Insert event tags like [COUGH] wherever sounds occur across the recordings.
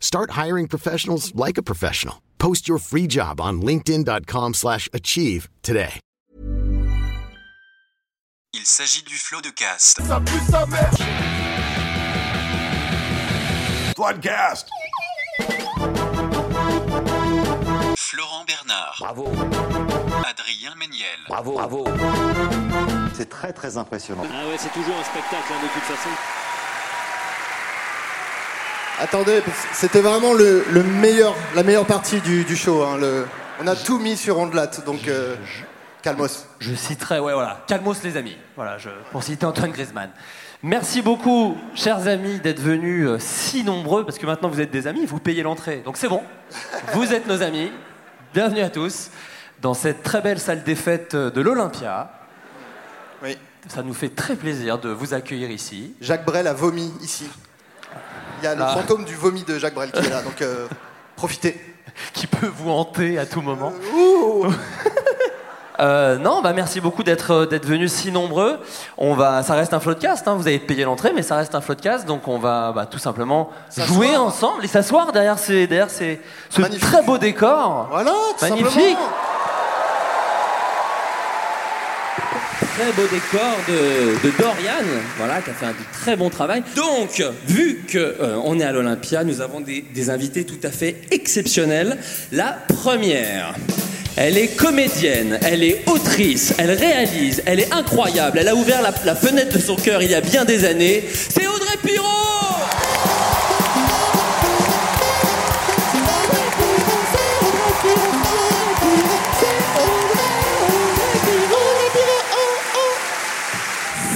Start hiring professionals like a professional. Post your free job on linkedin.com/achieve slash achieve today. Il s'agit du flot de cast. Floodcast. Florent Bernard, Bravo, Adrien Méniel, bravo, bravo. C'est très très impressionnant. Ah ouais, c'est toujours un spectacle hein, de toute façon. Attendez, parce que c'était vraiment le, le meilleur, la meilleure partie du, du show. hein, le- on a tout mis sur Ondelat, donc euh, calmos. Je citerai, ouais, voilà, Calmos les amis, voilà, je, pour citer Antoine Griezmann. Merci beaucoup, chers amis, d'être venus euh, si nombreux, parce que maintenant vous êtes des amis, vous payez l'entrée, donc c'est bon, vous êtes nos amis, bienvenue à tous dans cette très belle salle des fêtes euh, de l'Olympia. Oui. Ça nous fait très plaisir de vous accueillir ici. Jacques Brel a vomi ici. Il y a le Ah. fantôme du vomi de Jacques Brel qui est là, donc euh, profitez. [LAUGHS] qui peut vous hanter à tout moment. [LAUGHS] Euh, non, bah merci beaucoup d'être euh, d'être venus si nombreux. On va, ça reste un floodcast. Hein, vous avez payé l'entrée, mais ça reste un floodcast, donc on va bah, tout simplement jouer ensemble et s'asseoir derrière ces derrière ces ce Magnifique. très beau décor. Voilà, tout Magnifique. simplement. Très beau décor de, de Dorian, voilà, qui a fait un très bon travail. Donc, vu que euh, on est à l'Olympia, nous avons des, des invités tout à fait exceptionnels. La première. Elle est comédienne, elle est autrice, elle réalise, elle est incroyable, elle a ouvert la, la fenêtre de son cœur il y a bien des années. C'est Audrey Pirot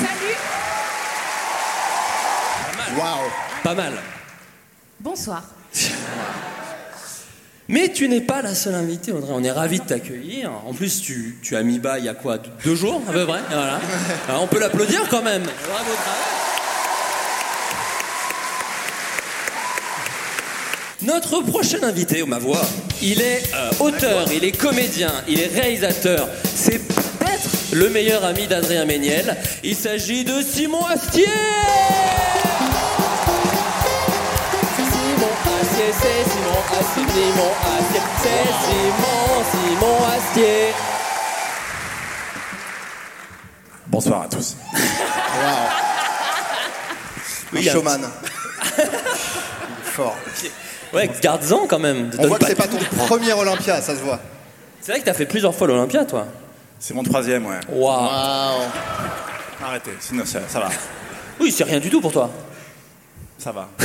Salut, Waouh. Pas mal. bonsoir. Mais tu n'es pas la seule invitée, Audrey. On est ravis de t'accueillir. En plus, tu, tu as mis bas il y a quoi Deux jours, à peu près Voilà. Alors, on peut l'applaudir quand même. Bravo, bravo. Notre prochain invité, oh, ma voix, il est euh, auteur, il est comédien, il est réalisateur. C'est peut-être le meilleur ami d'Adrien Méniel. Il s'agit de Simon Astier Simon Astier, c'est Simon Astier, Simon Astier, c'est Simon, Simon Astier. Bonsoir à tous. Un il a- showman. Fort. Ouais, garde-en quand même. On voit que c'est pas ton premier Olympia, ça se voit. C'est vrai que t'as fait plusieurs fois l'Olympia, toi. C'est mon troisième, ouais. Waouh. Arrêtez, sinon ça, ça va. Oui, c'est rien du tout pour toi. Ça va. [LAUGHS]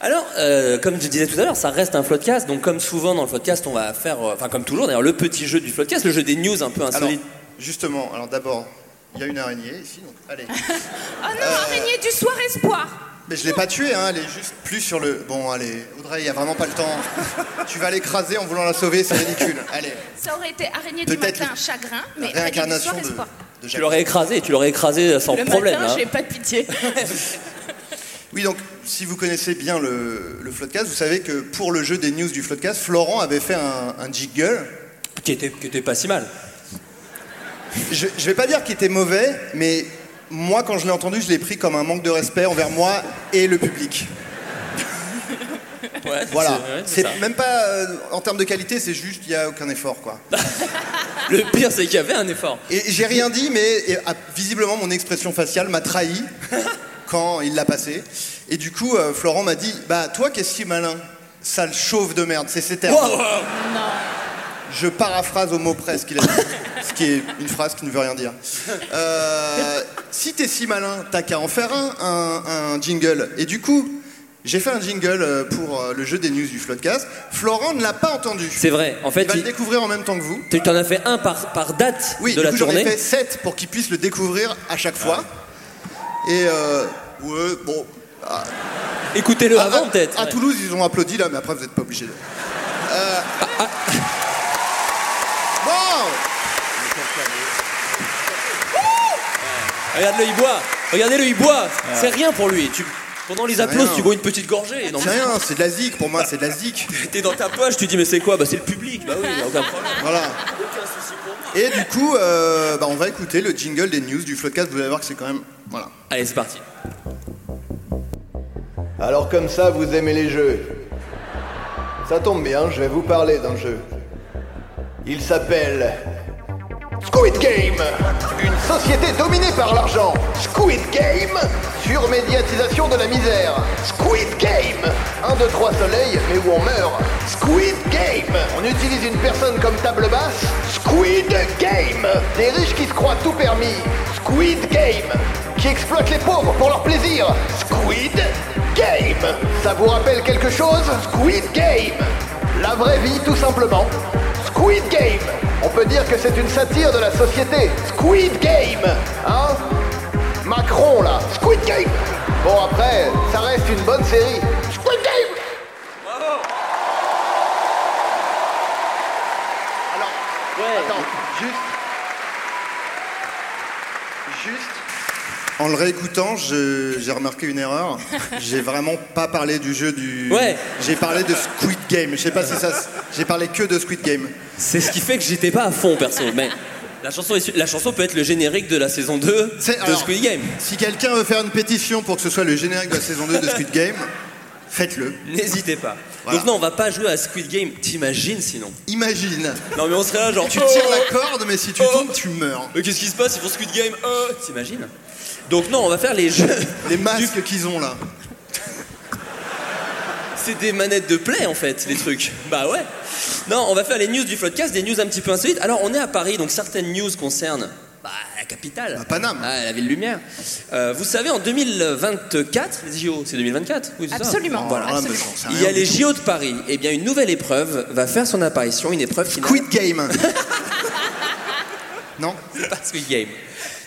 Alors, euh, comme je disais tout à l'heure, ça reste un floodcast. Donc, comme souvent dans le floodcast, on va faire, euh, enfin comme toujours d'ailleurs, le petit jeu du floodcast, le jeu des news un peu Alors, insolite. justement, alors d'abord, il y a une araignée ici, donc allez. Oh non, araignée du soir espoir. Mais je l'ai pas tuée, hein, elle est juste plus sur le. Bon, allez, Audrey, il y a vraiment pas le temps. tu vas l'écraser en voulant la sauver, c'est ridicule. Allez. Ça aurait été araignée du Peut-être matin, le- chagrin, mais araignée du réincarnation soir de, espoir. de tu Jacques. l'aurais écrasé, tu l'aurais écrasé sans Le problème. matin, hein. j'ai pas de pitié. [LAUGHS] Oui, donc si vous connaissez bien le, le Floodcast, vous savez que pour le jeu des news du Floodcast, Florent avait fait un, un jiggle. Qui était, qui était pas si mal. Je, je vais pas dire qu'il était mauvais, mais moi, quand je l'ai entendu, je l'ai pris comme un manque de respect envers moi et le public. Ouais, Voilà. c'est- ouais, c'est C'est ça. même pas euh, en termes de qualité, c'est juste il n'y a aucun effort, quoi. Le pire, c'est qu'il y avait un effort. Et j'ai rien dit, mais et, ah, visiblement mon expression faciale m'a [LAUGHS] trahi quand il l'a passé. Et du coup, euh, Florent m'a dit Bah, toi, qu'est-ce qui est malin Sale chauve de merde, c'est ses termes. Wow, wow. Je paraphrase au mot près ce qu'il a dit, ce qui est une phrase qui ne veut rien dire. Euh, si t'es si malin, t'as qu'à en faire un, un, un jingle. Et du coup, j'ai fait un jingle euh, pour euh, le jeu des news du Floodcast. Florent ne l'a pas entendu. C'est vrai, en fait, il va il- le découvrir en même temps que vous. Tu t'en as fait un par, par date Oui, de du la coup, j'en ai tournée. fait 7 pour qu'il puisse le découvrir à chaque fois. Ah. Et euh, ouais, bon. Écoutez-le avant, peut-être, À ouais. Toulouse, ils ont applaudi là, mais après, vous n'êtes pas obligé. Regarde-le, il boit. Regardez-le, il boit. C'est rien pour lui. Tu- Pendant les C'est applaudissements, rien. tu bois une petite gorgée. C'est rien, c'est de la zik. Pour moi, c'est de la zik. [LAUGHS] T'es dans ta poche, tu dis, mais c'est quoi Bah, c'est le public. Bah oui, aucun problème. Voilà. Et du coup, euh, bah, on va écouter le jingle des news du Floodcast. Vous allez voir que c'est quand même. Voilà. Allez, c'est parti. Alors comme ça, vous aimez les jeux. Ça tombe bien, je vais vous parler d'un jeu. Il s'appelle Squid Game. Une société dominée par l'argent. Squid Game. Surmédiatisation de la misère. Squid Game. Un, deux, trois soleils, mais où on meurt. Squid Game. On utilise une personne comme table basse. Squid Game. Des riches qui se croient tout permis. Squid Game. Qui exploitent les pauvres pour leur plaisir. Squid Game. Ça vous rappelle quelque chose Squid Game. La vraie vie, tout simplement. Squid Game. On peut dire que c'est une satire de la société. Squid Game. Hein Macron, là. Squid Game. Bon, après, ça reste une bonne série. Squid Game. Attends, juste. Juste. En le réécoutant, je- j'ai remarqué une erreur. J'ai vraiment pas parlé du jeu du. Ouais. J'ai parlé de Squid Game. Je sais pas si ça. s- J'ai parlé que de Squid Game. C'est ce qui fait que j'étais pas à fond, perso. Mais la chanson, est su- la chanson peut être le générique de la saison 2 de alors, Squid Game. Si quelqu'un veut faire une pétition pour que ce soit le générique de la saison 2 de Squid Game, faites-le. N'hésitez pas. Voilà. Donc, non, on va pas jouer à Squid Game. T'imagines sinon Imagine. Non, mais on serait là, genre. Tu tires la oh, corde, mais si tu tombes, tu meurs. Mais qu'est-ce qui se passe Ils font Squid Game euh, T'imagines Donc non, on va faire les jeux. [LAUGHS] Les masques qu'ils ont là. C'est des manettes de play en fait, les trucs. Bah ouais. Non, on va faire les news du podcast, des news un petit peu insolites. Alors on est à Paris, donc certaines news concernent bah, la capitale. Paname. la ville lumière. Euh, vous savez, en 2024, les JO, c'est 2024 Oui, c'est ça Absolument, Voilà. absolument. Il y a les JO de Paris. Eh bien, une nouvelle épreuve va faire son apparition, une épreuve qui. Squid [LAUGHS] Game Non C'est pas Squid Game.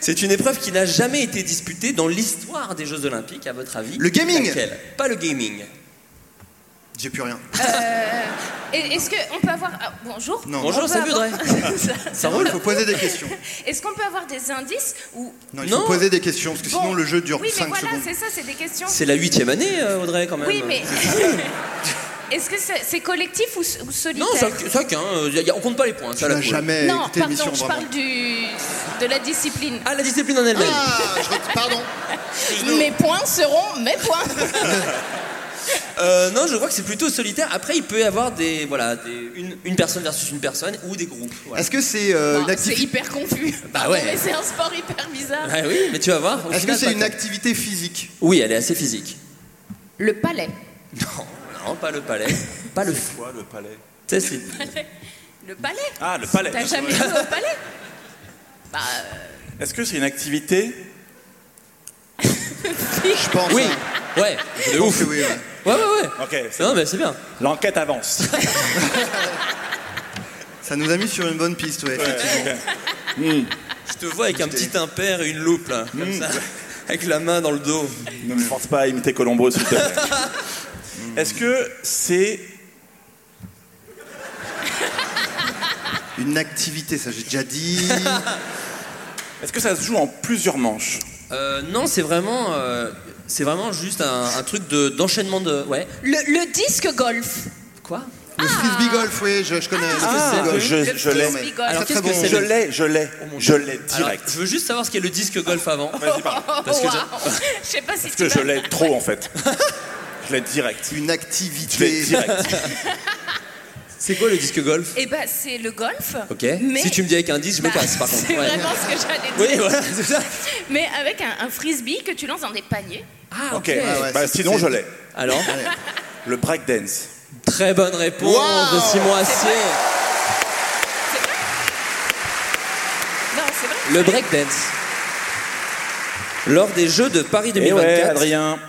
C'est une épreuve qui n'a jamais été disputée dans l'histoire des Jeux Olympiques, à votre avis. Le gaming Laquelle Pas le gaming. J'ai plus rien. Et Est-ce qu'on peut avoir. ah, bah, bonjour. Non. On peut avoir- [LAUGHS] Ça roule. Il faut poser des questions. [LAUGHS] Est-ce qu'on peut avoir des indices ou. Non, il faut poser des questions parce que sinon le jeu dure Oui, mais 5 voilà, secondes. c'est ça, c'est des questions. C'est la huitième année, euh, Audrey, quand même. Oui, mais. [LAUGHS] Est-ce que c'est c'est collectif ou, s- ou solitaire Non, chac- chacun. euh, y a- y a- on compte pas les points. Ça, à la n'as cool. jamais Non, pardon, je parle du, de la discipline. Ah, la discipline en elle-même. Ah, pardon. Mes points seront mes [LAUGHS] points. Euh, non, je vois que c'est plutôt solitaire. Après, il peut y avoir des, voilà, des- une, une personne versus une personne ou des groupes. voilà. Est-ce que c'est euh, Bon, une c'est activité hyper confus. [LAUGHS] Bah ouais. Mais c'est un sport hyper bizarre. Ah oui, mais tu vas voir. au Est-ce que final, c'est pas une tant. activité physique Oui, elle est assez physique. Le palais. [LAUGHS] Non, pas le palais. Pas le foie. Quoi, le palais Tu sais, c'est- Le palais Ah, le palais. T'as jamais joué au [LAUGHS] palais Bah, Est-ce que c'est une activité Je pense. Oui. Ouais. De ouf. Oui, ouais. Ouais, ouais, ouais. Ok. c'est Non, bon. mais c'est bien. L'enquête [LAUGHS] avance. Ça nous a mis sur une bonne piste, ouais, effectivement. [LAUGHS] Hmm. Hmm. Je te vois avec un petit impair et une loupe, là. Comme ça. Avec la main dans le dos. Ne me force pas à imiter Colombo, s'il te plaît. [LAUGHS] Est-ce que c'est. Une activité, ça j'ai déjà [LAUGHS] dit. Est-ce que ça se joue en plusieurs manches Euh, non, c'est vraiment, euh, c'est vraiment juste un, un truc de- d'enchaînement de, Ouais. le, le disque golf. Ah. Quoi Le frisbee [LAUGHS] golf, oui, je, je connais. le Ah, frisbee golf. je, je l'ai. frisbee golf. Alors, Très, qu'est-ce très que bon. c'est Je le- Oh l'ai, je l'ai. Je l'ai Alors, direct. je veux juste savoir ce qu'est le disque [LAUGHS] golf avant. Vas-y, parle. Parce que Waouh. je- Je sais pas si Parce tu que je vas- l'ai trop, en fait. Je l'ai direct. Je Une l'ai activité. direct. C'est quoi le disque golf Eh ben, c'est le golf. Ok. Mais- Si tu me dis avec un disque, je me Bah, casse par contre. [LAUGHS] C'est Ouais. vraiment ce que j'allais dire. Oui, voilà, c'est ça. Mais avec un, un frisbee que tu lances dans des paniers. Ah, Ok, Ah ouais, bah, c'est- sinon c'est- je l'ai. Alors, Le breakdance. très bonne réponse Wow. de Simon Assier. le breakdance. Lors des Jeux de Paris Eh 2024. ouais, Adrien.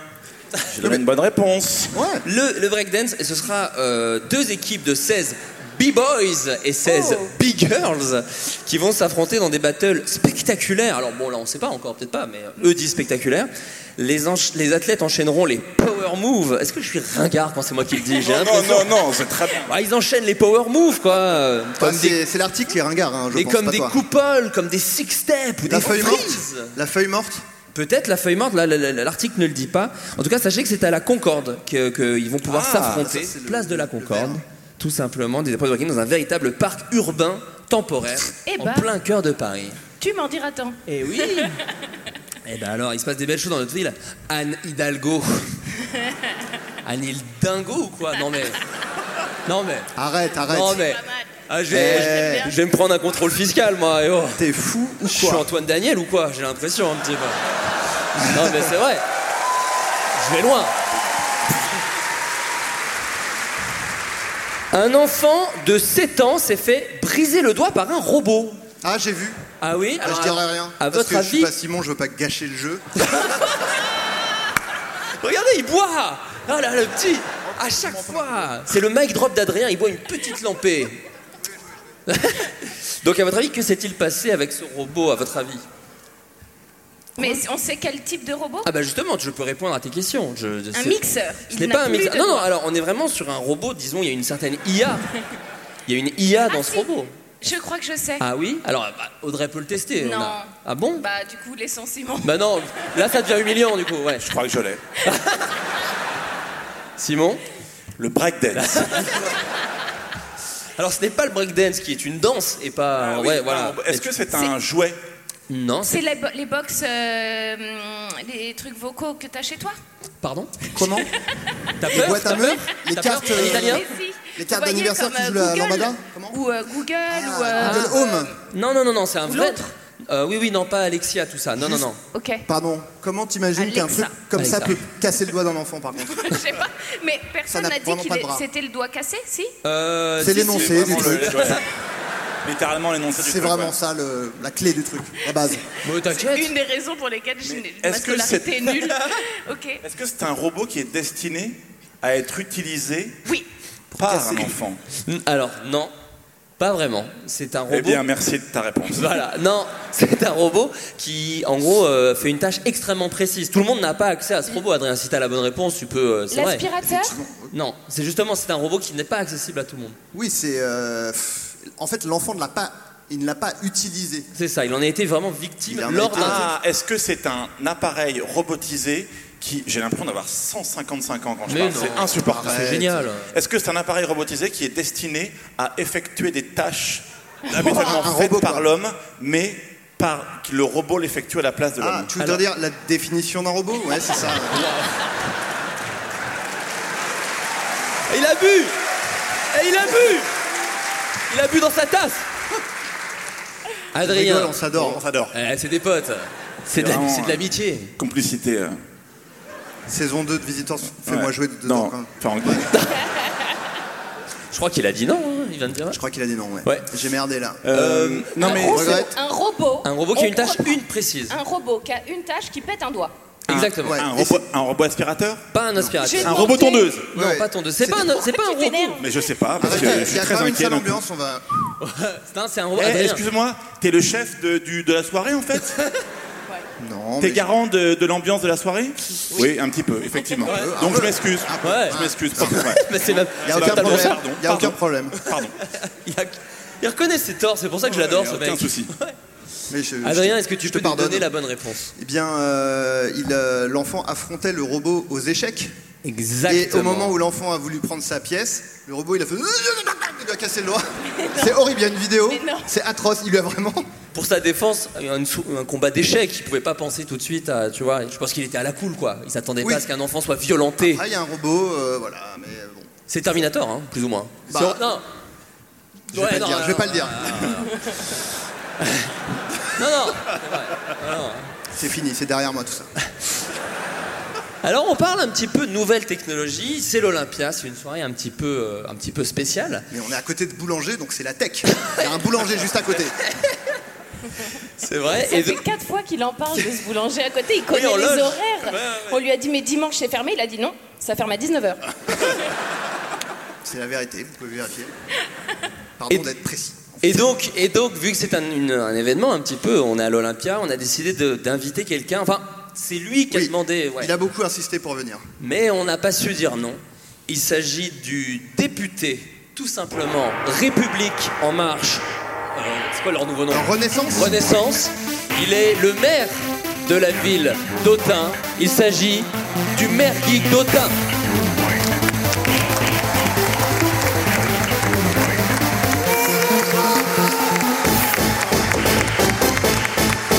J'ai donné une bonne réponse. Le, le breakdance, et ce sera euh, deux équipes de 16 B-Boys et 16 B-Girls qui vont s'affronter dans des battles spectaculaires. Alors bon, là on sait pas encore, peut-être pas, mais euh, eux disent spectaculaires. Les, encha- les athlètes enchaîneront les power moves. Est-ce que je suis ringard quand c'est moi qui le dis J'ai Oh, Non, l'impression- non, non, non, c'est très bien. Bah, ils enchaînent les power moves, quoi. euh, Enfin, comme c'est, des- c'est l'article, les ringards, hein, je mais pense, comme pas des toi. coupoles, comme des six steps ou La des feuille morte freeze. La feuille morte Peut-être la feuille morte, là, là, là, l'article ne le dit pas. En tout cas, sachez que c'est à la Concorde que- qu'ils vont pouvoir Ah, s'affronter. ça, c'est le- Place de la Concorde, tout simplement, des épreuves de breaking dans un véritable parc urbain temporaire Eh en ben. plein cœur de Paris. [LAUGHS] Tu m'en diras tant. Eh oui. Eh ben alors, il se passe des belles choses dans notre ville. Anne Hidalgo. Anne Hidalgo ou quoi Non mais. Non mais. Arrête, arrête. Non mais. Ah, je, vais, Eh. je vais- je vais me prendre un contrôle fiscal moi. oh. T'es fou ou quoi Je suis Antoine Daniel ou quoi J'ai l'impression un petit peu. Non mais c'est vrai. Je vais loin. Un enfant de 7 ans s'est fait briser le doigt par un robot. Ah, j'ai vu. Ah oui Ah, je Alors, dirais rien. À parce votre que je suis avis, pas Simon, je veux pas gâcher le jeu. Regardez, il boit Ah là, le petit À chaque fois C'est le mic drop d'Adrien, il boit une petite lampée. [LAUGHS] Donc, à votre avis, que s'est-il passé avec ce robot, à votre avis [LAUGHS] Mais on sait quel type de robot Ah bah justement, je peux répondre à tes questions. Je- je- Un c'est- mixeur. Ce Il n'est n'a pas un plus mixeur. de Non, euh, non, doigts. alors on est vraiment sur un robot, disons, il y a une certaine IA. Il y a une IA dans Ah, ce si. robot. Je crois que je sais. Ah oui Alors, bah, Audrey peut le tester. on a- Non. Ah bon Bah du coup, les sentiments. Bah non, là ça devient humiliant du coup, ouais. Je crois que je l'ai. [LAUGHS] Simon Le breakdance. [LAUGHS] Alors ce n'est pas le breakdance qui est une danse et pas. Ah oui, ouais, pardon. voilà. Est-ce que c'est un C'est- jouet Non, C'est c'est. les, bo- les box, euh, hum, les trucs vocaux que t'as chez toi. Pardon [LAUGHS] Comment T'as Les peur boîtes à T'as meubles, peur les T'as peur cartes, En euh, italien Mais si. les cartes Vous voyez, d'anniversaire comme, qui euh, jouent la Google lambada Ou euh, Google Ah. ou. euh, Google oh. Home. Non, non, non, non, c'est un Ou vrai. l'autre. Euh, oui, oui, non, pas Alexia, tout ça. Non, non, non. Ok. [LAUGHS] Pardon, comment t'imagines qu'un Alexa. truc comme ça Alexa. peut casser le doigt d'un enfant, par contre Je sais pas. Mais personne n'a n'a dit vraiment qu'il pas de est- bras. c'était le doigt cassé, si Euh, C'est si, l'énoncé si, du vraiment truc. le- [LAUGHS] ouais. Littéralement l'énoncé du C'est truc, vraiment ouais. ça le- la clé du truc, la base. Bon, t'inquiète. C'est une des raisons pour lesquelles je n'ai- ma est-ce que scolarité c'est- [LAUGHS] est nulle. [LAUGHS] Ok. Est-ce que c'est un robot qui est destiné à être utilisé Oui. par un enfant Mm, Alors, non, pas vraiment. C'est un robot. Eh bien, merci de ta réponse. [LAUGHS] Voilà, non, c'est un robot qui, en gros, euh, fait une tâche extrêmement précise. Tout le monde n'a pas accès à ce robot, Adrien. Si t'as la bonne réponse, tu peux. euh, c'est vrai. L'aspirateur Non, c'est justement, c'est un robot qui n'est pas accessible à tout le monde. Oui, c'est. euh, pff, en fait, l'enfant ne l'a pas. Il ne l'a pas utilisé. C'est ça, il en a été vraiment victime lors d'un. Ah, est-ce que c'est un appareil robotisé qui, j'ai l'impression d'avoir 155 ans quand je Mais parle, non. Ah, c'est insupportable. C'est génial. Est-ce que c'est un appareil robotisé qui est destiné à effectuer des tâches habituellement [LAUGHS] Un faites robot, par quoi. l'homme, mais par que le robot l'effectue à la place de l'homme Ah, tu voudrais dire la définition d'un robot Ouais, c'est [LAUGHS] ça. Il a bu Et il a bu Il a bu dans sa tasse On Adrien. rigole, on s'adore. On s'adore. c'est des potes. C'est de la- Vraiment, hein. euh, c'est de l'amitié. Complicité. euh, Saison 2 de Visitors, fais-moi ouais. jouer de dedans. Non, quand même. pas anglais. Je crois qu'il a dit non, hein, il vient de dire. Je crois qu'il a dit non, ouais. Ouais. J'ai merdé là. Euh, non, mais On regrette. Un robot. Un robot qui a On une tâche croit- une précise. Un robot qui a une tâche qui pète un doigt. Exactement. Ouais. un, robot, un robot aspirateur Pas un aspirateur. J'ai Un robot demandé- tondeuse Non, Ouais. pas ton deux. C'est pas un, c'est pas un Tu robot. t'énerves. Mais je sais pas, parce Arrête, que je Ah, il y suis a très quand même une inquiet. sale d'un coup. ambiance, on va. Putain, [LAUGHS] c'est un robot. Eh, Adrien. Excuse-moi, t'es le chef de, du- de la soirée en fait Non. T'es mais- garant de, de l'ambiance de la soirée Oui, un petit peu, effectivement. Donc je m'excuse. Ouais. Je m'excuse. pardon, ouais. [LAUGHS] Mais c'est même. Il n'y a Bah, aucun pardon, problème. pardon, Il y a aucun pardon. problème. Pardon. Il, a- il reconnaît ses torts, c'est pour ça que je l'adore Il y a ce Aucun mec. [LAUGHS] souci. Mais je- je- Adrien, est-ce que tu je peux te nous pardonne. donner la bonne réponse Eh bien, euh, il, euh, l'enfant affrontait le robot aux échecs. Exactement. Et au moment où l'enfant a voulu prendre sa pièce, le robot il a fait. [LAUGHS] Il lui a cassé le [LAUGHS] doigt. C'est horrible, il y a une vidéo. Mais non. C'est atroce, il lui a vraiment. Pour sa défense, il y a une sou- un combat d'échecs, il pouvait pas penser tout de suite à, tu vois, je pense qu'il était à la cool quoi. Il s'attendait Oui. pas à ce qu'un enfant soit violenté. Ah, il y a un robot, euh, voilà, mais bon. C'est Terminator, hein, plus ou moins. Bah, C'est- non. Je vais Ouais, pas le non, dire, non, je vais pas le dire. Non, [LAUGHS] non. C'est fini, c'est derrière moi tout ça. [LAUGHS] Alors on parle un petit peu de nouvelles technologies. C'est l'Olympia, c'est une soirée un petit peu, euh, un petit peu spéciale. [LAUGHS] Mais on est à côté de boulanger, donc c'est la tech. Il y a un boulanger juste à côté. C'est vrai. Ça et fait de- quatre fois qu'il en parle de ce boulanger à [LAUGHS] côté. Il connaît en les loge. horaires. On lui a dit mais dimanche c'est fermé. Il a dit non, ça ferme à 19h. C'est la vérité, vous pouvez vérifier. Et- Pardon d'être précis. Et donc, et donc, vu que c'est un, une- un événement un petit peu, on est à l'Olympia, on a décidé de- d'inviter quelqu'un. Enfin, c'est lui qui a demandé. ouais. Il a beaucoup insisté pour venir. Mais on n'a pas su dire non. Il s'agit du député, tout simplement, République en marche. euh, c'est quoi leur nouveau nom Euh, Renaissance Renaissance. Il est le maire de la ville d'Autun. Il s'agit du maire geek d'Autun.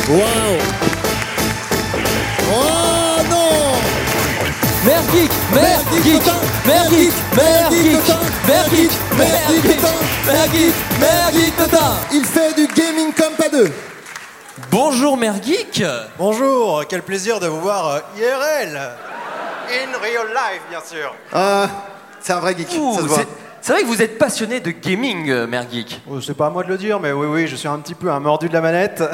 Waouh Oh non Merdique, merdique, merdique, merdique, merdique, merdique, merdique, merdique, Il fait du gaming comme pas deux. Bonjour Mère Geek Bonjour, quel plaisir de vous voir euh, IRL In real life, bien sûr Euh, Ah, c'est un vrai geek, Ouh, ça se voit. c'est- C'est vrai que vous êtes passionné de gaming, euh, Mère Geek. Oh, C'est pas à moi de le dire, mais oui, oui, je suis un petit peu un mordu de [LAUGHS] la manette.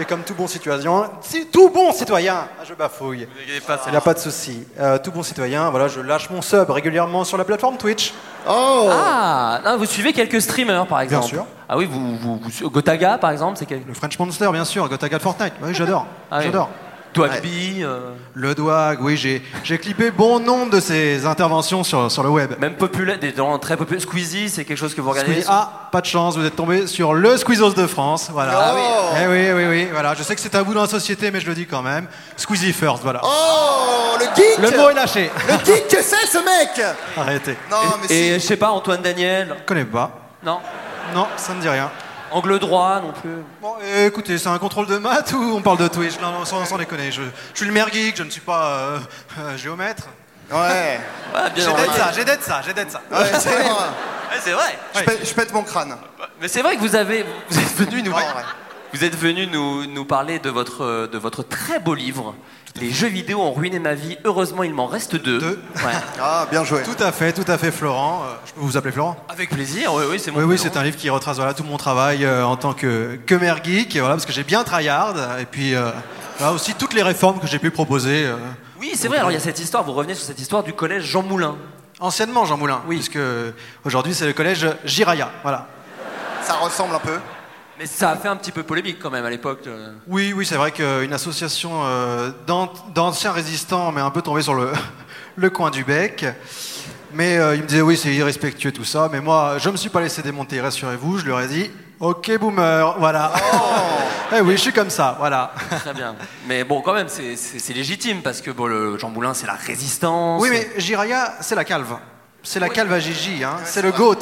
Et comme tout bon citoyen, si- tout bon citoyen, ah, je bafouille. Il n'y a pas de souci. Euh, tout bon citoyen, voilà, je lâche mon sub régulièrement sur la plateforme Twitch. Oh Ah, non, vous suivez quelques streamers par exemple sûr. Ah oui, vous, vous- vous- Gotaga par exemple, c'est quel Le French Monster, bien sûr, Gotaga de Fortnite. Bah oui, j'adore. Ah oui. j'adore. Dwagby, euh, Le Doig, oui, j'ai j'ai clippé bon nombre de ses interventions sur, sur le web. même populaire, des gens très populaires. Squeezie, c'est quelque chose que vous regardez Squeezie- ah, pas de chance, vous êtes tombé sur le Squeezos de France. Voilà. Ah oui. Eh oui, oui, oui. Voilà. Je sais que c'est tabou dans la société, mais je le dis quand même. Squeezie first, voilà. Oh, le geek le mot est lâché. Le geek que c'est ce mec Arrêtez. Non, mais Et je sais pas, Antoine Daniel Je connais pas. Non Non, ça ne dit rien. Angle droit non plus Bon, eh, écoutez, c'est un contrôle de maths ou on parle de Twitch Non, non, sans, sans déconner. Je, je suis le maire geek, je ne suis pas euh, euh, géomètre. [LAUGHS] Ouais. Ouais, J'ai Ah, bien d'aide normal. ça, j'ai d'aide ça, j'ai d'aide ça. [LAUGHS] Ouais, c'est vrai. Ouais, c'est vrai. Je pète- je pète mon crâne. Mais c'est vrai que vous avez, vous êtes venu nous, Oh, Ouais, ouais. [LAUGHS] vous êtes venu nous, nous parler de votre, euh, de votre très beau livre. Les jeux vidéo ont ruiné ma vie. Heureusement, il m'en reste deux. Ouais. Ah, bien joué. Tout à fait, tout à fait, Florent. Euh, Je peux vous appeler Florent Avec plaisir. Oui, oui, c'est mon. Oui, oui, prénom. c'est un livre qui retrace voilà, tout mon travail euh, en tant que, que maire geek, et voilà, parce que j'ai bien tryhard, et puis euh, voilà, aussi toutes les réformes que j'ai pu proposer. euh, Oui, c'est vrai. Alors il y a cette histoire. Vous revenez sur cette histoire du collège Jean Moulin. anciennement, Jean Moulin, oui. puisque aujourd'hui c'est le collège Jiraya. Voilà. Ça ressemble un peu. Mais ça a fait un petit peu polémique quand même à l'époque. euh. Oui, oui, c'est vrai qu'une association euh, d'an- d'anciens résistants mais un peu tombé sur le, [LAUGHS] le coin du bec. Mais euh, il me disait, oui, c'est irrespectueux tout ça. Mais moi, je me suis pas laissé démonter, rassurez-vous. Je leur ai dit, ok, boomer, voilà. Oh. [LAUGHS] eh oui, je suis comme ça, voilà. Très bien. Mais bon, quand même, c'est- c'est c'est légitime parce que bon, le Jean Moulin, c'est la résistance. Oui, mais Jiraya, c'est la calve. C'est la calve à Gigi, hein. c'est le GOAT.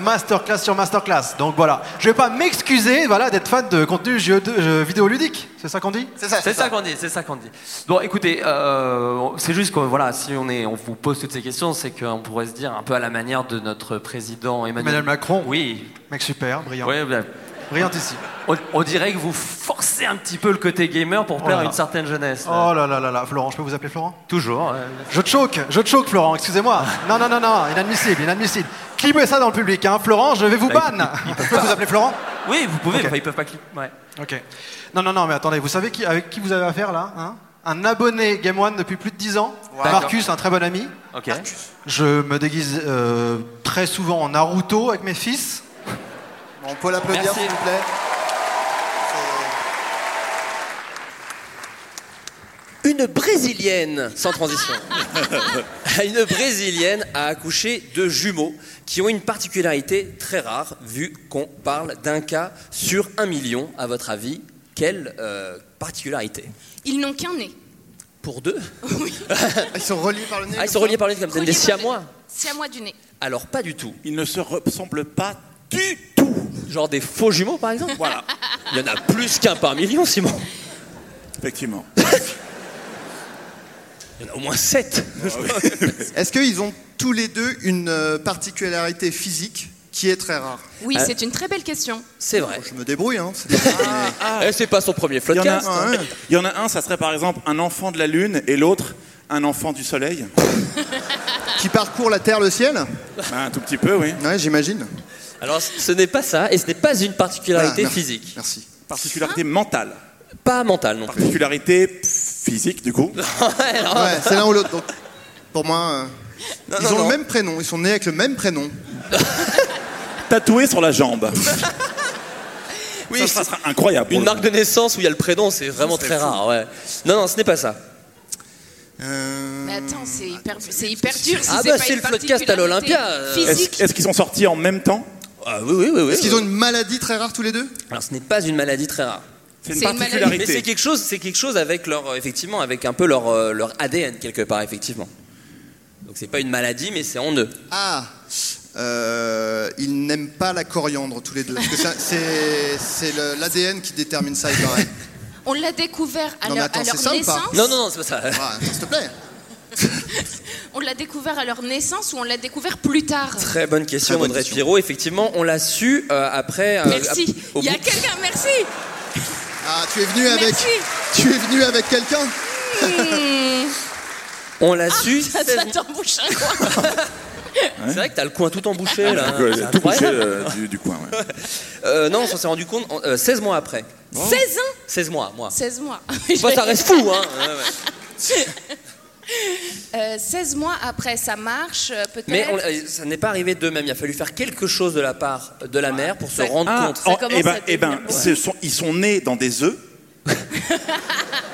Masterclass sur masterclass. Donc voilà. Je vais pas m'excuser voilà, d'être fan de contenu jeu de, jeu vidéoludique. C'est ça qu'on dit C'est ça qu'on dit, c'est ça qu'on dit. Bon, écoutez, euh, c'est juste que voilà, si on est, on vous pose toutes ces questions, c'est qu'on pourrait se dire un peu à la manière de notre président Emmanuel Emmanuel Macron. Oui. Mec super, brillant. Ouais, bah, Brillant ici. on, on dirait que vous forcez un petit peu le côté gamer pour plaire Oh là à là. une certaine jeunesse. Oh là là là là, Florent, je peux vous appeler Florent Toujours. euh, Je te choque, je te choque, Florent, excusez-moi. Non, non, non, non, inadmissible, inadmissible. Clipez ça dans le public, hein. Florent, je vais vous Bah, ban. ils- ils peuvent Je peux pas. vous appeler Florent Oui, vous pouvez. Ok. enfin, ils peuvent pas cliquer. Ouais. Ok. Non, non, non, mais attendez, vous savez qui, avec qui vous avez affaire là hein Un abonné Game One depuis plus de 10 ans, D'accord. Marcus, un très bon ami. Ok. Je me déguise euh, très souvent en Naruto avec mes fils. On peut l'applaudir, Merci. s'il vous plaît. Une Brésilienne, [LAUGHS] sans transition, une Brésilienne a accouché de jumeaux qui ont une particularité très rare, vu qu'on parle d'un cas sur un million. À votre avis, quelle euh, particularité Ils n'ont qu'un nez. Pour deux [LAUGHS] Ils sont reliés par le nez Ah, ils sont reliés par le nez comme ça, des siamois C'est à moi du nez. Alors, pas du tout. Ils ne se ressemblent pas du tout. Genre des faux jumeaux, par exemple Voilà. Il y en a plus qu'un par million, Simon. Effectivement. Il y en a au moins sept. [LAUGHS] Est-ce qu'ils ont tous les deux une euh, particularité physique qui est très rare Oui, Euh, Ah. c'est une très belle question. C'est vrai. Je me débrouille, hein. c'est- Ah. Eh, c'est pas son premier Il y, en a floodcast. un, il y en a un, ça serait par exemple un enfant de la Lune et l'autre un enfant du Soleil. Qui parcourt la terre, le ciel Ben, un tout petit peu, oui. Ouais, j'imagine. Alors, ce n'est pas ça, et ce n'est pas une particularité Voilà, mer- physique. [LAUGHS] Merci. Particularité mentale. Pas mentale non plus. Particularité physique du coup. Ouais, c'est l'un ou l'autre. Donc, pour moi, euh, ils non, ont non. le même prénom. Ils sont nés avec le même prénom. Tatoué sur la jambe. [LAUGHS] Oui, ça sera incroyable. Une marque de naissance où il y a le prénom, c'est vraiment serait très fou. rare. Ouais. Non, non, ce n'est pas ça. Mais attends, c'est hyper, c'est hyper dur. Si Ah c'est bah, pas c'est une le podcast à particularité l'Olympia, euh, Ah Physique. Est-ce est-ce qu'ils sont sortis en même temps Oui, oui, oui. Est-ce qu'ils ont une maladie très rare tous les deux Alors, ce n'est pas une maladie très rare. C'est une C'est une particularité. maladie. Mais c'est quelque chose, c'est quelque chose avec leur, euh, effectivement, avec un peu leur, euh, leur ADN quelque part, effectivement. Donc c'est pas une maladie, mais c'est en eux. Ah Euh, ils n'aiment pas la coriandre tous les deux. Parce que ça, c'est c'est le- l'ADN qui détermine ça, il paraît. On l'a découvert à Non, mais leur, attends, à c'est hein. leur ça ou pas naissance. Non, non, non, c'est pas ça. [LAUGHS] S'il te plaît. [LAUGHS] On l'a découvert à leur naissance ou on l'a découvert plus tard. Très bonne question, Audrey Pirot. Effectivement, on l'a su euh, après. euh, Merci. ap- au Il y a bout- quelqu'un. Merci. Ah, tu es venu avec. Merci. Tu es venu avec quelqu'un Hmm. Ah, On l'a su. Ça, [LAUGHS] ça t'embouche un coin. C'est vrai que t'as le coin tout embouché là. hein. Ouais, C'est tout bouché incroyable. euh, du, du coin. ouais. Euh, non, on s'en s'est rendu compte en- euh, 16 mois après. 16 Oh. ans 16 mois, moi. 16 mois. Moi, ça [LAUGHS] reste fou, hein. Ouais, ouais. Euh, 16 mois après, ça marche, euh, peut-être. Mais on- euh, ça n'est pas arrivé d'eux-mêmes. Il a fallu faire quelque chose de la part de la mère pour se rendre Ah, compte. oh, eh ben, eh ben, ce sont- ils sont nés dans des œufs.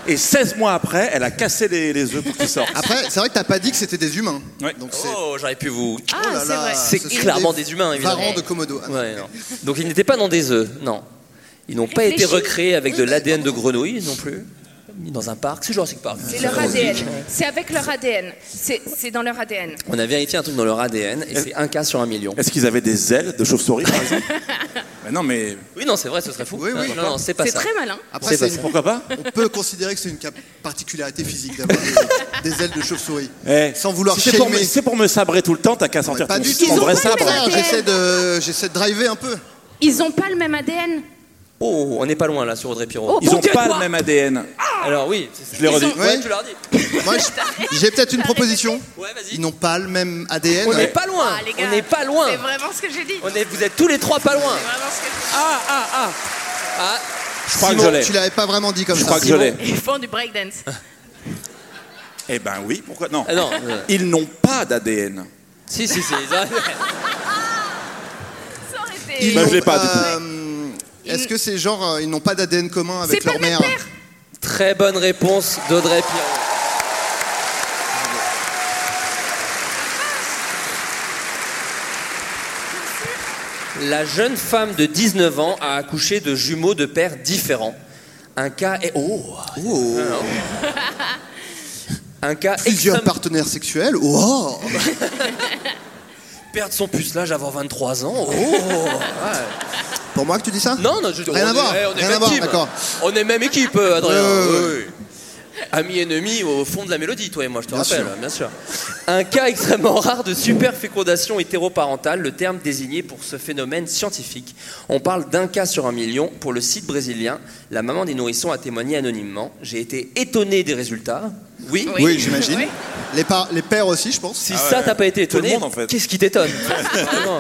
et 16 mois après, elle a cassé les, les œufs pour qu'ils sortent. Après, c'est vrai que t'as pas dit que c'était des humains. Oh, j'aurais pu vous. Ah, Oh là c'est là, vrai. C'est ce sont clairement des des, humains, évidemment. varans de Komodo. Ah, non. Ouais, non. Donc ils n'étaient pas dans des œufs, non. Ils n'ont pas été Réfléchis. recréés avec de l'ADN de grenouille non plus. Ni Dans un parc, c'est Jurassic Park. C'est leur ADN. C'est avec leur ADN. C'est c'est dans leur ADN. On a vérifié un truc dans leur ADN et c'est un cas sur un million. Est-ce qu'ils avaient des ailes de chauve-souris, par [LAUGHS] exemple Mais Non, mais Oui, non, c'est vrai, ce serait fou. oui. Non, non, c'est pas C'est ça. très malin. Après, c'est pas ça. pourquoi pas On peut considérer que c'est une cap- particularité physique d'avoir des, des ailes de chauve-souris. Eh, Sans vouloir si c'est pour, me- shamer. si c'est pour me sabrer tout le temps, t'as qu'à sortir Pas ton, du ton tout. vrai Au sabre. contraire, J'essaie de, j'essaie de driver un peu. Ils ont pas le même ADN. Oh, on n'est pas loin là sur Audrey Pirot. Ah, Oh, Ils bon ont Dieu, pas toi. le même ADN. Alors oui, c'est ça. Je l'ai redit. Ouais, tu l'as redit. Moi, je- j'ai peut-être une proposition. Ils n'ont pas le même ADN. On n'est pas loin. Ah, les gars, on n'est pas loin. C'est vraiment ce que j'ai dit. On est, vous êtes tous les trois pas loin. C'est vraiment ce que j'ai dit. Ah, ah, ah. Ah, Je crois Simon, que je l'ai. tu l'avais pas vraiment dit comme Je ça. crois que je l'ai. Ils font du breakdance. Eh ben oui, pourquoi non, Ah, non. euh, Ils n'ont pas d'ADN. si, si, si. Ça aurait été- Ils Bah, je n'ont- l'ai pas, du coup. euh, Est-ce que c'est genre, euh, ils n'ont pas d'ADN commun C'est avec pas leur le même mère père. Très bonne réponse d'Audrey Pirot. La jeune femme de 19 ans a accouché de jumeaux de pères différents. Un cas est. Oh Un cas Plusieurs extrêmement- partenaires sexuels Oh Perdre son pucelage avant 23 ans. Oh ouais. Pour moi que tu dis ça Non, non, je Rien on à est- voir, ouais, on est rien à même voir, team. d'accord. On est même équipe, euh, Adrien. Ouais, ouais, Oui, oui. Ami ennemi au fond de la mélodie, toi et moi, je te Bien rappelle, sûr. bien sûr. Un cas extrêmement rare de superfécondation hétéroparentale, le terme désigné pour ce phénomène scientifique. On parle d'un cas sur un million. Pour le site brésilien, la maman des nourrissons a témoigné anonymement. J'ai été étonné des résultats. Oui, Oui, j'imagine. Les, par- les pères aussi, je pense. si ça t'as pas été Ah Tout le étonné, monde, en fait. qu'est-ce [LAUGHS] qui t'étonne Vraiment.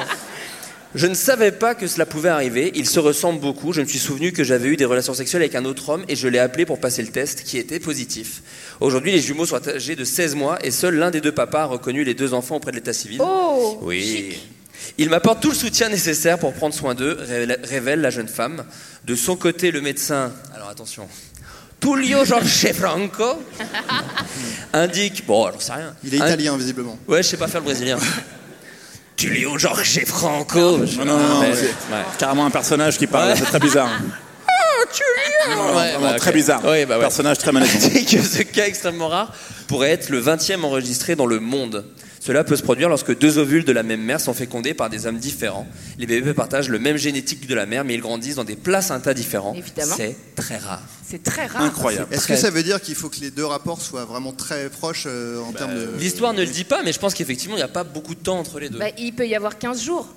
Je ne savais pas que cela pouvait arriver. Ils se ressemblent beaucoup. Je me suis souvenu que j'avais eu des relations sexuelles avec un autre homme et je l'ai appelé pour passer le test qui était positif. Aujourd'hui, les jumeaux sont âgés de 16 mois et seul l'un des deux papas a reconnu les deux enfants auprès de l'état civil. Oh Oui. Il m'apporte tout le soutien nécessaire pour prendre soin d'eux, révèle, révèle la jeune femme. De son côté, le médecin, alors [LAUGHS] attention, Tullio Jorge Franco, indique, bon, j'en sais rien. Il est Indique- italien, visiblement. Ouais, je sais pas faire le brésilien. Tullio Jorge Franco. Non, non, non, c'est carrément un personnage qui parle, c'est très bizarre. Ah, Tullio Vraiment très bizarre. Personnage très malaisant. bah [LAUGHS] que ce cas extrêmement rare pourrait être le 20e enregistré dans le monde. Cela peut se produire lorsque deux ovules de la même mère sont fécondés par des hommes différents. Les bébés partagent le même génétique de la mère, mais ils grandissent dans des placentas différents. Évidemment. C'est très rare. C'est très rare. Incroyable. Est-ce Très- que ça veut dire qu'il faut que les deux rapports soient vraiment très proches euh, en termes de. Bah, L'histoire ne le dit pas, mais je pense qu'effectivement, il n'y a pas beaucoup de temps entre les deux. Bah, il peut y avoir 15 jours.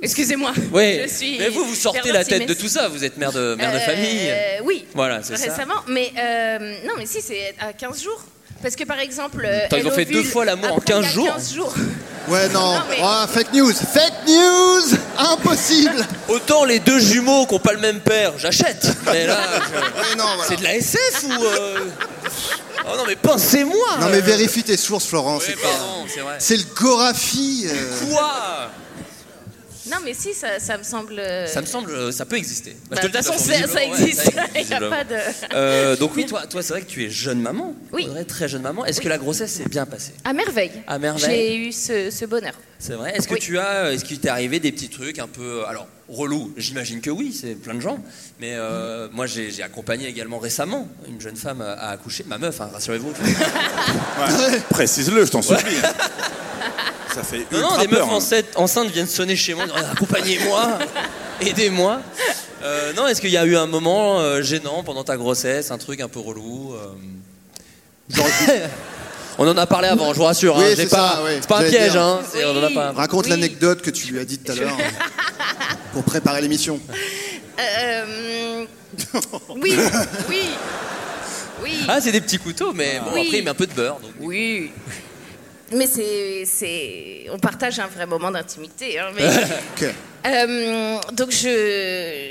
Excusez-moi. Ouais. Je suis Euh, Mais vous, vous sortez la tête de tout ça. Vous êtes mère de, mère de famille. oui. Voilà, c'est ça. Récemment. Mais euh, non, mais si, c'est à 15 jours. Parce que par exemple. euh, Attends, ils ont Hello fait deux Bulle, fois l'amour en apprend qu'il y a 15 jours. 15 jours. Ouais, non. Non, mais- Ah, fake news Fake news Impossible Autant les deux jumeaux qui n'ont pas le même père, j'achète. [LAUGHS] Mais là, je- c'est de la SF ou. euh, Oh non, mais pensez-moi Non, mais euh, vérifie tes sources, Florent. Oui, c'est clair. pardon, c'est vrai. C'est le Gorafi euh. Quoi Non, mais si, ça, ça me semble. euh, Ça me semble, euh, ça peut exister. Bah, bah, je te de le toute dis, façon, visiblement, ça ouais, existe. existe, [LAUGHS] Il n'y a visiblement. pas de. Euh, donc oui, toi, toi c'est vrai que tu es jeune maman. Oui. Audrey, très jeune maman. Est-ce que la grossesse s'est bien passée À merveille. À merveille. J'ai eu ce, ce bonheur. C'est vrai. Est-ce que Oui. tu as, euh, est-ce qu'il t'est arrivé des petits trucs un peu, euh, alors relou J'imagine que oui, c'est plein de gens. Mais euh, moi, j'ai j'ai accompagné également récemment une jeune femme à à accoucher, ma meuf. hein, [LAUGHS] Rassurez-vous. Précise-le, je t'en [LAUGHS] supplie. Ça fait Non, non, ultra des meufs peur, hein. enceintes, enceintes viennent sonner chez moi, en [LAUGHS] disant, accompagnez-moi, aidez-moi. Euh, non, est-ce qu'il y a eu un moment euh, gênant pendant ta grossesse, un truc un peu relou euh, [LAUGHS] On en a parlé avant, je vous rassure. hein, Oui, j'ai c'est pas- ça, oui. C'est pas un J'allais piège, dire. hein, c'est- on en a pas. Raconte l'anecdote que tu lui as dite tout à l'heure euh, pour préparer l'émission. Euh, [LAUGHS] oui, oui, oui. Ah, c'est des petits couteaux, mais bon, Oui. après, il met un peu de beurre. donc. Oui. Mais c'est, c'est, on partage un vrai moment d'intimité. hein, mais- [LAUGHS] Euh, donc je,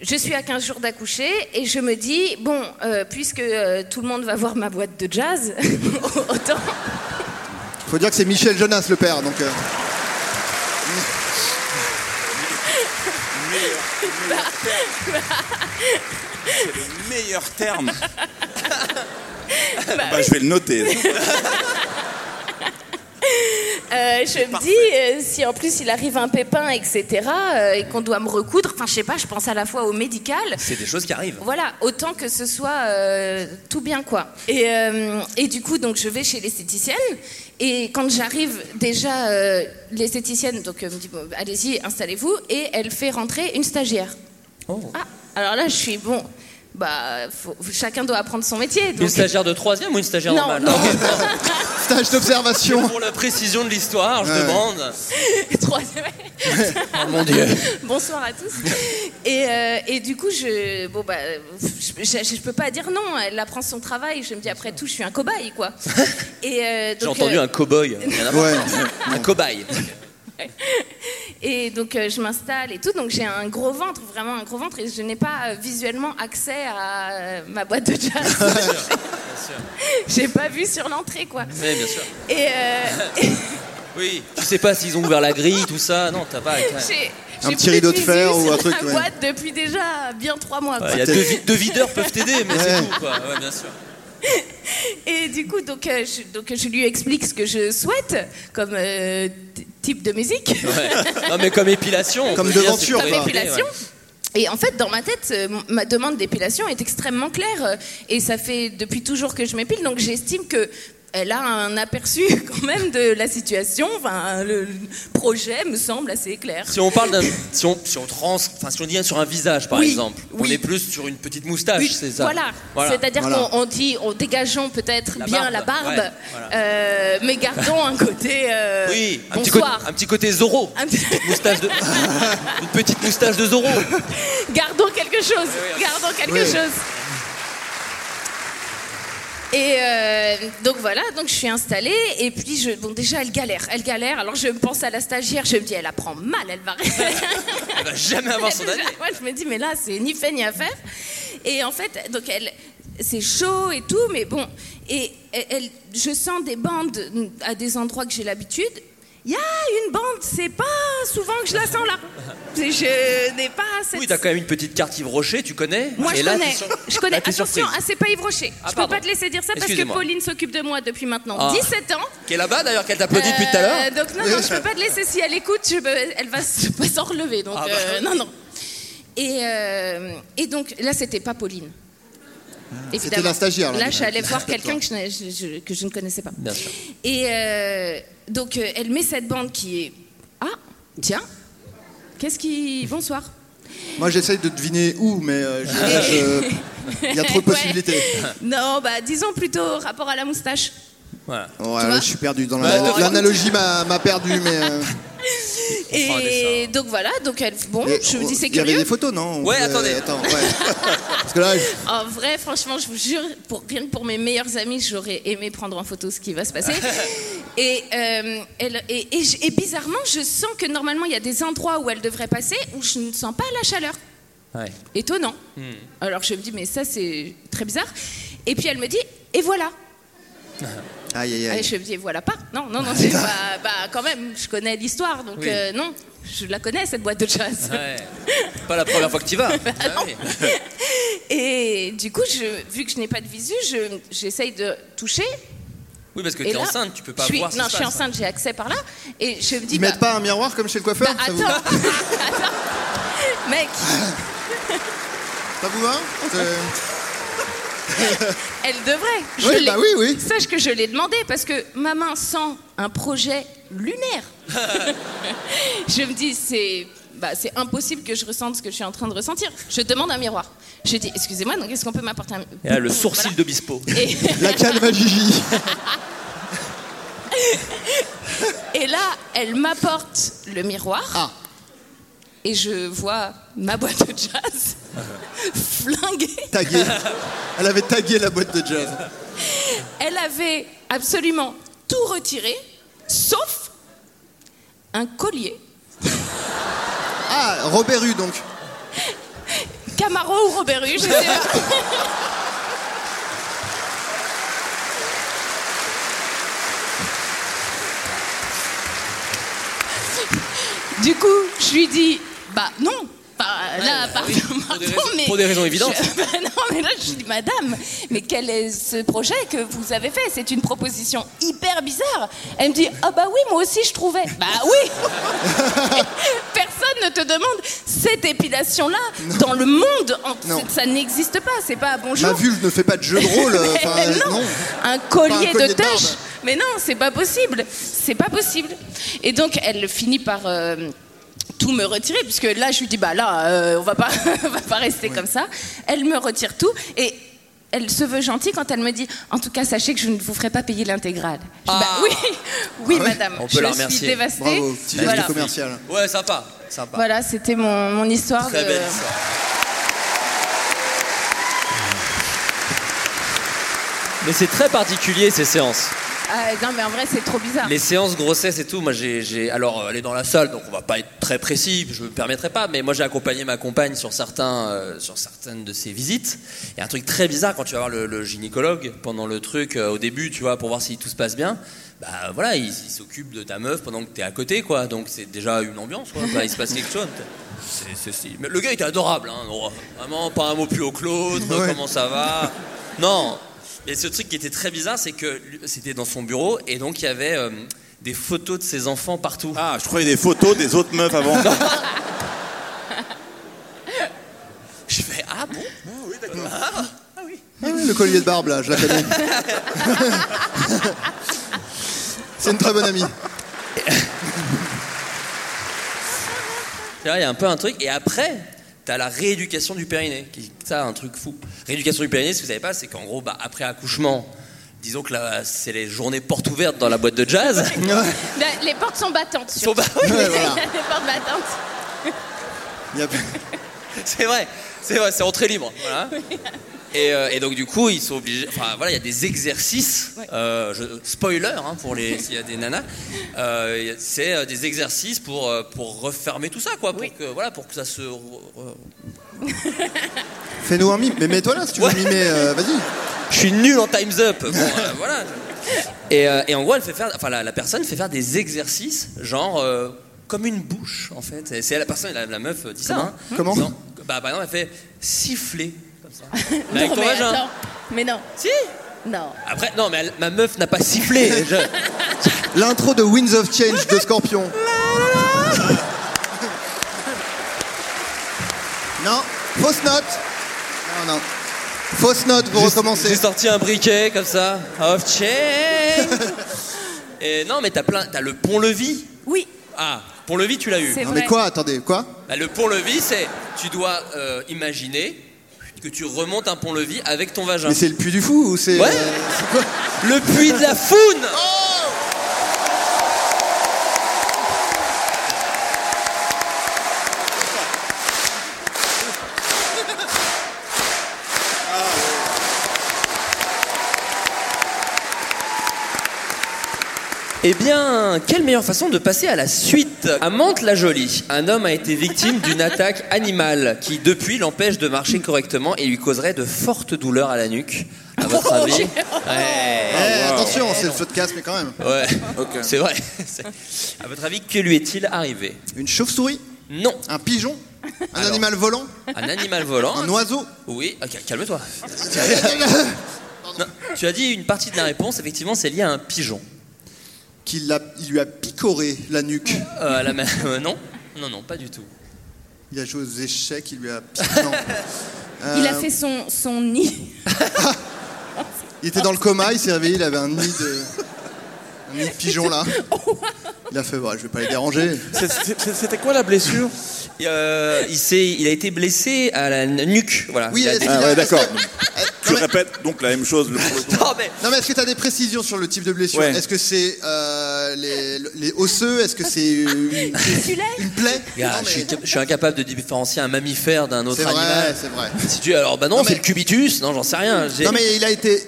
je suis à 15 jours d'accoucher et je me dis bon, euh, puisque euh, tout le monde va voir ma boîte de [LAUGHS] jazz, autant. Faut dire que c'est Michel Jonas le père, donc. euh, Meilleur terme. Bah, je vais le noter. Euh, je me dis, euh, si en plus il arrive un pépin, etc., euh, et qu'on doit me recoudre, enfin je sais pas, je pense à la fois au médical. C'est des choses qui arrivent. Voilà, autant que ce soit euh, tout bien quoi. Et, euh, et du coup, donc je vais chez l'esthéticienne. Et quand j'arrive, déjà euh, l'esthéticienne donc euh, me dit bon, allez-y, installez-vous. Et elle fait rentrer une stagiaire. Oh. Ah, alors là, je suis bon. Bah, faut- chacun doit apprendre son métier. Une Donc, stagiaire de troisième ou une stagiaire Non, normale non. Ah, [LAUGHS] ok, non. [LAUGHS] Stage d'observation. Pour la précision de l'histoire, je Ouais, ouais. demande. troisième. Oh mon dieu. Bonsoir à tous. Et, euh, et du coup, je bon bah, je, je- je peux pas dire non. Elle apprend son travail. Je me dis après tout, je suis un cobaye [LAUGHS] quoi. Et euh, J'ai donc, entendu euh, un cow-boy. Rien à voir. Un cobaye. Et donc euh, je m'installe et tout. Donc j'ai un gros ventre, vraiment un gros ventre, et je n'ai pas euh, visuellement accès à euh, ma boîte de [LAUGHS] jazz. j'ai pas vu sur l'entrée quoi. Oui, bien sûr. Et, euh, et Oui. Tu sais pas s'ils ont ouvert la grille, tout ça. Non, t'as pas. j'ai Un j'ai petit plus rideau de visu fer ou sur un truc, la ouais. boîte depuis déjà bien trois mois. quoi. Il y a deux, vi- deux videurs peuvent t'aider, mais c'est Ouais. tout, quoi. Ouais, bien sûr. Et du coup, donc, euh, je, donc, je lui explique ce que je souhaite comme euh, t- type de musique. Ouais. Non, mais comme épilation. on [LAUGHS] Comme peut dire, devanture, c'est quoi. pour aider, Comme épilation. Et en fait, dans ma tête, euh, mon- ma demande d'épilation est extrêmement claire. euh, Et ça fait depuis toujours que je m'épile, donc j'estime que. Elle a un aperçu [LAUGHS] quand même de la situation. Enfin, le le projet me semble assez clair. Si on parle d'un. Si on, si on trans. Enfin, si on dit sur un visage, par Oui, exemple, on est plus sur une petite moustache, c'est ça Voilà. C'est-à-dire Voilà. qu'on on dit, on dégageons peut-être La bien barbe, la barbe, ouais, voilà. euh, mais gardons un côté. euh, Oui, un petit, côté, bonsoir. un petit côté Zorro. Moustache de... [LAUGHS] Une petite moustache de Zorro. [LAUGHS] Gardons quelque chose. Gardons quelque Oui. chose. Et euh, donc voilà, donc je suis installée et puis je, bon déjà elle galère, elle galère. Alors je pense à la stagiaire, je me dis elle apprend mal, elle va [LAUGHS] Elle va jamais avoir son [LAUGHS] Déjà, année. moi, je me dis, mais là, c'est ni fait ni à faire. Et en fait, donc elle. C'est chaud et tout, mais bon. Et elle, elle- je sens des bandes à des endroits que j'ai l'habitude. Il y a une bande, c'est pas souvent que je la sens là. C'est- Je n'ai pas cette. Oui, t'as quand même une petite carte Yves Rocher, tu connais Moi, Et je là, connais. t'es sur- Je connais. là, t'es Attention, surprise. ah, c'est pas Yves Rocher. Ah, je peux pardon. pas te laisser dire ça parce que Excusez-moi. Pauline s'occupe de moi depuis maintenant Ah. 17 ans. Qui est là-bas d'ailleurs, qu'elle t'applaudit depuis tout à l'heure. Euh, donc non, non, je peux pas te laisser. Si elle écoute, je peux- elle [LAUGHS] va s- pas s'en relever. Donc Ah bah. euh, non, non. Et, euh, et donc là, c'était pas Pauline. Évidemment. la stagiaire, là, Là, déjà. je [LAUGHS] suis allée voir quelqu'un D'accord. que je, n'ai- je- je- que je ne connaissais pas. Bien sûr. Et euh, donc, euh, elle met cette bande qui est. Ah, tiens. Qu'est-ce qui. Bonsoir. Moi, j'essaye de deviner où, mais euh, je- je- il y a trop de [LAUGHS] Ouais. possibilités. Non, bah disons plutôt rapport à la moustache. Voilà. Ouais, là, je suis perdu dans Bah, la- de- l'analogie m'a m'a perdu, mais euh, Et donc voilà, donc elle, bon, Et je me on- dis c'est Il y avait curieux. des photos, non Ouais, Euh, attendez. attends, ouais. [LAUGHS] Parce que là, je- En vrai, franchement, je vous jure, pour, rien que pour mes meilleurs amis, j'aurais aimé prendre en photo ce qui va [LAUGHS] se passer. Et, euh, elle- et, et j- et bizarrement, je sens que normalement, il y a des endroits où elle devrait passer où je ne sens pas la chaleur. Ouais. Étonnant. Alors je me dis, mais ça, c'est très bizarre. Et puis elle me dit, et voilà. Ah. Aïe, aïe, Et aïe. je me dis, voilà pas. Non, non, non, Ah, c'est pas- bah, quand même, je connais l'histoire, donc Oui. euh, non, je la connais, cette boîte de jazz. [LAUGHS] Ouais. Pas la première fois que tu y vas. [LAUGHS] Bah, Et du coup, je- vu que je n'ai pas de visu, je- j'essaye de toucher. Oui, parce que Et t'es là, enceinte, tu peux pas je suis- voir ce qui Non, se je suis passe. hein. enceinte, j'ai accès par là. Et je me dis, Ils bah, mettent pas un miroir comme chez le coiffeur ça vous- attends, [LAUGHS] mec, Ça vous va C'est- elle devrait. Je Oui, l'ai- bah oui, oui. Sache que je l'ai demandé parce que ma main sent un projet [LAUGHS] lunaire. je me dis, c'est. Bah, c'est impossible que je ressente ce que je suis en train de ressentir. Je demande un miroir. Je dis, excusez-moi, donc est-ce qu'on peut m'apporter un Et là, le sourcil d'Obispo. Et- La calme à Gigi. [LAUGHS] Et là, elle m'apporte le miroir. Ah. Et je vois ma boîte de jazz flinguée. Tagué. Elle avait tagué la boîte de jazz. Elle avait absolument tout retiré, sauf un collier. Ah, Robert Hue, donc. Camaro ou Robert Hue, je sais pas. Du coup, je lui dis, bah non, bah, là, pardon, pardon, mais... pour des raisons évidentes. je- [LAUGHS] bah, non, mais là, je dis, madame, mais quel est ce projet que vous avez fait C'est une proposition hyper bizarre. Elle me dit, ah bah oui, moi aussi, je trouvais. Bah oui Personne ne te demande cette épilation-là dans le monde. en- Non. Ça n'existe pas, c'est pas bonjour. Ma vulve ne fait pas de jeu de rôle. [LAUGHS] euh, Mais enfin, euh, non. non. Un collier, Pas un collier de de tâche. barbe. Mais non, c'est pas possible. C'est pas possible. Et donc, elle finit par euh, tout me retirer, puisque là, je lui dis, bah là, euh, on va pas, [LAUGHS] on va pas rester comme ça. Elle me retire tout et elle se veut gentille quand elle me dit, en tout cas, sachez que je ne vous ferai pas payer l'intégrale. Je dis, Bah oui, oui, Ah ouais. madame. On peut je la suis remercier. dévastée. Bravo, petit geste Voilà. de commercial. Ouais, sympa. Sympa. Voilà, c'était mon, mon histoire. Très de- belle histoire. Mais c'est très particulier ces séances. Ah, non, mais en vrai, c'est trop bizarre. Les séances grossesse et tout, moi j'ai, j'ai- alors euh, elle est dans la salle, donc on va pas être très précis, je me permettrai pas, mais moi j'ai accompagné ma compagne sur certains, euh, sur certaines de ses visites. Et un truc très bizarre quand tu vas voir le, le gynécologue pendant le truc euh, au début, tu vois, pour voir si tout se passe bien. Bah voilà, il, il s'occupe de ta meuf pendant que t'es à côté, quoi. Donc c'est déjà une ambiance, quoi. Enfin, il se passe quelque chose. C'est, c'est- c'est- Mais le gars était adorable, hein. Oh, vraiment pas un mot plus au Claude. Comment ça va Non, et ce truc qui était très bizarre, c'est que lui- c'était dans son bureau et donc il y avait euh, des photos de ses enfants partout. Ah, je trouvais des photos des autres meufs [LAUGHS] avant. Je fais Ah bon oui, [LAUGHS] Ah, ah oui. Ah oui, le collier de barbe, là, je la connais. C'est une très bonne amie. Tu vois, il y a un peu un truc. Et après, t'as la rééducation du périnée. Qui, ça, un truc fou. Rééducation du périnée, si vous savez pas, c'est qu'en gros, bah, après accouchement, disons que là, c'est les journées portes ouvertes dans la boîte de jazz. Là, Bah, Les portes sont battantes. Sont surtout. [LAUGHS] ba- ouais, voilà. [LAUGHS] Les portes battantes. [LAUGHS] c'est vrai, c'est vrai, c'est entrée libre. Voilà. Et, euh, et donc du coup, ils sont obligés. Enfin voilà, il y a des exercices. euh, je- spoiler hein, pour les s'il y a des nanas, euh, y a- c'est euh, des exercices pour euh, pour refermer tout ça quoi, pour que voilà, pour que ça se. re- re- Fais-nous un mime. Mais mets-toi là si tu veux mimer. euh, Vas-y. Je suis nul en Times Up. Bon, euh, voilà. Et, euh, et en gros, elle fait faire, enfin, la, la personne fait faire des exercices, genre euh, comme une bouche, en fait. Et C'est la personne, la, la meuf euh, dit ça. Comment hein. Comment Disant- Bah, bah non, elle fait siffler. Comme ça. Mais [LAUGHS] Non, avec ton mais vagin. attends. Mais non. Si Non. Après, non, mais elle- ma meuf n'a pas sifflé. [LAUGHS] Je- L'intro de Winds of Change de Scorpion. Non, fausse note. Non, non. Fausse note pour recommencer. J'ai sorti un briquet comme ça. Off [LAUGHS] chain. Et non, mais t'as plein, t'as le pont-levis. Oui. Ah, pont-levis, tu l'as eu. Non, mais quoi Attendez, quoi Bah, le pont-levis, c'est tu dois euh, imaginer que tu remontes un pont-levis avec ton vagin. Mais c'est le puits du fou ou c'est. euh, Ouais. c'est quoi [LAUGHS] Oh Le puits de la foune Eh bien, quelle meilleure façon de passer à la suite À Mantes-la-Jolie, un homme a été victime d'une attaque animale qui, depuis, l'empêche de marcher correctement et lui causerait de fortes douleurs à la nuque. À votre avis Ouais. Ah, Eh, Ah, attention, c'est le feu de casse, mais quand même. Ouais, c'est vrai. [LAUGHS] C'est- À votre avis, que lui est-il arrivé Une chauve-souris Non. Un pigeon Un Alors. animal volant Un animal volant Un oiseau Oui, Ah, cal- [LAUGHS] calme-toi. Non, tu as dit une partie de la réponse, effectivement, c'est lié à un pigeon. Qui l'a- il lui a picoré la nuque. Euh, la ma- euh, non, non, non, pas du tout. Il a joué aux échecs, il lui [LAUGHS] a. Non. Il Euh, a fait son, son nid. Il était dans le coma, il s'est réveillé, il avait un nid de. Un nid de pigeon là. Il a fait, bah, je vais pas les déranger. C'était quoi la blessure [LAUGHS] Et, euh, il, s'est- il a été blessé à la nuque, voilà. Oui, Il a- est-ce qu'il a- Ah ouais, d'accord. [LAUGHS] Tu répètes donc la même chose. le- non, mais... est-ce que tu as des précisions sur le type de blessure Ouais. Est-ce que c'est euh, les, les osseux Est-ce que c'est une, une plaie Gars, je, suis, cap- je suis incapable de différencier un mammifère d'un autre C'est vrai, animal. c'est vrai. Si tu alors bah non, c'est le cubitus. Non, j'en sais rien. j'ai- Non mais il a été.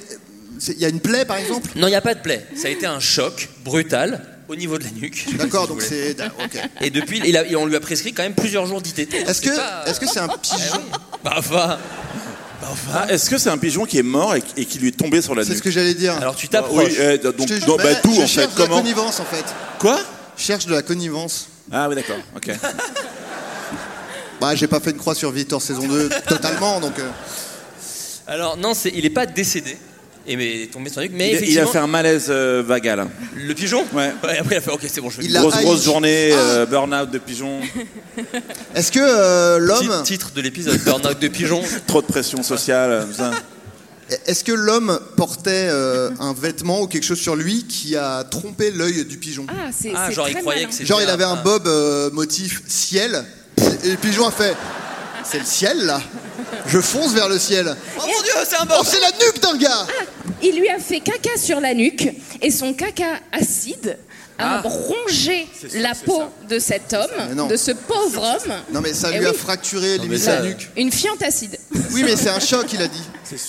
c'est- Il y a une plaie par exemple Non, il n'y a pas de plaie. Ça a été un choc brutal au niveau de la nuque. D'accord, Si vous donc voulez. c'est. d'accord, ok. Et depuis, il a- et on lui a prescrit quand même plusieurs jours d'ITT. Est-ce que c'est -ce c'est un pigeon Bah enfin. Ah, Est-ce que c'est un pigeon qui est mort et, et qui lui est tombé sur la nuque C'est ce que j'allais dire. Bah, euh, Alors tu t'approches. Oui, eh, donc, Je- donc, bah, mais tout je en fait. cherche de la Comment connivence en fait. Quoi Je cherche de la connivence. Ah oui, d'accord. [LAUGHS] Ok. Bah, j'ai pas fait une croix sur Victor saison [LAUGHS] 2 totalement donc. euh, Alors non, c'est- il n'est pas décédé. Et mais tombé sur la nuque. il, Mais a- il effectivement, a fait un malaise euh, vagal. le pigeon. Ouais. Après, il a fait OK, c'est bon, je fais Il du l'a gros- Grosse, Ah, grosse il- journée, euh, burn-out de pigeon. Est-ce que euh, l'homme. Ti- Titre de l'épisode Burnout de pigeon. [LAUGHS] Trop de pression sociale. euh, ça. Est-ce que l'homme portait euh, un vêtement ou quelque chose sur lui qui a trompé l'œil du pigeon Ah, c'est Ah, c'est genre, il très croyait malin. que c'était Genre il avait un- un bob euh, motif ciel et le pigeon a [LAUGHS] fait c'est le ciel là je fonce vers le ciel Oh mon dieu, c'est un oh bob. c'est la nuque d'un gars Ah, Il lui a fait caca sur la nuque et son caca acide a Ah. rongé la peau de cet Mais homme, non. de ce pauvre homme. non mais ça Eh lui a oui. fracturé Non, limite mais ça- la nuque Une fiente acide. oui mais c'est un choc il a dit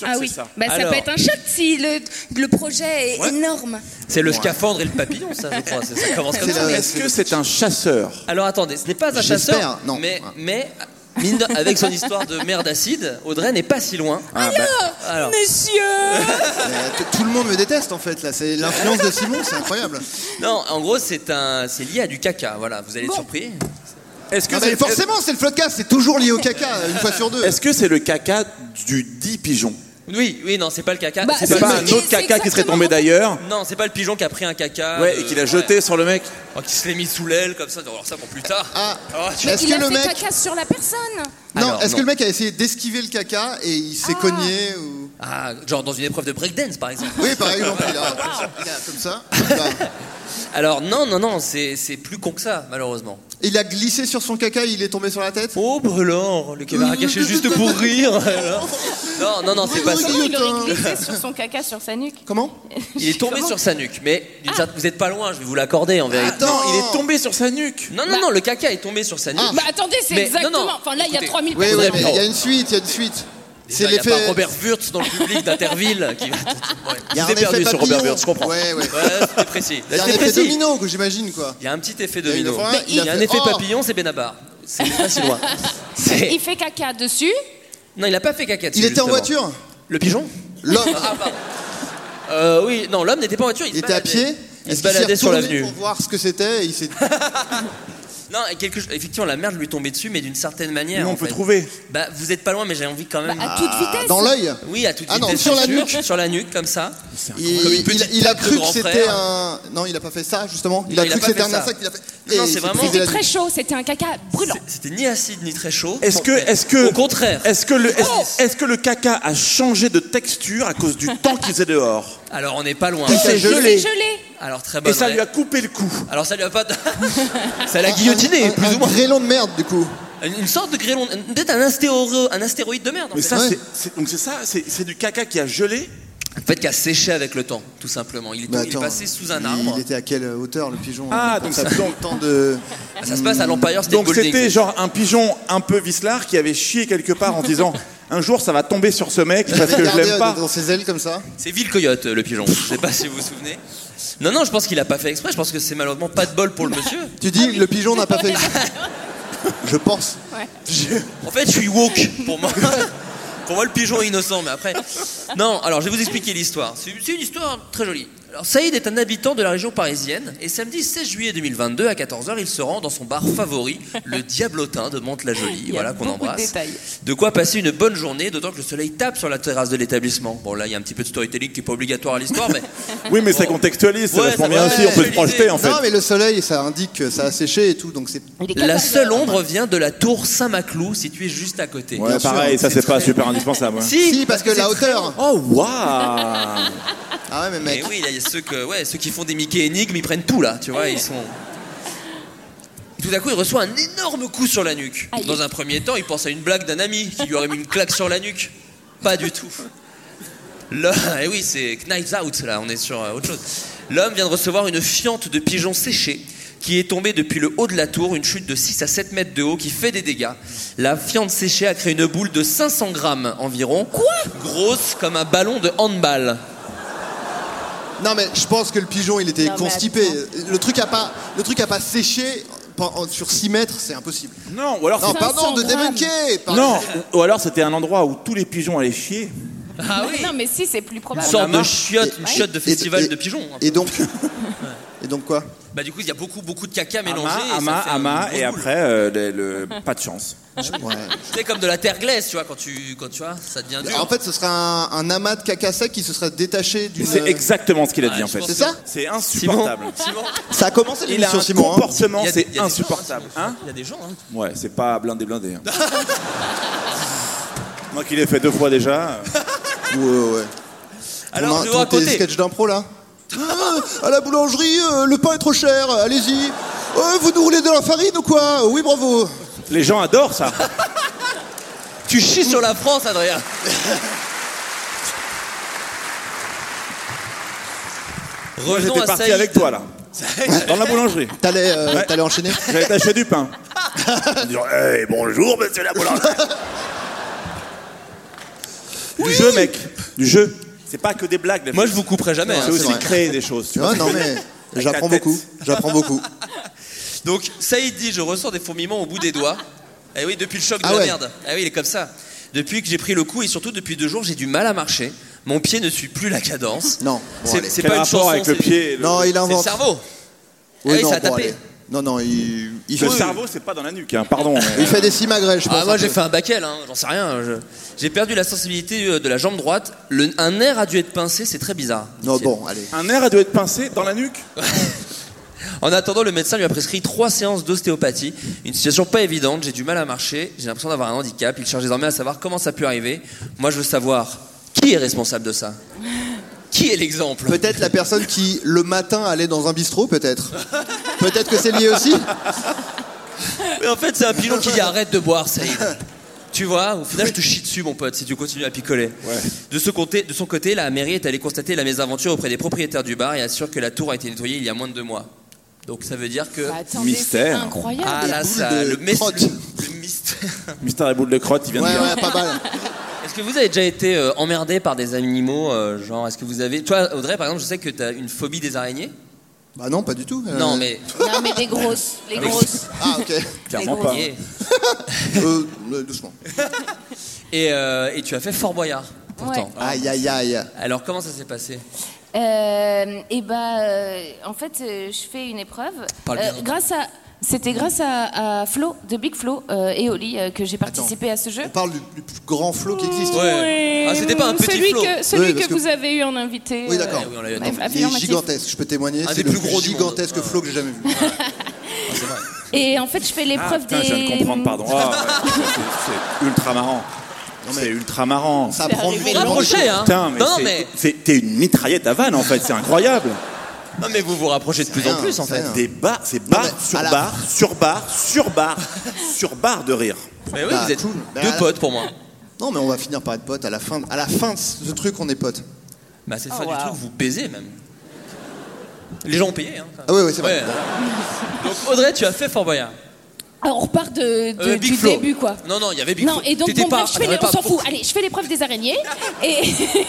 Ah oui, Bah, ça Alors. peut être un choc si le, le projet est énorme. C'est le scaphandre et le papillon, ça, je crois. c'est- Ça commence comme ça. Est-ce que c'est un chasseur Alors attendez, ce n'est pas un J'espère, chasseur, non. mais, mais mine de- avec son histoire de merde acide, Audrey n'est pas si loin. Ah, bah. Alors, Monsieur Euh, t- tout le monde me déteste en fait là c'est l'influence de Simon c'est incroyable [LAUGHS] non, en gros, c'est un, c'est lié à du caca. Voilà, vous allez être surpris. Est-ce que Ah, mais c'est forcément c'est le flotcast c'est toujours lié au [LAUGHS] caca une fois sur deux est-ce que c'est le caca du dit pigeon Oui, oui, non, c'est pas le caca. Bah, C'est pas un c'est- autre c'est caca qui serait exactement- tombé d'ailleurs Non, c'est pas le pigeon qui a pris un caca. Ouais, euh, et qu'il a jeté sur le mec. ouais, qui se l'est mis sous l'aile comme ça. Alors ça pour plus tard. Ah, Ah, tu- est-ce Il que a le fait mec caca sur la personne. non Alors, est-ce non. que le mec a essayé d'esquiver le caca et il s'est Ah. cogné ou Ah, genre dans une épreuve de breakdance par exemple. Oui, par exemple, il a, il a comme ça. là. [LAUGHS] Alors non, non, non, c'est c'est plus con que ça malheureusement. Il a glissé sur son caca, il est tombé sur la tête. Oh brûlant, le caméra caché juste pour rire. alors. Non, non, non, c'est pas ça. Comment il aurait glissé sur son caca sur sa nuque. Comment Il est tombé sur sa nuque, mais d'une certaine- vous êtes pas loin, je vais vous l'accorder en vérité. Non, il est tombé sur sa nuque. Bah. Non, non, non, le caca est tombé sur sa nuque. Bah attendez, c'est Ah. Mais- exactement. non, non, Enfin là, il y a écoutez. 3000 Ah. Oui, oui, personnes. mais il y a une suite, il y a une suite. Déjà, C'est il y a l'effet. pas Robert Wurtz dans le public d'Interville qui va. Ouais, Il y a je un t'ai effet perdu sur papillon. Robert Wurtz, je comprends. Ouais, ouais. Ouais, c'était précis. Il y a un C'était effet précis. domino, que j'imagine, quoi. Il y a un petit effet y a une domino. fois, Mais il Il y a a un fait, effet oh papillon, c'est Benabar. C'est pas si [LAUGHS] loin. C'est- Il fait caca dessus. Non, il a pas fait caca dessus, Il était en justement. voiture Le pigeon L'homme, Ah, pardon. Euh, oui, non, l'homme n'était pas en voiture. Il, il se était à baladait. pied. Il se Est-ce qu'il s'est baladait sur retourné l'avenue. Pour voir ce que c'était, et il [LAUGHS] s'est. Non, et quelque... chose- effectivement, la merde lui tombait dessus, mais d'une certaine manière. Nous, on en peut fait. trouver. Bah, vous êtes pas loin, mais j'ai envie quand même. Bah, Ah, À toute vitesse. Dans l'œil Oui, à toute Ah non, vitesse, sur c'est la sûr. nuque. Sur la nuque, comme ça. Comme une Il, petite il- il a tête de cru que grand c'était frère. un. Non, il a pas fait ça, justement. Il Non, a il a cru que pas c'était fait un ça. insecte, il a fait. Non, et non, il c'est s'est vraiment- brisé C'était la très nuque. chaud, c'était un caca brûlant. C'est- C'était ni acide ni très chaud. Est-ce que, est-ce que, Au contraire. Est-ce que le, est-ce, Oh est-ce que le caca a changé de texture à cause du temps qu'il faisait dehors Alors on n'est pas loin. Il s'est Il s'est gelé. gelé. Alors très bonne. Et ça ré- lui a coupé le cou. Alors ça lui a pas. [LAUGHS] ça l'a guillotiné, Un- un- plus un ou moins. grêlon de merde, du coup. Une une sorte de grêlon. Peut-être un, astéro... un astéroïde de merde. En Mais fait. ça, Ouais. c'est, c'est- donc c'est ça, c'est, c'est du caca qui a gelé. En fait, qui a séché avec le temps, tout simplement. Il est, Mais il est Bah, attends, passé sous un il- arbre. Il était à quelle hauteur, le pigeon Ah, pour donc ça ça- prend le temps de. Ah, Ça se passe à l'Empire State Donc Building. [LAUGHS] c'était genre un pigeon un peu vicelard qui avait chié quelque part en disant un jour ça va tomber sur ce mec parce que je Regardez, l'aime pas. Dans ses ailes comme ça. C'est Ville Coyote, euh, le pigeon. Je sais pas si vous vous souvenez. Non, non, je pense qu'il a pas fait exprès. Je pense que c'est malheureusement pas de bol pour le monsieur. Tu dis le pigeon n'a pas fait. je pense. En fait, je suis woke pour moi. Pour moi, le pigeon est innocent, mais après. Non, alors je vais vous expliquer l'histoire. C'est c'est une histoire très jolie. Alors, Saïd est un habitant de la région parisienne et samedi 16 juillet 2022 à 14h, il se rend dans son bar favori, le Diablotin de Mantes-la-Jolie, voilà qu'on Beaucoup de embrasse. détails. [LAUGHS] De quoi passer une bonne journée, d'autant que le soleil tape sur la terrasse de l'établissement. Bon, là, il y a un petit peu de storytelling qui est pas obligatoire à l'histoire, mais [LAUGHS] Oui, mais ça contextualise, ça Ouais, répond ça bien va, aussi, on peut se projeter en fait. Non, mais le soleil, ça indique que ça a séché et tout, donc c'est. la seule ombre vient de la tour Saint-Maclou, située juste à côté. Ouais, pareil, ça c'est pas super indispensable. hein. Si, parce que c'est la très hauteur. Oh waouh [LAUGHS] Ah ouais, mais mec. Et Eh oui, là, il y a ceux, que, ouais, ceux qui font des Mickey énigmes, ils prennent tout là, tu vois, ils sont. Tout à coup, il reçoit un énorme coup sur la nuque. Dans un premier temps, il pense à une blague d'un ami qui lui aurait mis une claque sur la nuque. Pas du tout. [LAUGHS] Là, et eh oui, c'est Knives Out, là, on est sur euh, autre chose. L'homme vient de recevoir une fiente de pigeons séchés qui est tombée depuis le haut de la tour, une chute de 6 à 7 mètres de haut qui fait des dégâts. La fiente séchée a créé une boule de 500 grammes environ. Quoi Grosse comme un ballon de handball. Non, mais je pense [LAUGHS] que le pigeon, il était Non, mais constipé. Le truc a pas, le truc a pas séché pen- en- sur 6 mètres, c'est impossible. Non, ou alors Non, c'est- pardon, de 500 grammes. débunker. pardon. Non, ou alors c'était un endroit où tous les pigeons allaient chier. Ah oui Non, mais si, c'est plus probable. Une sorte de Et- chiotte, et- une chiotte de et- festival et- de pigeons. hein. [LAUGHS] Et donc. Et donc quoi Bah du coup, il y a beaucoup, beaucoup de caca mélangé. Ama, et ça ama, fait un ama, gros et boule. après, euh, le, le- pas de chance. C'est comme de la terre glaise, tu vois, quand tu, quand tu vois, ça devient dur. En fait, ce serait un, un amas de caca sec qui se serait détaché Et d'une. C'est exactement ce qu'il a dit en fait. C'est ça C'est insupportable. Ça a commencé Il a l'émission, un Simon. hein. comportement, c'est insupportable. Hein Il y a des gens, hein. ouais, c'est pas blindé blindé. hein. [LAUGHS] Moi qui l'ai fait deux fois déjà. euh, ouais, ouais. Alors, Ton- je vais ton- vous tes raconter. sketchs d'impro là Ah, À la boulangerie, euh, le pain est trop cher, euh, allez-y. Euh, vous nous roulez de la farine ou quoi Euh, Oui, bravo. Les gens adorent ça. Tu chies sur la France, Adrien. Moi Revenons j'étais à parti Saïd. avec toi là. Dans la boulangerie. T'allais euh, Ouais. t'allais enchaîner J'avais taché du pain. Dire, hey, bonjour monsieur la boulangerie. Du jeu mec, du jeu. C'est pas que des blagues. Moi je vous couperai jamais, hein, C'est c'est aussi vrai. créer des choses. tu Non, vois. non, mais Avec la j'apprends tête. beaucoup. J'apprends beaucoup. Donc, Saïd dit Je ressens des fourmillements au bout des doigts. Eh oui, depuis le choc de Ah la ouais. merde. Ah oui, il est comme ça. Depuis que j'ai pris le coup et surtout depuis deux jours, j'ai du mal à marcher. Mon pied ne suit plus la cadence. Non. C'est- allez. c'est pas Quel une rapport chanson, avec le c'est- pied et le- Non, il c'est le invente. cerveau. Oui, Ah oui, non, ça a bon, tapé. allez. Non, non, il. il Le fait- cerveau c'est pas dans la nuque, hein, pardon. mais- Il fait des simagrées, je pense. Ah, moi un j'ai peu. fait un baquel, hein, j'en sais rien. je- J'ai perdu la sensibilité euh, de la jambe droite. Le- Un nerf a dû être pincé, c'est très bizarre. Non, bon, allez. Un nerf a dû être pincé dans la nuque [LAUGHS] En attendant, le médecin lui a prescrit trois séances d'ostéopathie. Une situation pas évidente, j'ai du mal à marcher, j'ai l'impression d'avoir un handicap. Il cherche désormais à savoir comment ça a pu arriver. Moi je veux savoir qui est responsable de ça. Qui est l'exemple Peut-être la personne qui, le matin, allait dans un bistrot, peut-être. Peut-être que c'est lié aussi [LAUGHS] Mais en fait, c'est un pigeon qui dit arrête de boire, Saïd. Tu vois, au final, je te chie dessus, mon pote, si tu continues à picoler. De, ce côté, de son côté, la mairie est allée constater la mésaventure auprès des propriétaires du bar et assure que la tour a été nettoyée il y a moins de deux mois. Donc ça veut dire que. attendez, Mystère. Bah, c'est incroyable. Ah Des là, boules ça, de le, mes- crotte. le- le [LAUGHS] mystère. Mister la boule de crotte, il vient de dire. mal. Est-ce que vous avez déjà été euh, emmerdé par des animaux euh, Genre, est-ce que vous avez. Toi, Audrey, par exemple, je sais que tu as une phobie des araignées. Bah non, pas du tout. euh. Non, mais. Non, mais des grosses. [LAUGHS] Les Ah oui. grosses. Ah, ok. Clairement Les pas. grosses. Euh, euh, doucement. [LAUGHS] Et, euh, et tu as fait Fort Boyard, pourtant. Ouais. Aïe, aïe, aïe. Alors, comment ça s'est passé Euh, et bah, euh, en fait, euh, je fais une épreuve. Euh, Parle bien. grâce à, c'était grâce à, à Flo de Big Flo euh, et Oli euh, que j'ai participé à ce jeu. On parle du, du plus grand flot qui existe. Ouais. Ah, c'était pas un petit celui flot. Ah que, celui Oui, que, parce que- vous avez eu en invité. Oui, euh, d'accord. on l'a eu à aff- Il est affirmatif. gigantesque, je peux témoigner. Un C'est des le plus gros du monde. Ah. gigantesque flot que j'ai jamais vu. Et en fait, je fais l'épreuve Ah, Putain, des. je viens de comprendre, pardon. Ah, ouais. C'est- [LAUGHS] c'est ultra marrant. C'est ultra marrant. Ça prend du Vous temps. rapprochez, hein Putain, mais Non, c'est- mais- c'est- t'es une mitraillette à vanne en fait, c'est incroyable. Non, mais vous vous rapprochez de plus en rien, plus, en c'est fait. rien. Des bars, c'est bar mais sur à la- bar, sur bar, sur bar, [LAUGHS] sur bar de rire. Mais oui, Bah, vous êtes cool. Bah, deux là- potes pour moi. Non, mais on va finir par être potes. À la fin, à la fin de ce truc, on est potes. Bah, c'est le Oh, fin wow. du truc, vous baisez même. Les gens ont payé, hein. Ah oui, oui, c'est vrai. Ouais. Donc, Audrey, tu as fait Fort Boyard. on repart de, de- Euh, Big du Flo. début, quoi. Non, non, il y avait Big non, Flo. et donc, T'étais bon, pas- bref, je fais t'avais les- on pas- s'en fout. Allez, je fais l'épreuve des araignées. [LAUGHS] Et, [LAUGHS]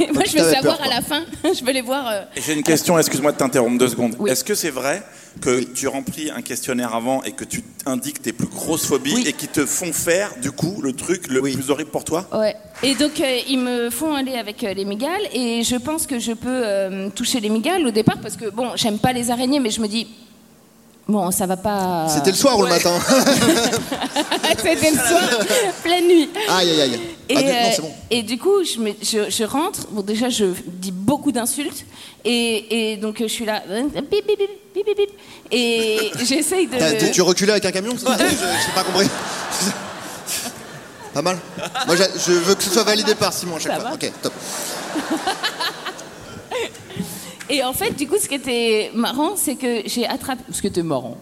et moi, tu je veux t'avais savoir peur, à la fin. [LAUGHS] Je veux les voir. euh, Et J'ai une question, excuse-moi de t'interrompre deux secondes. Est-ce que c'est vrai que tu remplis un questionnaire avant et que tu indiques tes plus grosses phobies et qui te font faire, du coup, le truc le plus horrible pour toi Ouais. Et donc euh, ils me font aller avec euh, les migales et je pense que je peux euh, toucher les migales au départ parce que bon, j'aime pas les araignées mais je me dis [LAUGHS] bon, ça va pas. C'était le soir ou le [LAUGHS] matin [LAUGHS] ah, C'était le soir, [LAUGHS] pleine nuit. Aïe, aïe, aïe. Et, Ah, non, euh, c'est bon. et du coup, je, me- je- je rentre. Bon, déjà, je dis beaucoup d'insultes. Et, et donc, je suis là. euh, bip, bip, bip, bip, bip, bip. Et [LAUGHS] j'essaye de. T'as- t'es- Tu reculais avec un camion c'est ça Je je- j'ai pas compris. Pas mal. Moi, j'a- je veux que ce soit validé par Simon à chaque Ça fois. va. Ok, top. Et en fait, du coup, ce qui était marrant, c'est que j'ai attrapé. Ce qui était marrant.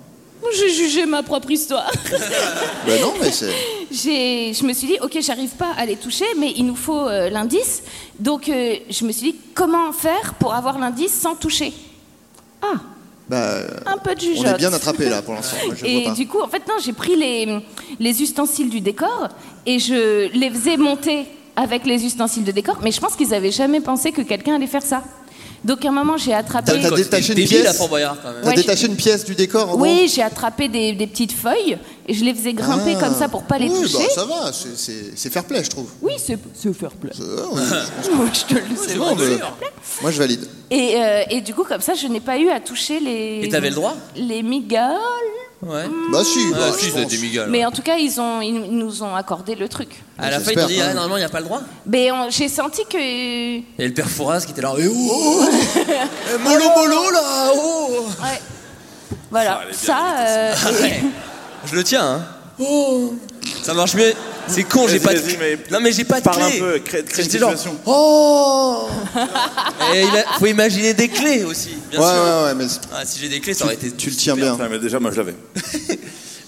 J'ai jugé ma propre histoire. [LAUGHS] Bah non, mais c'est. J'ai- je me suis dit, ok, j'arrive pas à les toucher, mais il nous faut euh, l'indice. Donc, euh, je me suis dit, comment faire pour avoir l'indice sans toucher Bah, euh, Un peu de on jugeote. est bien attrapé là pour l'instant. Moi, je et vois pas. du coup, en fait, non, j'ai pris les, les ustensiles du décor et je les faisais monter avec les ustensiles de décor, mais je pense qu'ils avaient jamais pensé que quelqu'un allait faire ça. Donc, à un moment, j'ai attrapé. T'as t'as détaché une débile à pièce. Fort Boyard, quand même. T'as Ouais, détaché une pièce du décor en Oui, j'ai attrapé des, des petites feuilles et je les faisais gros grimper Ah. comme ça pour pas les Oui, toucher. bah, ça va, c'est- c'est c'est fair play, je trouve. Oui, c'est c'est fair play. [LAUGHS] je te le C'est bon, mais- Moi, je valide. Et, euh, et du coup, comme ça, je n'ai pas eu à toucher les. Et t'avais le droit Les migales. Ouais. Bah si, Ah, bah, si, je c'était pense. des migales. Mais en tout cas, ils, ont, ils nous ont accordé le truc. À la fin, ils J'espère, t'ont dit, hein. ah, normalement, il n'y a pas le droit. Mais Ben, on- j'ai senti que. Et le père Fouras qui était là, eh oh Molo molo là oh. Ouais. Voilà, ça. [LAUGHS] euh, et- Ah Je le tiens, hein. Ça marche mieux. C'est con, j'ai Vas-y, pas de vas-y, clé. Non, mais j'ai pas de Parle un clé. peu, crée- crée une J'étais genre, situation. oh Et il a- faut imaginer des clés aussi, bien Ouais, sûr. ouais, ouais, mais- Ah, si j'ai des clés, ça aurait été. Tu le tiens bien. mais déjà, moi, je l'avais.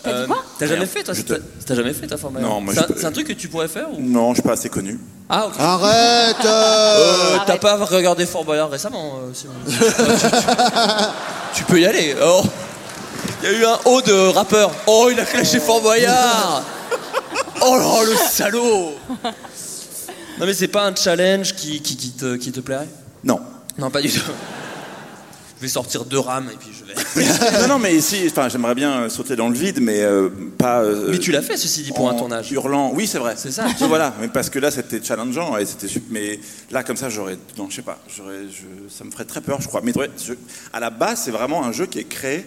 Euh, T'as jamais fait, toi Je c'est- te- T'as jamais fait, ta forme Non, moi, C'est je un- peux- c'est un truc que tu pourrais faire ou- Non, je suis pas assez [LAUGHS] connu. Ah, ok. Arrête, Euh, T'as pas regardé Fort Boyard récemment, euh, Simon Tu peux y aller. Oh. Il y a eu un haut de rappeur. Oh, il a clashé Fort Boyard. Oh là, le salaud. Non, mais c'est pas un challenge qui, qui, qui te, qui te plairait Non. Non, pas du tout. Je vais sortir deux rames et puis je vais. non, non, mais ici, enfin, j'aimerais bien euh, sauter dans le vide, mais euh, pas. euh, Mais tu l'as fait, ceci dit, pour un en tournage. Hurlant, oui, c'est vrai. C'est ça. voilà, mais parce que là, c'était challengeant et c'était sup- Mais là, comme ça, j'aurais. Non, je sais pas. J'aurais. je- Ça me ferait très peur, je crois. Mais ouais, je- à la base, c'est vraiment un jeu qui est créé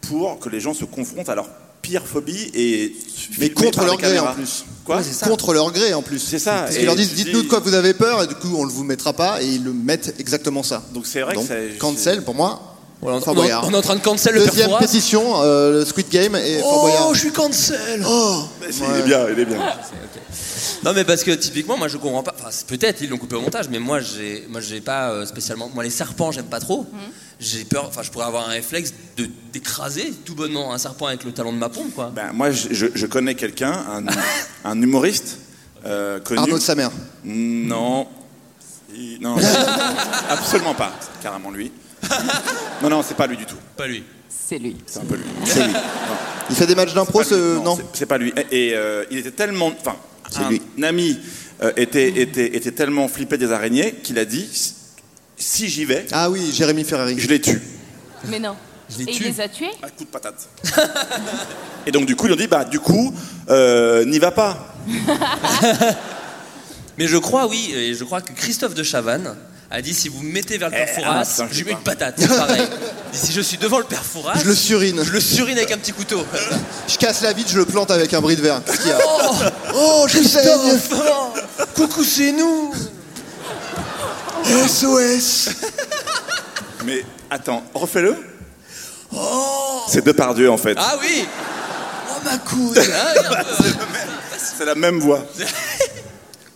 pour que les gens se confrontent à leur pire phobie et. Mais filmé contre par leur des gré caméras. en plus. Quoi Contre leur gré en plus. C'est ça. Parce Et qu'ils leur disent, tu dis- dites-nous de quoi vous avez peur, et du coup, on le vous mettra pas, et ils le mettent exactement ça. Donc c'est vrai que c'est- Cancel pour moi. Voilà, on- Fort on- Boyard. on est en train de cancel le Deuxième Perfora. pétition, euh, le Squid Game et Fort Boyard. Oh, je suis cancel. Oh. Mais si, Il est bien, il est bien. Non mais parce que typiquement moi je comprends pas. Enfin c'est- peut-être ils l'ont coupé au montage, mais moi j'ai moi j'ai pas euh, spécialement. Moi les serpents j'aime pas trop. J'ai peur. Enfin je pourrais avoir un réflexe de d'écraser tout bonnement un serpent avec le talon de ma pompe quoi. Ben, moi, je, je- je connais quelqu'un, un, [LAUGHS] un humoriste euh, connu. Arnaud de sa mère. Non. Il- [LAUGHS] Non, absolument pas. C'est Carrément lui. Non, non, c'est pas lui du tout. Pas lui. C'est lui. C'est un peu lui. C'est lui. Non. Il fait des matchs d'impro, C'est pas lui. ce. Non. c'est- C'est pas lui. Et, et, euh, il était tellement. Enfin, un ami euh, était, était, était tellement flippé des araignées qu'il a dit si j'y vais, Ah oui, Jérémy Ferrari. je les tue. Mais non. les Et tue. il les a tués Ah, À coup [LAUGHS] de patate. [LAUGHS] Et donc, du coup, ils ont dit bah, du coup, euh, n'y va pas. Mais je crois oui et je crois que Christophe de Chavannes a dit si vous me mettez vers le père ah, Fouras, putain, je je sais mets pas. une patate. [LAUGHS] C'est pareil. Et si je suis devant le père Fouras, Je le surine. je le surine avec un petit couteau. [LAUGHS] Je casse la vitre, je le plante avec un bris de verre. Qu'est-ce qu'il y a Oh, Oh, je saigne Coucou c'est nous. SOS Mais attends, refais-le. C'est Depardieu en fait. Oh. Ah oui. Oh ma couille. Ah, oui, un peu. c'est la même [LAUGHS] voix.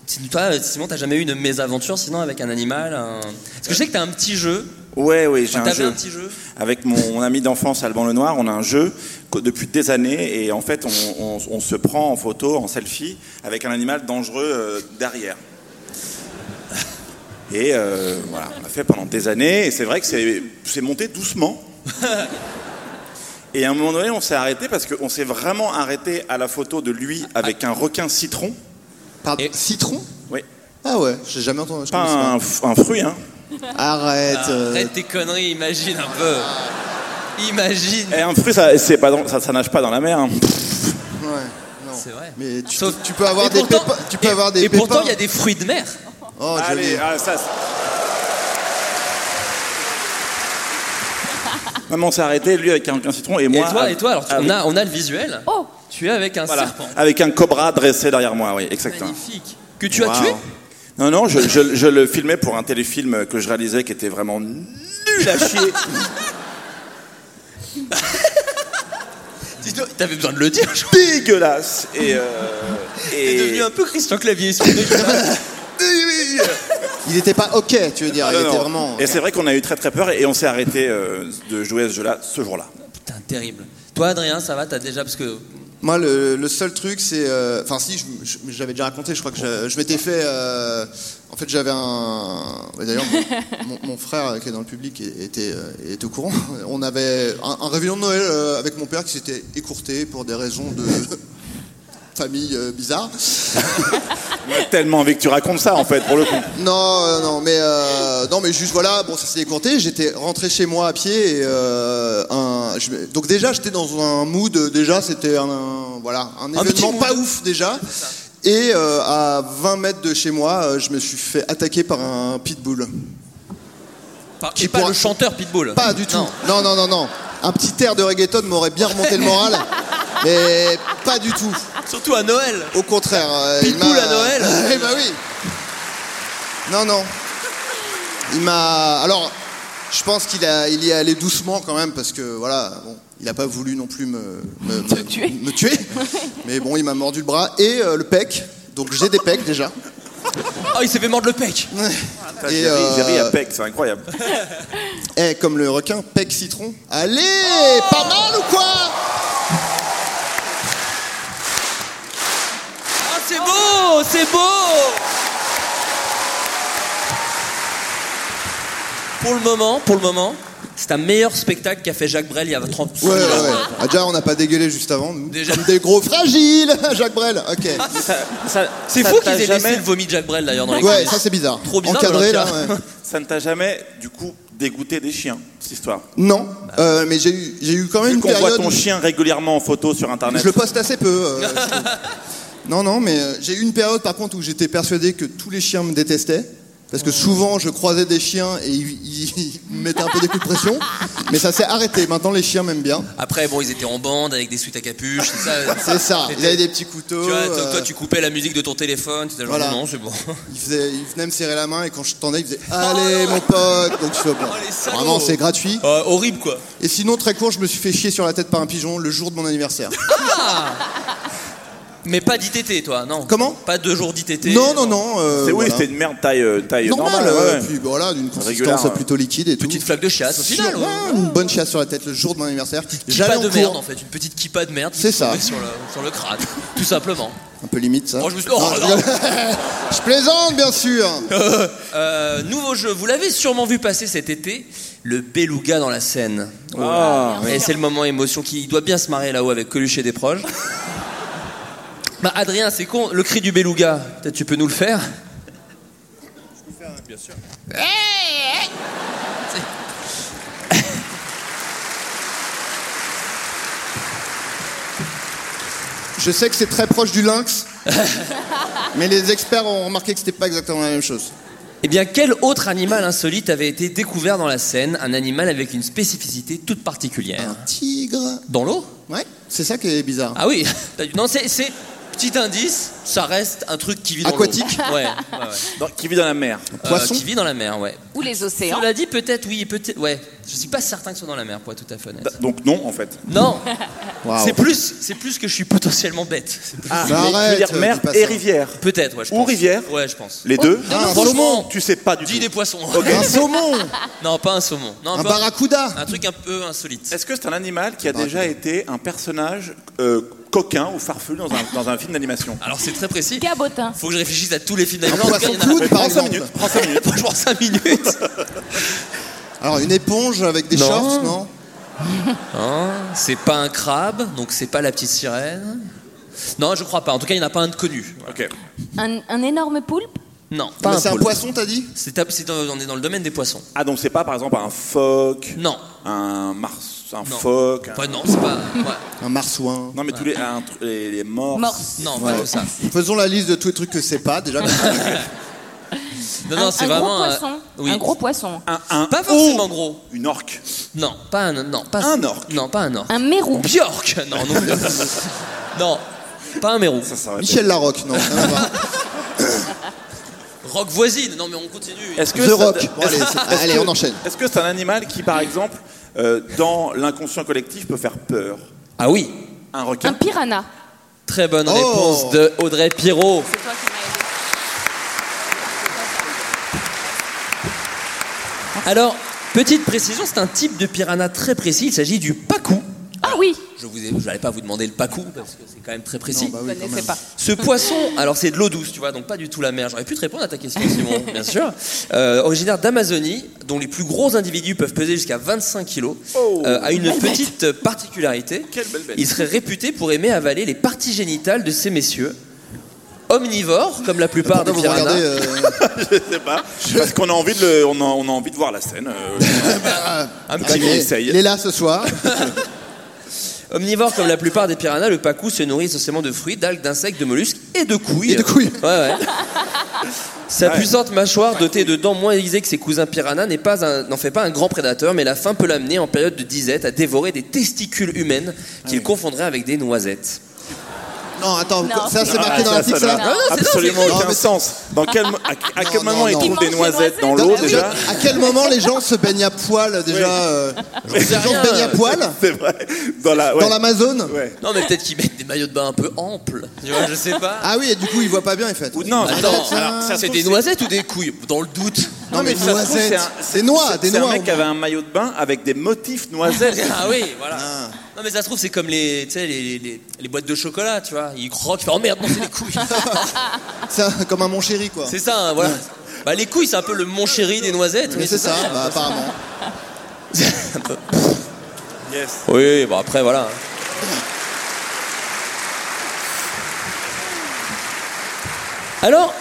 Si- Toi, Simon, t'as jamais eu de mésaventure sinon avec un animal un- Parce que je sais que t'as un petit jeu. Ouais, ouais, j'ai Enfin, un Ah, t'avais jeu. un petit jeu. Avec mon, mon ami d'enfance, Alban Lenoir, on a un jeu que- depuis des années et en fait, on, on- on se prend en photo, en selfie, avec un animal dangereux euh, derrière. Et euh, voilà, on l'a fait pendant des années et c'est vrai que c'est c'est monté doucement. Et à un moment donné, on s'est arrêté parce qu'on s'est vraiment arrêté à la photo de lui avec un requin citron. Pardon, citron Oui. Ah ouais, j'ai jamais entendu. je Pas connaissais un, f- un fruit, hein. Arrête. euh, Arrête tes conneries, imagine un peu. Imagine. Et un fruit, ça, c'est pas dans- ça, ça nage pas dans la mer. hein. C'est vrai. Mais tu, tu peux avoir des pépins. Tu peux avoir des Et pourtant, pépins. il y a des fruits de mer. Oh, Allez, ah, ça. Maman, on s'est arrêté, lui avec un requin citron et moi. et toi, avec- et toi alors, tu- on, avec- a, on a le visuel. Tu es avec un Voilà. serpent. Avec un cobra dressé derrière moi, oui, exactement. Magnifique. Que tu as Wow. tué Non, non, je, je- je le filmais pour un téléfilm que je réalisais qui était vraiment nul à chier. Dis-donc, T'avais besoin de le dire, je Dégueulasse. Et. [LAUGHS] euh, et... T'es devenu un peu Christian Clavier. sur le- Il était pas ok, tu veux dire. Ah, il non, était non. vraiment. Et c'est vrai qu'on a eu très très peur et on s'est arrêté euh, de jouer à ce jeu-là ce jour-là. Putain, terrible. Toi, Adrien, ça va T'as déjà parce que Moi, le, le seul truc, c'est. euh, Enfin, si, je- je- j'avais déjà raconté, je crois que je, je m'étais fait. euh, en fait, j'avais un. ouais, D'ailleurs, [LAUGHS] mon, mon- mon frère euh, qui est dans le public est- était, euh, est au courant. [LAUGHS] On avait un, un réveillon de Noël euh, avec mon père qui s'était écourté pour des raisons de [LAUGHS] famille euh, bizarre. On a tellement envie que tu racontes ça en fait pour le coup. Non, euh, non, mais euh, non, mais juste voilà, bon, ça s'est décompté. J'étais rentré chez moi à pied et euh, un- je- donc déjà j'étais dans un mood. euh, Déjà, c'était un, un- voilà un Un petit événement mood. pas ouf déjà. Et euh, à 20 mètres de chez moi, euh, je me suis fait attaquer par un pitbull. Par- et pas le chanteur Pitbull. Pas du tout. Non, non, non, non. Un petit air de reggaeton m'aurait bien remonté le [LAUGHS] moral, mais pas du tout. Surtout à Noël. Au contraire. euh, il Pitbull m'a- à Noël. [LAUGHS] Eh bah oui. Non, non. Il m'a. Alors, je pense qu'il a, il y est allé doucement quand même parce que voilà, bon, il n'a pas voulu non plus me, me- me- me tuer. Mais bon, il m'a mordu le bras et euh, le pec. Donc j'ai des pecs déjà. Ah, il s'est fait mordre le pec. Ah, J'ai ri- j'ai ri à Peck, c'est incroyable. Eh, comme le requin, pec citron. Allez, pas mal ou quoi Ah, c'est beau, c'est beau. Pour le moment, pour le moment, c'est un meilleur spectacle qu'a fait Jacques Brel il y a 30 Ouais, ouais, ans. ouais. Ah, déjà, on n'a pas dégueulé juste avant, nous. Déjà. Comme des gros fragiles, [LAUGHS] Jacques Brel. Ok. C'est ça fou qu'ils t'a aient laissé jamais- le vomi de Jacques Brel d'ailleurs dans les Ouais, coulisses. ça c'est bizarre. Trop bizarre. Encadré là. Olympia. ouais. Ça ne t'a jamais du coup dégoûté des chiens cette histoire Non, euh, mais j'ai eu, j'ai eu quand même Vu une qu'on voit période. ton où- chien régulièrement en photo sur internet. Je le [LAUGHS] poste assez peu. euh, je trouve. non, non, mais euh, j'ai eu une période par contre où j'étais persuadé que tous les chiens me détestaient. Parce que souvent je croisais des chiens et ils, ils me mettaient un peu des coups de pression. Mais ça s'est arrêté. Maintenant les chiens m'aiment bien. Après, bon, ils étaient en bande avec des suites à capuche, c'est ça. [LAUGHS] C'est ça. T'étais- Ils avaient des petits couteaux. Tu vois, toi, euh, toi, tu coupais la musique de ton téléphone, tu étais genre Voilà. non, c'est bon. [LAUGHS] [LAUGHS] Ils, faisaient- ils venaient me serrer la main et quand je tendais, ils faisaient Oh Allez mon pote Donc je fais, bon, salauds. Vraiment, c'est gratuit. Euh, horrible quoi. Et sinon, très court, je me suis fait chier sur la tête par un pigeon le jour de mon anniversaire. Mais pas d'ITT, toi, non. Comment Pas deux jours d'ITT. Non, non, non. euh, C'est oui, voilà. c'était une merde taille, euh, taille Normal, normale. ouais, ouais. puis voilà, d'une consistance Régulière, ouais. plutôt liquide et tout. Petite flaque de chasse au final. Sur- ouais. ouais, Une bonne chasse sur la tête le jour de mon anniversaire. J'allais Kippa en de cours, merde en fait, une petite kippa de merde. qui C'est se ça. trouvait Sur le, sur le crâne, [LAUGHS] tout simplement. un peu limite ça. Oh, je me suis- oh, Non, je non. rigole. Je plaisante bien sûr. [LAUGHS] Euh, nouveau jeu, vous l'avez sûrement vu passer cet été, le Beluga dans la Seine. Ah, Et c'est le moment émotion qui il doit bien se marrer là-haut avec Coluche et des proches. bah Adrien, c'est con, le cri du Beluga, peut-être tu peux nous le faire Bien sûr. Eh Je sais que c'est très proche du [LAUGHS] lynx, mais les experts ont remarqué que c'était pas exactement la même chose. Eh bien, quel autre animal insolite avait été découvert dans la Seine Un animal avec une spécificité toute particulière. Tigre. Dans l'eau Ouais, c'est ça qui est bizarre. Ah oui [LAUGHS] t'as dû- Non, c'est. c'est- Petit indice, ça reste un truc qui vit dans l'eau. Aquatique Ouais, ouais, ouais. Donc, qui vit dans la mer. Euh, Qui vit dans la mer, ouais. Ou les océans. Cela dit, peut-être, oui, peut-être. Ouais, je suis pas certain que ce soit dans la mer, pour être tout à fait honnête. Bah, Donc non, en fait. Non, [LAUGHS] Waouh. c'est plus, c'est plus que je suis potentiellement bête. C'est plus- Ah, Bah, mais arrête, tu veux dire euh, mer dis pas et ça. rivière. Peut-être, ouais, je Ou pense. rivière Ouais, je pense. Les deux Ah, un Franchement, saumon. tu sais pas du Dis tout. des poissons. Un saumon, non, pas un saumon. Non, un pas- barracuda. un truc un peu insolite. Est-ce que c'est un animal qui a déjà été un personnage euh, coquin ou farfelu dans un, dans un film d'animation Alors c'est très précis. Gabotin. Faut que je réfléchisse à tous les films Un d'animation. En tout cas, poisson il y en clown par a- Prends 5 exemple. minutes. Prends 5 minutes. Franchement, 5 minutes. Alors une éponge avec des Non. shorts, non Hein, c'est pas un crabe, donc c'est pas la petite sirène. Non, je crois pas. En tout cas, il n'y en a pas un de connu. Ok. Un, un énorme poulpe Non. Mais c'est un poisson, t'as dit C'est ta- c'est dans- on est dans le domaine des poissons. [LAUGHS] Ah, donc c'est pas par exemple un phoque Non. Un mars. Un Non. phoque hein. Bah non, c'est pas. Un marsouin. Non, mais tous les, un tr- les, les morses. Non, pas tout ça. Faisons la liste de tous les trucs que c'est [LAUGHS] pas déjà. Non, non, Un- c'est un vraiment euh, gros poisson. oui. Un gros poisson. pas forcément gros. Une orque. Non, pas un. Non, pas un orque. Non, pas un orque. Un mérou. Bjork. Non, non. non, pas un mérou. Michel Larocque, [LAUGHS] non. rien à voir. Rock voisine. Non, mais on continue. Est-ce que The ça- Rock. Bon, est-ce- allez, est-ce c'est- allez, que- on enchaîne. Est-ce que c'est un animal qui, par exemple, euh, dans l'inconscient collectif, peut faire peur Ah oui. Un requin. Un piranha. Très bonne Oh. réponse de Audrey Pirot. Alors, petite précision, c'est un type de piranha très précis. Il s'agit du pacou. Ah oui. Je vous ai- je n'allais pas vous demander le pacou parce que c'est quand même très précis. Non, bah oui, Je quand connaissais même. pas. Ce poisson, alors c'est de l'eau douce, tu vois, donc pas du tout la mer. J'aurais pu te répondre à ta question, [LAUGHS] Simon, bien sûr. Euh, originaire d'Amazonie, dont les plus gros individus peuvent peser jusqu'à 25 kilos, euh, a une Oh. Belle bête. petite particularité. Quelle belle bête. Il serait réputé pour aimer avaler les parties génitales de ces messieurs. Omnivore, comme la plupart des Pourquoi vous piranhas. regardez, [LAUGHS] euh, [LAUGHS] Je sais pas. Parce qu'on a envie de, le- on a, on a envie de voir la scène. euh, bah, un petit il, est, essaye. il est là ce soir. Omnivore comme la plupart des piranhas, le pacou se nourrit essentiellement de fruits, d'algues, d'insectes, de mollusques et de couilles. Et de couilles. Ouais, ouais. Sa Ouais. puissante mâchoire dotée de dents moins aiguisées que ses cousins piranhas n'est pas un- n'en fait pas un grand prédateur, mais la faim peut l'amener en période de disette à dévorer des testicules humaines qu'il confondrait avec des noisettes. Non, attends, Non. ça c'est Ah, marqué dans ça, l'article, ça ça n'a Non, non, c'est- absolument aucun sens. Dans quel mo- à- à quel moment ils trouvent des mangent noisettes dans l'eau, Non, déjà À quel moment les gens se baignent à poil déjà euh, Les gens se baignent à poil [LAUGHS] C'est vrai. Dans la- Ah, ouais. dans l'Amazon Non, mais peut-être qu'ils mettent des maillots de bain un peu amples. Tu vois, je sais pas. Ah oui, et du coup ils voient pas bien en fait. Ah, Non, attends, Tiens. alors, c'est des noisettes ou des couilles Dans le doute. Non, mais Ça se trouve, noisettes. c'est un- c'est- Des noix, des C'est un noix, mec au qui avait un maillot de bain avec des motifs noisettes. [LAUGHS] Ah oui, voilà. Non, mais ça se trouve, c'est comme les, tu sais, les, les- les boîtes de chocolat, tu vois. Ils croquent, ils font, oh merde, non, c'est les couilles. C'est un- comme un mon chéri quoi. [LAUGHS] c'est ça, hein, voilà. Bah, les couilles, c'est un peu le mon chéri des noisettes. Mais oui, c'est ça, bah, apparemment. [LAUGHS] Yes. Oui, bon, après, voilà. Alors,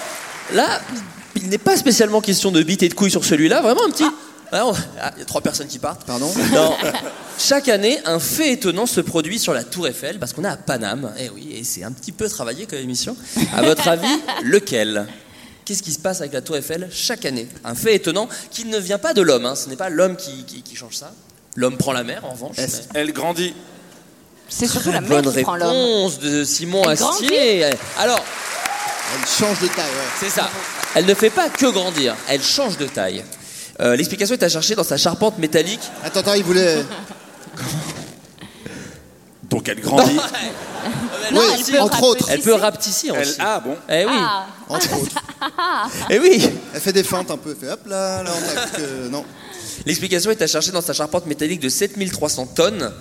là, il n'est pas spécialement question de bite et de couilles sur celui-là. Vraiment un petit. Ah, on- ah, il y a trois personnes qui partent. Pardon [LAUGHS] Non. Chaque année, un fait étonnant se produit sur la Tour Eiffel parce qu'on est à Paname. Eh oui, et c'est un petit peu travaillé comme émission. À votre avis, lequel Qu'est-ce qui se passe avec la Tour Eiffel chaque année Un fait étonnant qui ne vient pas de l'homme. hein. Ce n'est pas l'homme qui, qui- qui change ça. L'homme prend la mer, en revanche. Est-ce- mais- Elle grandit. C'est surtout Très la mer bonne qui prend l'homme. réponse de Simon Elle Astier. grandit. Alors, Elle change de taille, C'est ça. Elle ne fait pas que grandir, elle change de taille. Euh, L'explication est à chercher dans sa charpente métallique. Attends, attends, il voulait. Donc elle grandit. [LAUGHS] Non, Ouais, Ah, elle peut entre autres. Elle peut rapetisser Elle- aussi. ah bon Eh oui. Entre autres. Eh oui. Elle fait des feintes un peu, elle fait hop là, là, on tape [LAUGHS] que- non. L'explication est à chercher dans sa charpente métallique de 7300 tonnes.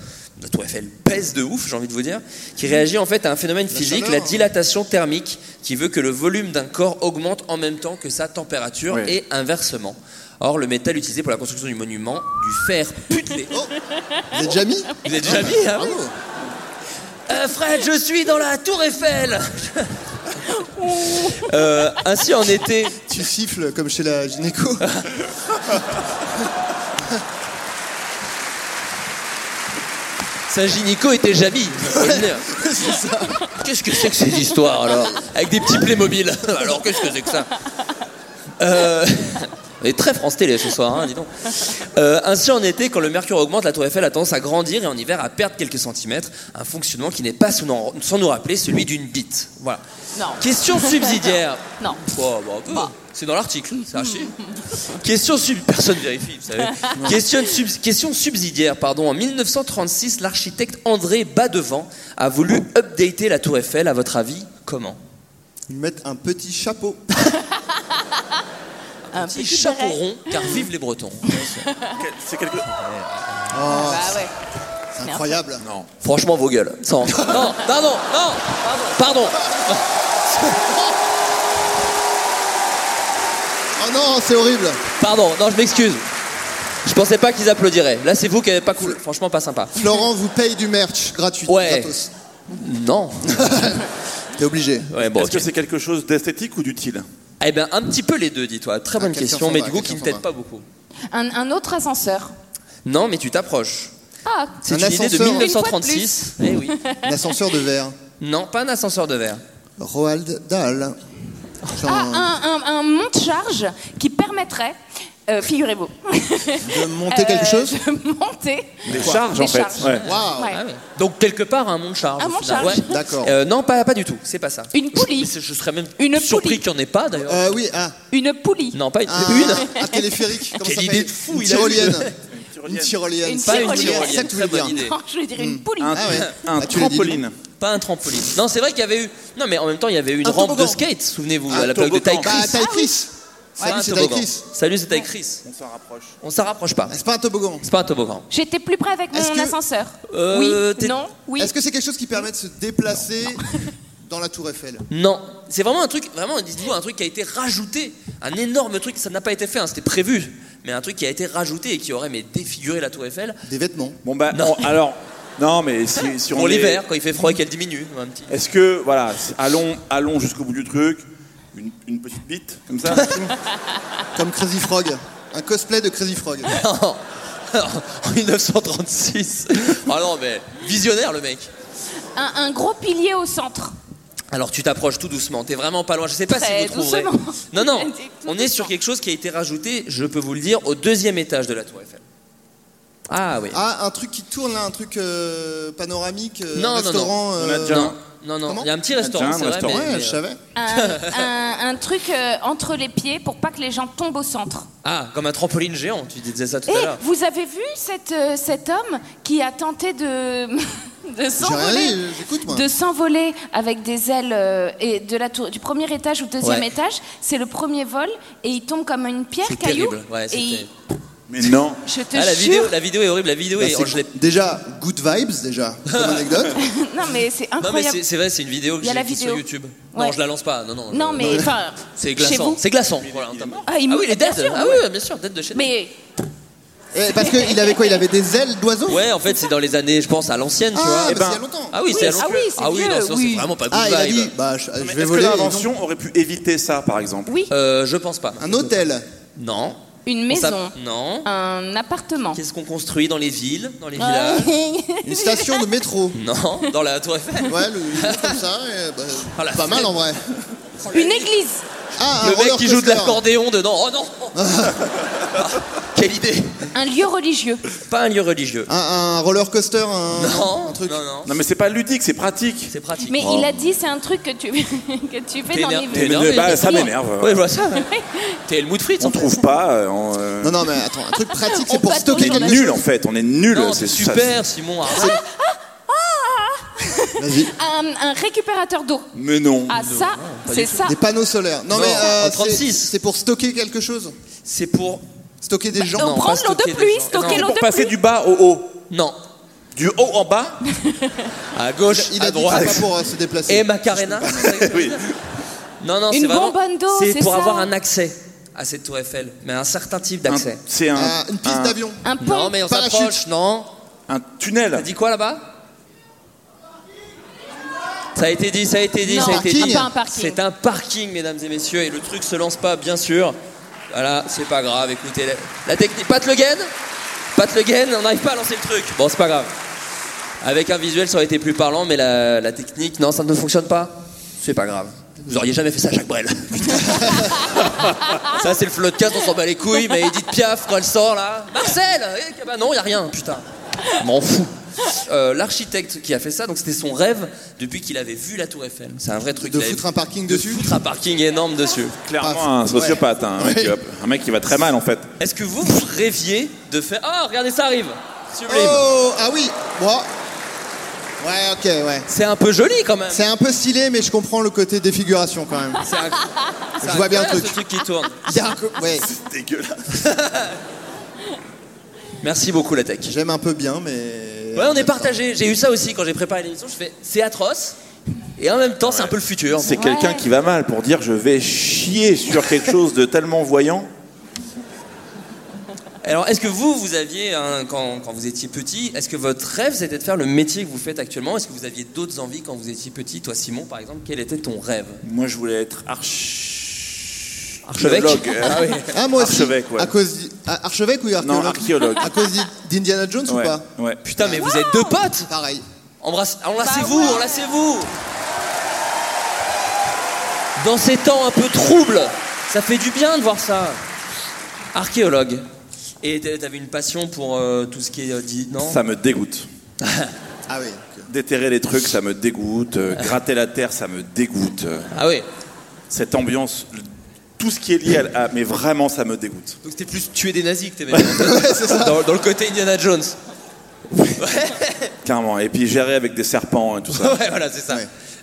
La tour Eiffel pèse de ouf, j'ai envie de vous dire, qui réagit en fait à un phénomène physique, chaleur. la dilatation thermique, qui veut que le volume d'un corps augmente en même temps que sa température Oui. et inversement. Or, le métal utilisé pour la construction du monument, du fer putelé. Oh, Vous êtes Oh. déjà mis Vous êtes déjà mis, hein Euh, Fred, je suis dans la tour Eiffel Euh, Ainsi, en été, Tu siffles comme chez [LAUGHS] la gynéco. Saint-Gynico était Jamie. Qu'est-ce que c'est que ces histoires alors Avec des petits Playmobil. [LAUGHS] Alors qu'est-ce que c'est que ça Euh, On est très France Télé ce soir, hein, dis donc. Euh, ainsi, en été, quand le mercure augmente, la tour Eiffel a tendance à grandir et en hiver à perdre quelques centimètres. Un fonctionnement qui n'est pas, sans nous- sans nous rappeler, celui d'une bite. Voilà. Non. Question subsidiaire. Non. Oh, bah, un peu. C'est dans l'article, c'est archi. Question sub... Personne vérifie, vous savez. Non. Question, subs- question subsidiaire, pardon. En 1936, l'architecte André Badevant a voulu updater la tour Eiffel, à votre avis, comment Ils mettent un petit chapeau. [LAUGHS] Un petit chapeau rond, car vivent les Bretons. [LAUGHS] C'est quelque... C'est incroyable. Non. Franchement, vos gueules. [LAUGHS] Sans- Non, non, non, non Pardon Oh non, c'est horrible. Ah Pardon, non, je m'excuse. Je pensais pas qu'ils applaudiraient. Là, c'est vous qui n'avez pas cool. Franchement, pas sympa. Florent vous paye du merch gratuit. Ouais. gratos. [LAUGHS] Non. T'es obligé. bon, Est-ce ok. que c'est quelque chose d'esthétique ou d'utile Eh ben, un petit peu les deux, dis-toi. Très Ah, bonne quelqu'un question, s'en mais va, du coup, qui ne quelqu'un t'aide s'en pas beaucoup. [LAUGHS] Un, un autre ascenseur. Non, mais tu t'approches. Ah, C'est une idée de 1936. Eh oui. Un ascenseur de verre. Non, pas un ascenseur de verre. Roald Dahl. Ah, un, un, un monte-charge qui permettrait, euh, figurez-vous, De monter quelque euh, chose de monter Des charges, en Des fait. charges. Ah Ouais. Waouh. Ouais. Donc, quelque part, un monte-charge. Un au monte-charge. final. Ouais. D'accord. Euh, non, pas, pas du tout. C'est pas ça. Une poulie. Je, je serais même Une surpris qu'il n'y en ait pas, d'ailleurs. oui, ah. Une poulie. Non, pas une. Un, une. un téléphérique. Comment Quelle ça s'appelle idée de fou, Une il a eu. tyrolienne. Une Une tyrolienne. Une Pas une tyrolienne. tyrolienne, C'est ça que tu très voulais dire. bonne idée. Non, je vais dire une poulie. Un- Ah ouais. un Ah, tu l'as dit, trampoline. dis donc. Pas un trampoline. Non, c'est vrai qu'il y avait eu. Non, mais en même temps, il y avait eu une Un rampe de toboggan. skate, souvenez-vous, Un à la période de Ty toboggan. Chris. Bah, Ty Ah Chris. C'est Salut, un c'est Ty toboggan. Chris. Salut, c'est Ty Chris. On s'en rapproche. On s'en rapproche pas. C'est pas un toboggan. C'est pas un toboggan. J'étais plus près avec mon ascenseur. Euh, oui, t'es- non, oui. Est-ce que c'est quelque chose qui permet de se déplacer dans la Tour Eiffel Non, c'est vraiment un truc, vraiment, dites-vous, un truc qui a été rajouté, un énorme truc, ça n'a pas été fait, hein, c'était prévu, mais un truc qui a été rajouté et qui aurait mais, défiguré la Tour Eiffel. Des vêtements. Bon, bah, Non. on- alors. Non, mais si, si on. Pour est- l'hiver, quand il fait froid et qu'elle diminue. un petit- Est-ce que, voilà, c'est- allons, allons jusqu'au bout du truc. Une, une petite bite, comme ça [LAUGHS] Comme Crazy Frog. Un cosplay de Crazy Frog. Non. [LAUGHS] en 1936. Ah non, mais visionnaire le mec. Un, un gros pilier au centre. Alors tu t'approches tout doucement, t'es vraiment pas loin, je sais pas Très si vous trouverez. doucement. Non, [LAUGHS] non, Tout on est sur quelque chose qui a été rajouté, je peux vous le dire, au deuxième étage de la Tour Eiffel. Ah oui. Ah, un truc qui tourne là, un truc euh, panoramique, euh, non, non, restaurant. non. euh, non. Non, non, Comment il y a un petit restaurant, un c'est vrai. restaurant. Ouais, mais- mais, je euh, savais. Un, un- un truc euh, entre les pieds pour pas que les gens tombent au centre. Ah, comme un trampoline géant, tu disais ça tout Et à l'heure. vous avez vu cette, euh, cet homme qui a tenté de, [LAUGHS] de rien s'envoler dit, j'écoute, moi. de s'envoler avec des ailes euh, et de la tour, du premier étage au deuxième Ouais. étage C'est le premier vol et il tombe comme une pierre C'est caillou. terrible. Ouais, et c'est il- terrible. Mais non. je te Ah, la jure. vidéo, la vidéo est horrible, la vidéo Bah, est. c'est- je l'ai- déjà, good vibes, déjà, [LAUGHS] comme anecdote. [LAUGHS] Non mais c'est Non, mais incroyable. c'est c'est vrai, c'est une vidéo que Il y a j'ai la vue sur vidéo. YouTube. Non, Ouais. je la lance pas. Non, non. non je- mais enfin. C'est Chez glaçant. vous C'est glaçant. Voilà, un tableau. Ah, il oui, il est bien dead. sûr, ah oui. oui, bien sûr, dead de chez nous. Mais Eh, parce qu'il avait quoi Il avait des ailes d'oiseau Ouais, en fait, c'est dans les années, je pense, à l'ancienne, tu Ah, vois. bah, Eh ben- c'est il y a longtemps. Ah oui, c'est Oui, à longtemps. ah oui, c'est Ah oui, vieux, non, sinon, oui. c'est vraiment pas good Ah, il a dit, vibe. bah, je, je Mais vais Est-ce que voler. et non. l'invention aurait pu éviter ça, par exemple oui, Euh, je pense pas. Un hôtel. Non. une On s'a- maison, Non. un appartement. Qu'est-ce qu'on construit dans les villes, dans les Ah. villages [LAUGHS] [LAUGHS] Une station de métro. Non, dans la Tour Eiffel. Ouais, le, le truc comme ça, et, bah, Ah, la pas mal fête. en vrai. Une église. Ah, un Le mec roller qui joue de coaster. l'accordéon dedans. Oh non Ah, Quelle idée Un lieu religieux. Pas un lieu religieux. Un, un roller coaster, un, Non, un truc. non, non. Non, mais c'est pas ludique, c'est pratique. C'est pratique. Oh. Mais il a dit c'est un truc que tu, que tu fais [LAUGHS] T'es dans éner- les t'es villes. énervé. Mais bah, ça Exactement. m'énerve. Ouais, je vois [LAUGHS] ça. ouais. T'es Helmut Fritz. On en fait. trouve pas. euh, on, euh, Non, non, mais attends, un truc pratique, On c'est pour patauge stocker on dans quelque est la- chose. nul en fait, on est nul. Non, c'est c'est ça- super, Ah. Simon. arrête. Ah Vas-y. Un, un récupérateur d'eau. Mais non. Ah ça, pas c'est du tout. ça. Des panneaux solaires. Non, Non, mais euh, en c'est- 36. c'est pour stocker quelque chose. C'est pour. Stocker des gens. Bah, on prend pas l'eau de stocker des pluie, gens. stocker Non. l'eau Pour de passer pluie. du bas au haut. Non. Du haut en bas À gauche, Il a à dit que c'est droite. pas pour euh, se déplacer. Et [LAUGHS] Eh, Macarena Oui. Non, non, Une c'est vraiment. bonbonne d'eau, C'est c'est pour ça. avoir un accès à cette tour Eiffel. Mais un certain type Un- d'accès. C'est un, Ah, une piste un- d'avion. Un pont. Non, mais on Parachute. s'approche, non un T'as tunnel. dit quoi là-bas Ça a été dit, ça a été dit, Non, ça a été parking. dit. Ah, pas un parking. C'est un parking, mesdames et messieurs, et le truc se lance pas, bien sûr. Voilà, c'est pas grave, écoutez. La, la technique. Pat Le Guen Pat Le Guen, on n'arrive pas à lancer le truc. Bon, c'est pas grave. Avec un visuel, ça aurait été plus parlant, mais la, la technique, non, ça ne fonctionne pas. C'est pas grave. Vous auriez jamais fait ça à Jacques Brel. ça, c'est le flot de casse, on s'en bat les couilles, mais Edith Piaf, quand elle sort là. Marcel Eh, Bah non, y a rien, putain. Je M'en fous. Euh, L'architecte qui a fait ça, donc c'était son rêve depuis qu'il avait vu la Tour Eiffel. C'est un vrai truc. De il avait foutre un parking de dessus. foutre un parking énorme dessus. Clairement, un sociopathe, hein, un, mec, Ouais. euh, un mec qui va très mal en fait. Est-ce que vous, vous rêviez de faire Ah, regardez, ça arrive. Sublime. Oh, ah oui. Moi. Ouais, ok, ouais. C'est un peu joli quand même. C'est un peu stylé, mais je comprends le côté défiguration quand même. C'est un- c'est Je vois bien le incroyable, truc. ce truc qui tourne. Il y a un co- [LAUGHS] ouais, Dégueulasse. Merci beaucoup la tech. j'aime un peu bien, mais. Ouais, on est partagé. J'ai eu ça aussi quand j'ai préparé l'émission. Je fais c'est atroce et en même temps c'est un peu le futur. C'est quelqu'un Ouais. qui va mal pour [LAUGHS] dire je vais chier sur quelque chose de tellement voyant. Alors, est-ce que vous, vous aviez, un- quand, quand vous étiez petit, est-ce que votre rêve c'était de faire le métier que vous faites actuellement Est-ce que vous aviez d'autres envies quand vous étiez petit Toi, Simon, par exemple, quel était ton rêve Moi, je voulais être arch... Archevêque Archéologue, euh, Ah oui. Ah, moi aussi. Archevêque, ouais. À cause d'I- à- Archevêque ou archéologue Non, archéologue. À cause d'I- d'Indiana Jones ou Ouais, pas ouais. Putain, mais vous êtes deux potes Pareil. Bah Embrasse... Enlacez-vous, enlacez-vous Dans ces temps un peu troubles, ça fait du bien de voir ça. Archéologue. Et t'a- t'avais une passion pour euh, tout ce qui est euh, dit, non Ça me [LAUGHS] dégoûte. Ah oui. Déterrer les trucs, ça me dégoûte. Euh, gratter la terre, ça me dégoûte. Ah oui Cette ambiance, le- tout ce qui est lié à... à- Mais vraiment, ça me dégoûte. Donc c'était plus tuer des nazis que t'aimais [LAUGHS] [LAUGHS] dans, dans le côté Indiana Jones. Carrément. Et puis gérer avec des serpents et tout ça. ouais, voilà, c'est ça.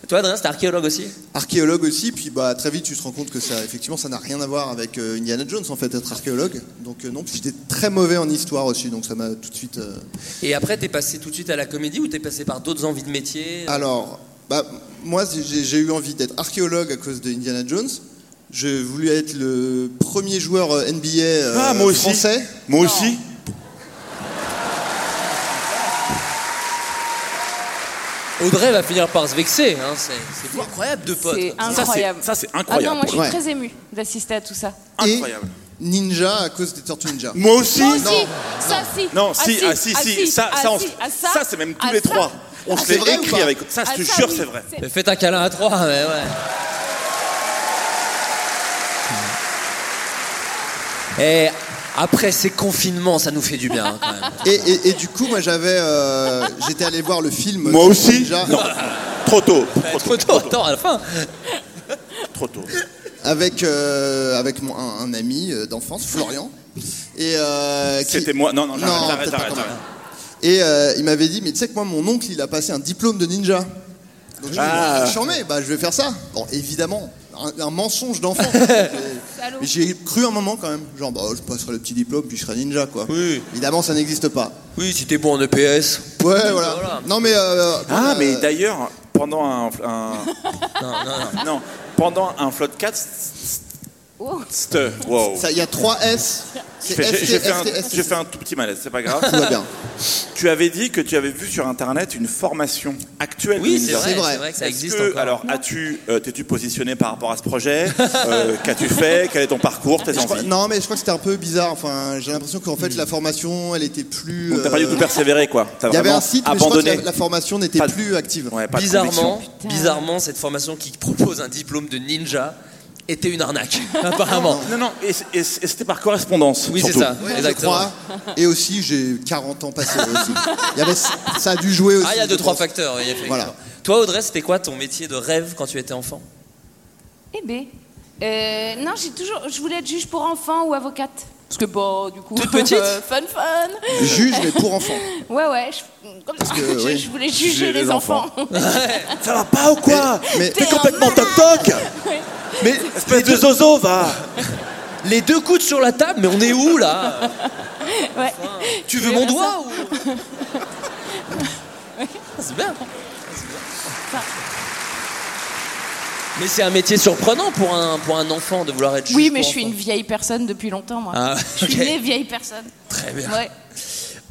Toi, Adrien, c'était archéologue aussi Archéologue aussi, puis bah très vite tu te rends compte que ça, effectivement, ça n'a rien à voir avec euh, Indiana Jones en fait, être archéologue. Donc euh, non, puis j'étais très mauvais en histoire aussi, donc ça m'a tout de suite. euh, Et après, t'es passé tout de suite à la comédie ou t'es passé par d'autres envies de métier Alors, bah, moi, j'ai j'ai eu envie d'être archéologue à cause de Indiana Jones. J'ai voulu être le premier joueur euh, NBA euh, Ah, moi aussi. français. Moi aussi. Audrey va finir par se vexer. hein, C'est c'est fou, incroyable de potes. C'est comme ça. incroyable. Ah non, moi je suis Ouais. très ému d'assister à tout ça. Et ninja à cause des Tortues Ninja. Moi aussi. Moi aussi. Non. Ça, si. Non, Ah, si, ah, si, ah, si, ça, ah, ça, on- si, ah, ça, c'est même tous ah, les ça. trois. On Ah, se c'est l'est vrai ou écrit pas avec. Ça, je Ah, te ça, jure, oui, c'est vrai. Mais Faites un câlin à trois, mais ouais. Et Eh, après ces confinements, ça nous fait [LAUGHS] du bien hein, quand même. Et, et- et du coup, moi, j'avais, euh, j'étais allé voir le film. Moi Tortues aussi Ninja. Non. Trop tôt. Trop tôt, attends, à la fin. Trop tôt. Avec euh, avec mon- un, un ami euh, d'enfance, Florian. Et euh, qui- C'était moi. Non, non, j'arrête, Non, arrête, peut-être pas arrête, quand arrête. Et euh, il m'avait dit, mais tu sais que moi, mon oncle, il a passé un diplôme de ninja. Donc je Ah. me suis bah, je vais faire ça. Bon, évidemment, un, un mensonge [LAUGHS] d'enfant. Mais J'ai cru un moment quand même, genre, bah, je passerai le petit diplôme, puis je serai ninja, quoi. Évidemment, ça n'existe pas. Oui, si t'es bon en E EPS. Ouais, voilà. Non, mais. euh, Ah, euh, mais d'ailleurs, pendant un. [LAUGHS] un- [LAUGHS] Non, pendant un floodcast. Wow. Wow. Oh. Ça, Il y a 3 S. J'ai fait- C'est ST, j'ai fait, un- ST, ST. j'ai fait un tout petit malaise, c'est pas grave. Tout va bien. [LAUGHS] Tu avais dit que tu avais vu sur internet une formation actuelle. Oui, de c'est ninja. vrai, C'est vrai. c'est vrai que ça Est-ce existe que- encore. Alors, as-tu, euh, t'es-tu positionné par rapport à ce projet Euh, Qu'as-tu fait Quel est ton parcours Tes Je crois- envies non, mais je crois que c'était un peu bizarre. Enfin, j'ai l'impression qu'en Hmm. fait, la formation, elle était plus. Donc, t'as pas du euh, tout persévéré, quoi. T'as Il y avait vraiment un site, mais je crois que abandonné. la, la formation n'était plus active. pas de Bizarrement, bizarrement, cette formation qui propose un diplôme de ninja était une [LAUGHS] arnaque, apparemment. Non, non, et, et- et c'était par correspondance. Oui, c'est surtout. ça, Ouais, je exactement. crois. Et aussi, j'ai 40 ans passés [LAUGHS] aussi. Il y avait- ça a dû jouer aussi. Ah, il y a deux, je trois pense. facteurs, oui, effectivement. Voilà. Toi, Audrey, c'était quoi ton métier de rêve quand tu étais enfant Eh ben, euh, non, j'ai toujours, je voulais être juge pour enfants ou avocate. Parce que bon, du coup, [LAUGHS] Toute petite euh, fun fun. Juge, mais pour enfants. Ouais, ouais. Je, comme ça, [LAUGHS] que, je- oui. je voulais juger les, enfants. Ça va pas ou quoi Mais- T'es complètement toc-toc Mais espèce de zozo, va Les deux coudes sur la table, mais on est où là Ouais. Tu veux mon doigt [LAUGHS] ou C'est bien. Mais c'est un métier surprenant pour un, pour un enfant de vouloir être juge. Oui, pour mais je suis enfant. une vieille personne depuis longtemps, moi. Ah, Je suis ok. une née vieille personne. Ah, Très bien. Ouais.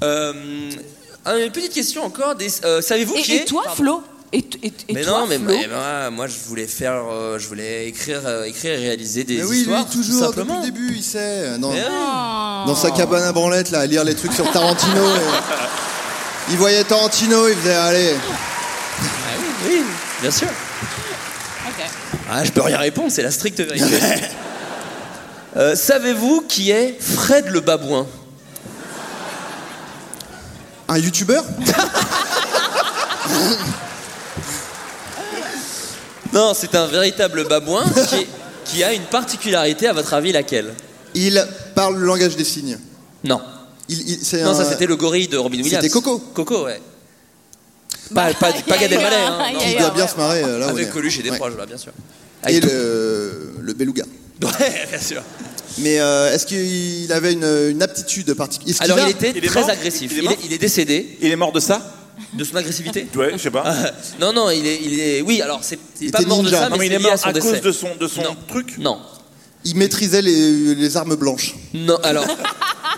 Euh, une petite question encore. des- euh, Savez-vous qui Et, et est- toi, Pardon. Flo Et, t- et- et mais toi, non, mais Flo mais moi, eh ben, ah, moi, je voulais faire, euh, je voulais écrire, euh, écrire et réaliser des Mais oui, histoires. lui, toujours, tout depuis simplement. le début, il sait. euh, Dans, Mais dans sa cabane à branlette, là, à lire les trucs sur Tarantino. et- il voyait Tarantino, il faisait, allez. [LAUGHS] Ah oui, oui, bien sûr. Ah, je peux rien répondre, c'est la [LAUGHS] stricte vérité. Euh, Savez-vous qui est Fred le babouin Un youtubeur [LAUGHS] Non, c'est un véritable babouin qui, qui a une particularité. À votre avis, laquelle Il parle le langage des signes. Non. Il, il- c'est Non, un- ça c'était le gorille de Robin Williams. C'était Coco. Coco, ouais. Pas, [LAUGHS] pas, pas Gad Elmaleh, hein, non. Il doit bien se marrer. euh, Là, on est- Avec Coluche et des ouais. proches, là, [LAUGHS] bien sûr. Et le, le beluga. Ouais, bien sûr. Mais euh, est-ce qu'il avait une, une aptitude particulière Alors, il était très agressif. Il est, il est décédé. Il est mort de ça De son agressivité [LAUGHS] Ouais, je sais pas. [LAUGHS] Non, non, il est. Il est oui, alors, c'est il est pas était mort de ninja. ça, mais, Non, mais il c'est est lié mort à son à décès. cause de son, de son truc Non. Il maîtrisait les, les armes blanches. Non, alors. [LAUGHS]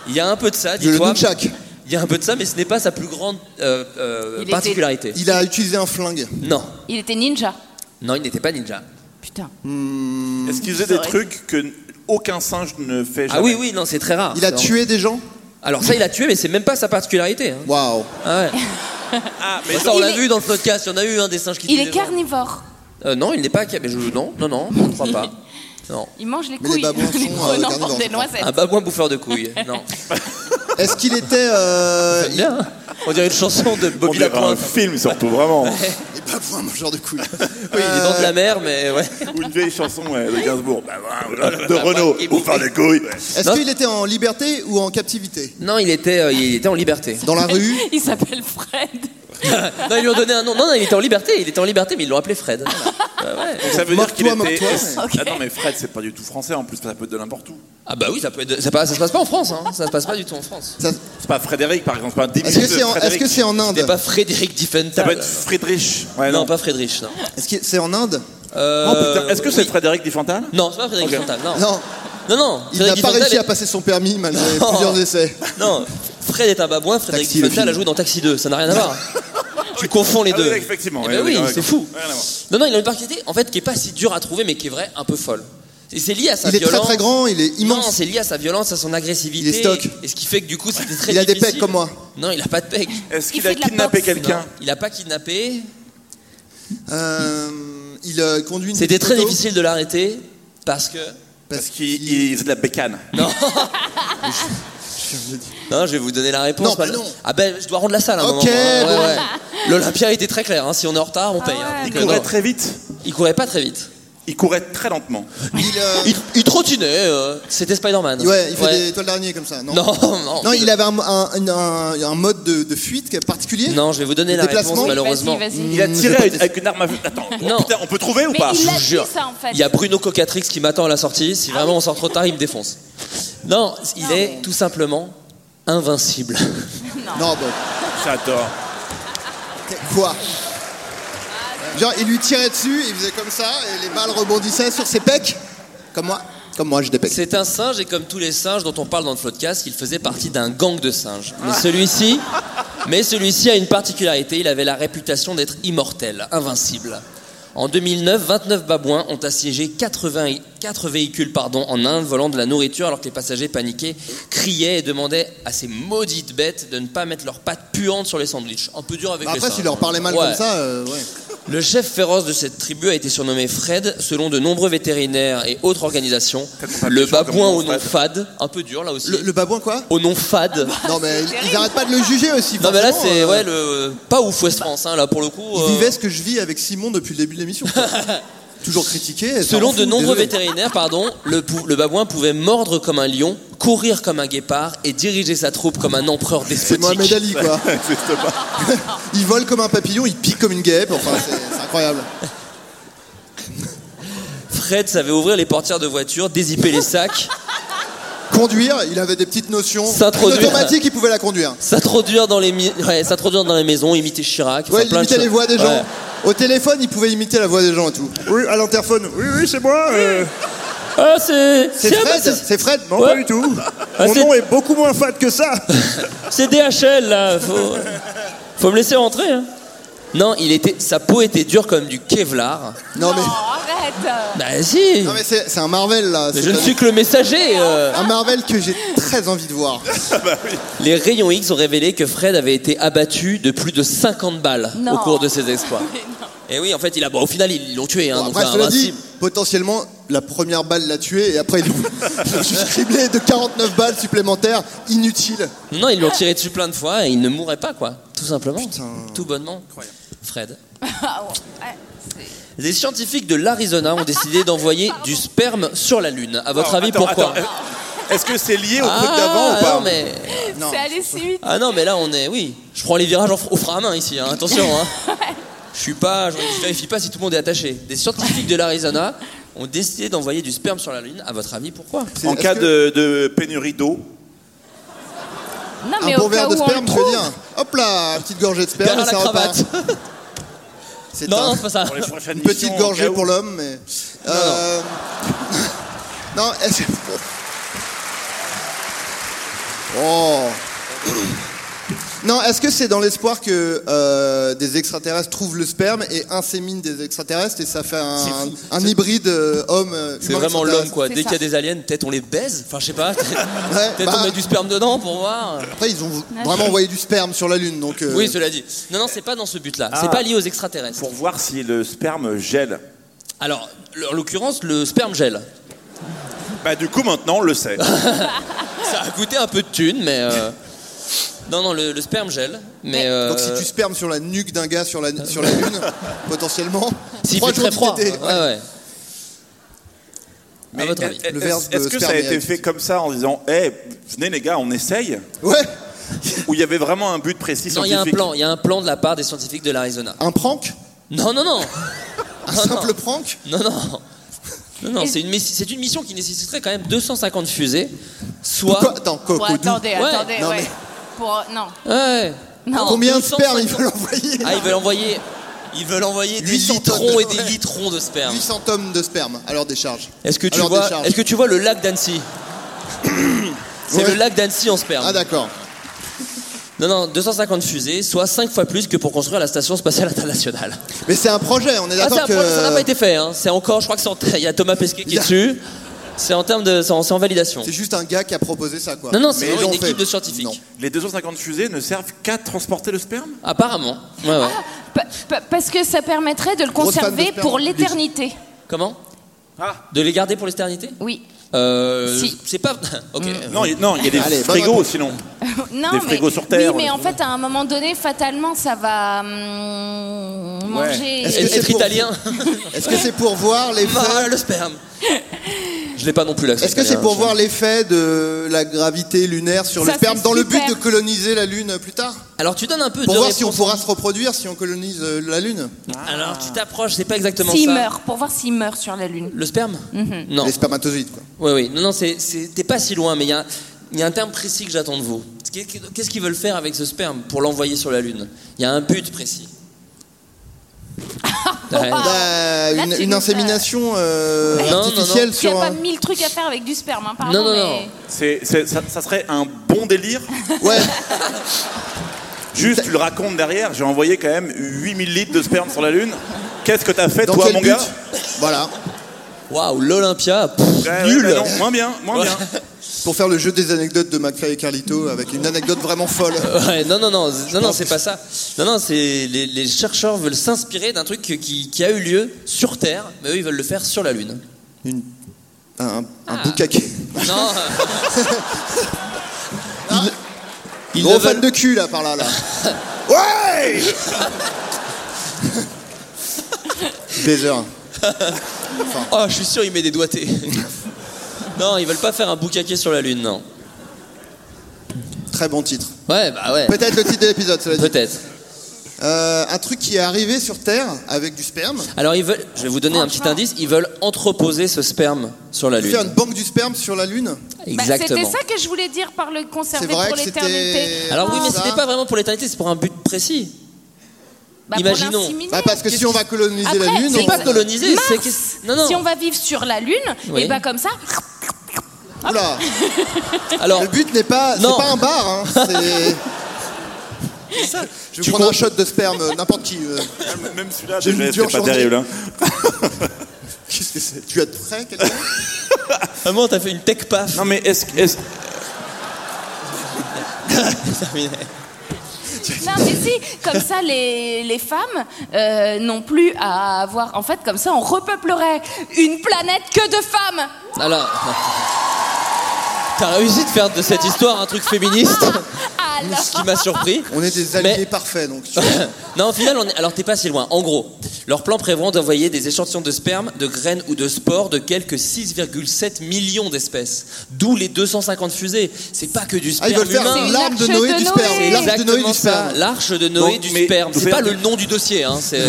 Il y a un peu de ça, De le dis-toi. nunchak. Il y a un peu de ça, mais ce n'est pas sa plus grande euh, euh, Il était- particularité. Il a utilisé un flingue. Non, Il était ninja. non, il n'était pas ninja. Putain. Hmm. Est-ce qu'il faisait des trucs que aucun singe ne fait jamais Ah oui, oui, non, c'est très rare. Il a Non. tué des gens Alors ça, il a tué, mais c'est même pas sa particularité. hein. Waouh. [LAUGHS] Ah, mais ça, on Il l'a est- vu dans le podcast. Il y en a eu un des singes qui. Il tuait est des gens. carnivore. Euh, non, il n'est pas. ca- Mais je, non, non, non, je ne crois [LAUGHS] pas. Non. Il mange les couilles. [LAUGHS] Les euh, grenans carnivores, portent je Ah. des noisettes. Un babouin bouffeur de [LAUGHS] couilles. Non. Est-ce qu'il était. euh, Bien. On dirait une chanson de Bobby Lapointe. Un film surtout, vraiment. Il est pas pour un mangeur de couilles. Oui, il est dans de la mer, mais ouais. Ou une vieille chanson ouais, de Gainsbourg. Bah, voilà, de Renault, ou par les couilles. ouais. Est-ce qu'il était en liberté ou en captivité Non, il était, euh, il était en liberté. Dans la rue Il s'appelle Fred. Non, ils lui ont donné un nom. Non, non, il était en liberté. Il était en liberté, mais ils l'ont appelé Fred. Voilà. Ouais, ouais. Ah. Donc ça veut dire qu'il était. Ah, Ok. Attends, mais Fred, c'est pas du tout français en plus, ça peut être de n'importe où. Ah bah oui, ça peut être. Ça, passe- ça se passe pas en France, hein. Ça se passe pas du tout en France. C'est pas Frédéric par exemple, c'est pas un début Est-ce que de c'est en, est-ce Frédéric. que c'est en Inde Pas Frédéric Diffenthal. Ça peut être Friedrich. Ouais, non. non. pas Frédéric, non. Est-ce que c'est en Inde Euh, Oh putain, est-ce que c'est oui. Frédéric Diffenthal Non, c'est pas Frédéric Ok. Diffenthal, non. Non. Non, non. Il n'a Frédéric pas Diffenthal réussi est- à passer son permis malgré [LAUGHS] Non. plusieurs essais. [LAUGHS] Non, Fred est un babouin, Frédéric Taxi, le Diffenthal a film. joué dans Taxi 2, ça n'a rien [LAUGHS] à voir. tu confonds les Ah deux. oui, effectivement, Eh ouais, ben oui, d'accord, c'est d'accord. fou. Rien à voir. Non, non, il a une particularité en fait qui est pas si dure à trouver, mais qui est vraie, un peu folle. Et c'est lié à sa Il est très, violence. très grand, il est immense. Non, c'est lié à sa violence, à son agressivité. Il est stock. Et ce qui fait que du coup, c'était très Il a des difficile. pecs comme moi. Non, il a pas de pecs. Est-ce qu'il Il a fait de la kidnappé boxe. quelqu'un Non, Il a pas kidnappé. Euh, il euh, conduit une. C'était très moto. difficile de l'arrêter parce que. Parce qu'il il faisait de la bécane. [LAUGHS] Non. Non, je vais vous donner la réponse. Non, mais Pas- non. Ah ben, je dois rendre la salle. à Un Ok, moment. Ouais, bon. Ah ouais. L'Olympia était très clair. hein, Si on est en retard, on paye. hein. Il Donc, courait non. très vite. Il courait pas très vite. Il courait très lentement. Il, euh, Il, il trottinait. euh, C'était Spider-Man. Ouais, il fait Ouais. des toiles d'araignée comme ça. Non, Non, [LAUGHS] non. Non, il avait un, un- un- un mode de, de fuite qui est particulier. Non, je vais vous donner Le la réponse déplacement. Mm. malheureusement. Vas-y, vas-y. Il a tiré avec- avec une arme à feu. Attends, Non. putain, on peut trouver ou Mais pas il Je l'a vous dit jure. ça en fait. Il y a Bruno Cocatrix qui m'attend à la sortie. Si vraiment on sort trop tard, il me défonce. Non, il est tout simplement invincible. Non, bah, J'adore. qu- quoi Genre, il lui tirait dessus, il faisait comme ça, et les balles rebondissaient sur ses pecs. Comme moi. Comme moi, je des pecs. C'est un singe et comme tous les singes dont on parle dans le podcast, il faisait partie d'un gang de singes. Mais Ah. celui-ci, mais celui-ci a une particularité, il avait la réputation d'être immortel, invincible. En 2009, 29 babouins ont assiégé 80, et- quatre véhicules pardon, en Inde volant de la nourriture alors que les passagers paniqués criaient et demandaient à ces maudites bêtes de ne pas mettre leurs pattes puantes sur les sandwichs. Un peu dur avec Bah, les après, singes. s'il leur parlait mal Ouais. comme ça, euh, ouais. Le chef féroce de cette tribu a été surnommé Fred, selon de nombreux vétérinaires et autres organisations. Le babouin au nom fade, un peu dur là aussi. Le, le babouin, quoi Au nom fade. Non, mais ils ils arrêtent pas de le juger aussi. Non mais là forcément, c'est euh, ouais le pas ouf West France hein, là pour le coup. Il euh, vivait ce que je vis avec Simon depuis le début de l'émission. [LAUGHS] quoi. Toujours critiqué. ça Eh Selon m'en de fout, nombreux désolé. vétérinaires, pardon, le, pou- le babouin pouvait mordre comme un lion, courir comme un guépard et diriger sa troupe comme un empereur C'est despotique. Mohamed Ali, quoi. [LAUGHS] il vole comme un papillon, il pique comme une guêpe. Enfin, c'est c'est incroyable. [LAUGHS] Fred savait ouvrir les portières de voitures, dézipper les sacs, [LAUGHS] Conduire, il avait des petites notions. S'introduire. Une automatique, il pouvait la conduire. s'introduire dans les mi- ouais, s'introduire dans les maisons, imiter Chirac. Ouais, faire il plein de imitait les choses. voix des gens. Ouais. Au téléphone, il pouvait imiter la voix des gens et tout. Oui, à l'interphone. Oui, oui, c'est moi. euh. Ah, c'est C'est c'est- Fred, c'est Fred. Non, Ouais. pas du tout. Ah, Mon c'est- nom est beaucoup moins fat que ça. [LAUGHS] C'est DHL là, faut, faut me laisser rentrer. hein. Non, il était, sa peau était dure comme du Kevlar. Non, mais, Oh, arrête. [LAUGHS] Bah si, non, mais c'est c'est un Marvel, là. mais C'est je ne un- suis que le messager. euh. Ah, bah Un Marvel que j'ai très envie de [LAUGHS] voir. Les rayons X ont révélé que Fred avait été abattu de plus de 50 balles Non. au cours de ses [LAUGHS] exploits. Et oui, en fait, il a, bon, au final, ils l'ont tué. Hein, Bon, donc après, c'est cela dit, invincible. potentiellement, la première balle l'a tué et après, il [LAUGHS] est juste criblé de 49 balles supplémentaires inutiles. Non, non, ils l'ont tiré dessus plein de fois et il ne mourrait pas, quoi. Tout simplement. Putain. Tout bonnement. Fred. Ah, ouais. Les scientifiques de l'Arizona ont décidé d'envoyer du sperme sur la Lune. À votre Alors, avis, attends, pourquoi attends, Est-ce que c'est lié au truc d'avant ah, ou pas non, mais... Non. C'est allé si vite. ah non, mais là, on est. Oui, je prends les virages en fr- au frein à main ici, hein, attention. Hein. Je suis pas. Je je vérifie pas si tout le monde est attaché. Des scientifiques de l'Arizona ont décidé d'envoyer du sperme sur la Lune. À votre avis, pourquoi En Est-ce cas que- de, de pénurie d'eau, Non mais un bon au cas verre de où on sperme, le je veux trouve. dire. Hop là, petite gorgée de sperme, Derrière et la ça repart. cravate. [LAUGHS] C'est Non, un- non, c'est pas ça. pour les prochaines une petite missions, au gorgée cas où. pour l'homme, mais. Euh, [LAUGHS] Non, est-ce- Oh. [COUGHS] Non, est-ce que c'est dans l'espoir que euh, des extraterrestres trouvent le sperme et inséminent des extraterrestres et ça fait un, un hybride euh, homme euh, C'est humain vraiment extraterrestre l'homme quoi. Dès qu'il y a des aliens, peut-être on les baise. Enfin, je sais pas. Peut-être bah. on met du sperme dedans pour voir. Après, ils ont vraiment envoyé du sperme sur la Lune, donc. euh, Oui, cela dit. Non, non, c'est pas dans ce but-là. Ah. C'est pas lié aux extraterrestres. Pour voir si le sperme gèle. Alors, le- en l'occurrence, le sperme gèle. Bah, du coup, maintenant, on le sait. [LAUGHS] Ça a coûté un peu de thunes, mais. euh, Non, non, le, le sperme gèle. Mais. euh, Eh, Donc si tu spermes sur la nuque d'un gars sur la, sur la [LAUGHS] Lune, potentiellement, s'il trois fait jours très froid. d'été, Ouais, ouais. Mais votre est- avis. est- Le verbe est-ce est-ce de que ça a été spermier. fait comme ça en disant Eh, venez les gars, on essaye Ouais Où il y avait vraiment un but précis Non, il y a un scientifique plan. Il y a un plan de la part des scientifiques de l'Arizona. Un prank Non, non, non. Un simple prank Non, non. Non, non, c'est une, messi- c'est une mission qui nécessiterait quand même 250 fusées, soit. attends, Bon, attendez, attendez, ouais. Pour- euh, non. Ouais. Non. Combien de sperme ils veulent envoyer Ah, ils veulent envoyer. Ils veulent envoyer des 800 litrons tonnes, et des litrons de sperme. 800 tonnes de sperme, alors décharge. Est-ce que tu Alors, vois décharge. Est-ce que tu vois le lac [COUGHS] d'Annecy C'est Ouais. le lac d'Annecy en sperme. Ah d'accord. Non non, 250 fusées, soit 5 fois plus que pour construire la station spatiale internationale. Mais c'est un projet, on est Ah, c'est d'accord un que... problème, ça n'a pas été fait. hein. C'est encore, je crois que c'est en- [LAUGHS] il y a Thomas Pesquet [LAUGHS] qui est dessus. C'est en termes de, c'est en, c'est en validation. C'est juste un gars qui a proposé ça, quoi. Non, non, c'est Mais vraiment ils une ont fait. équipe de scientifiques. Les 250 fusées ne servent qu'à transporter le sperme Apparemment. Ouais, ouais. Pa- pa- parce que ça permettrait de le Grosse fan de conserver sperme. pour l'éternité. Comment Ah. De les garder pour l'éternité Oui. Euh, Si. C'est pas. [LAUGHS] ok. Non, il non, il y a des Allez, bonne frigos réponse. sinon. non, Des mais, frigos sur Terre, Oui, mais on en les fait, à un moment donné, fatalement, ça va hum, manger. Est-ce que Être italien. [LAUGHS] Est-ce que c'est pour voir les Marin, le sperme. Je l'ai pas non plus là. hein. Est-ce que c'est pour voir l'effet de la gravité lunaire sur Ça, le sperme c'est dans le but super. de coloniser la Lune plus tard Alors tu donnes un peu Pour de voir si on réponse. pourra se reproduire si on colonise euh, la Lune Alors tu t'approches, c'est pas exactement S'il ça. meurt, pour voir s'il meurt sur la Lune. Le sperme Mhm. Non. Les spermatozoïdes, quoi. Oui, oui. Non, non, c'est- c'est- t'es pas si loin, mais il y a, il y a un terme précis que j'attends de vous. Qu'est-ce qu'ils veulent faire avec ce sperme pour l'envoyer sur la Lune Il y a un but précis. Ouais. Bah, Là, une, tu une nous- insémination euh, Non, non, non. artificielle Il n'y sur a un... pas mille trucs à faire avec du sperme, hein, pardon. mais... C'est- c'est- ça, ça serait un bon délire. Ouais. [LAUGHS] Juste, tu le racontes derrière, j'ai envoyé quand même 8000 litres de sperme sur la Lune. Qu'est-ce que t'as fait, Dans toi, quel mon but gars Voilà. Waouh, l'Olympia, pff, Ouais, ouais, nul. mais non, moins bien, moins bien. Pour faire le jeu des anecdotes de McFly et Carlito avec une anecdote vraiment folle. [LAUGHS] Ouais, non, non, non, non, non, c'est pas ça. Non, non, c'est les, les chercheurs veulent s'inspirer d'un truc qui, qui a eu lieu sur Terre, mais eux ils veulent le faire sur la [LAUGHS] Lune. Un, un Ah. boucaquet. Non. Ils Ah. Ils Gros ne fan veulent- de cul là par là là. [LAUGHS] Ouais Baiser. [LAUGHS] Oh, je suis sûr il met [LAUGHS] des doigtés. non, ils veulent pas faire un boucaquet sur la Lune, non. Très bon titre. Ouais, bah ouais. Peut-être le titre de l'épisode, cela dit. Peut-être. Euh, un truc qui est arrivé sur Terre avec du sperme. Alors ils veulent, je vais vous donner un petit indice, ils veulent entreposer ce sperme sur la Lune. Faire une banque du sperme sur la Lune. Bah, Exactement. c'était ça que je voulais dire par le conserver C'est vrai pour que c'était- l'éternité. Alors oui, mais Ah. c'était pas vraiment pour l'éternité, c'est pour un but précis. Bah, pour Imaginons. l'inséminer. parce que si on va coloniser Après, Bah, la Lune, hein. C'est on- pas colonisé, Mars, c'est que- non non. Si on va vivre sur la Lune, Oui. et bah comme ça, Ah. [LAUGHS] Oula. Alors Le but n'est pas, c'est Non. pas un bar. [LAUGHS] hein, c'est- Je vais prendre un shot de sperme, euh, n'importe qui. euh. Même celui-là, J'ai déjà, une dure c'est pas journée. terrible. hein. [LAUGHS] Qu'est-ce que c'est Tu as de prêt quelqu'un Vraiment, t'as fait une tech paf. Non, mais est-ce que. [LAUGHS] est-ce- Terminé. non mais si, comme ça les, les femmes euh, n'ont plus à avoir. En fait, comme ça, on repeuplerait une planète que de femmes. Alors, t'as réussi de faire de cette histoire un truc féministe, ce qui m'a surpris. On est des alliés parfaits, donc. [LAUGHS] tu vois. non, au final, on est- alors t'es pas si loin. En gros, leurs plans prévoient d'envoyer des échantillons de sperme, de graines ou de spores de quelques 6,7 millions d'espèces. D'où les 250 fusées. C'est pas que du Ah, sperme ils veulent faire humain. l'arme de Noé du sperme. L'arche C'est de Noé exactement du ça, sperme. l'arche de Noé Donc, du mais- sperme. vous C'est pas avez- le nom du dossier, hein. c'est-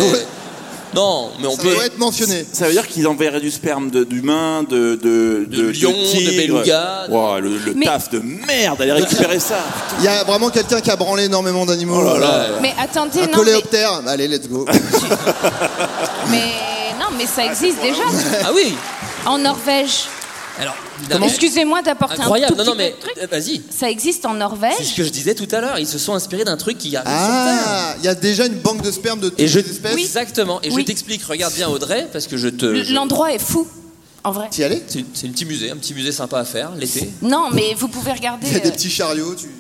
Non, mais on Ça peut. doit être mentionné. Ça veut dire qu'ils enverraient du sperme de- d'humains, de, de, de, lions, de tigres. belugas, de- Ouah, le, le Mais- taf de merde, aller récupérer ça. Il y a vraiment quelqu'un qui a branlé énormément d'animaux. euh, Oh là là. Mais attendez, Un non mais, coléoptère, Bah, allez, [LAUGHS] let's go. mais non mais ça existe déjà Ah oui, en Norvège. Alors, Excusez-moi d'apporter un tout incroyable. petit non, non, peu mais de truc. euh, vas-y. Ça existe en C'est ce Norvège. que je disais tout à l'heure. Ils se sont inspirés d'un truc qui arrive Ah, il y a déjà une banque de sperme de toutes Et je les espèces. exactement. Et Oui. je t'explique. Regarde bien Audrey, parce que je te. je- L'endroit est fou, en vrai. T'y allais C'est c'est un petit musée, un petit musée sympa à faire l'été. Non, mais vous pouvez regarder. Il y a des euh, petits chariots, tu.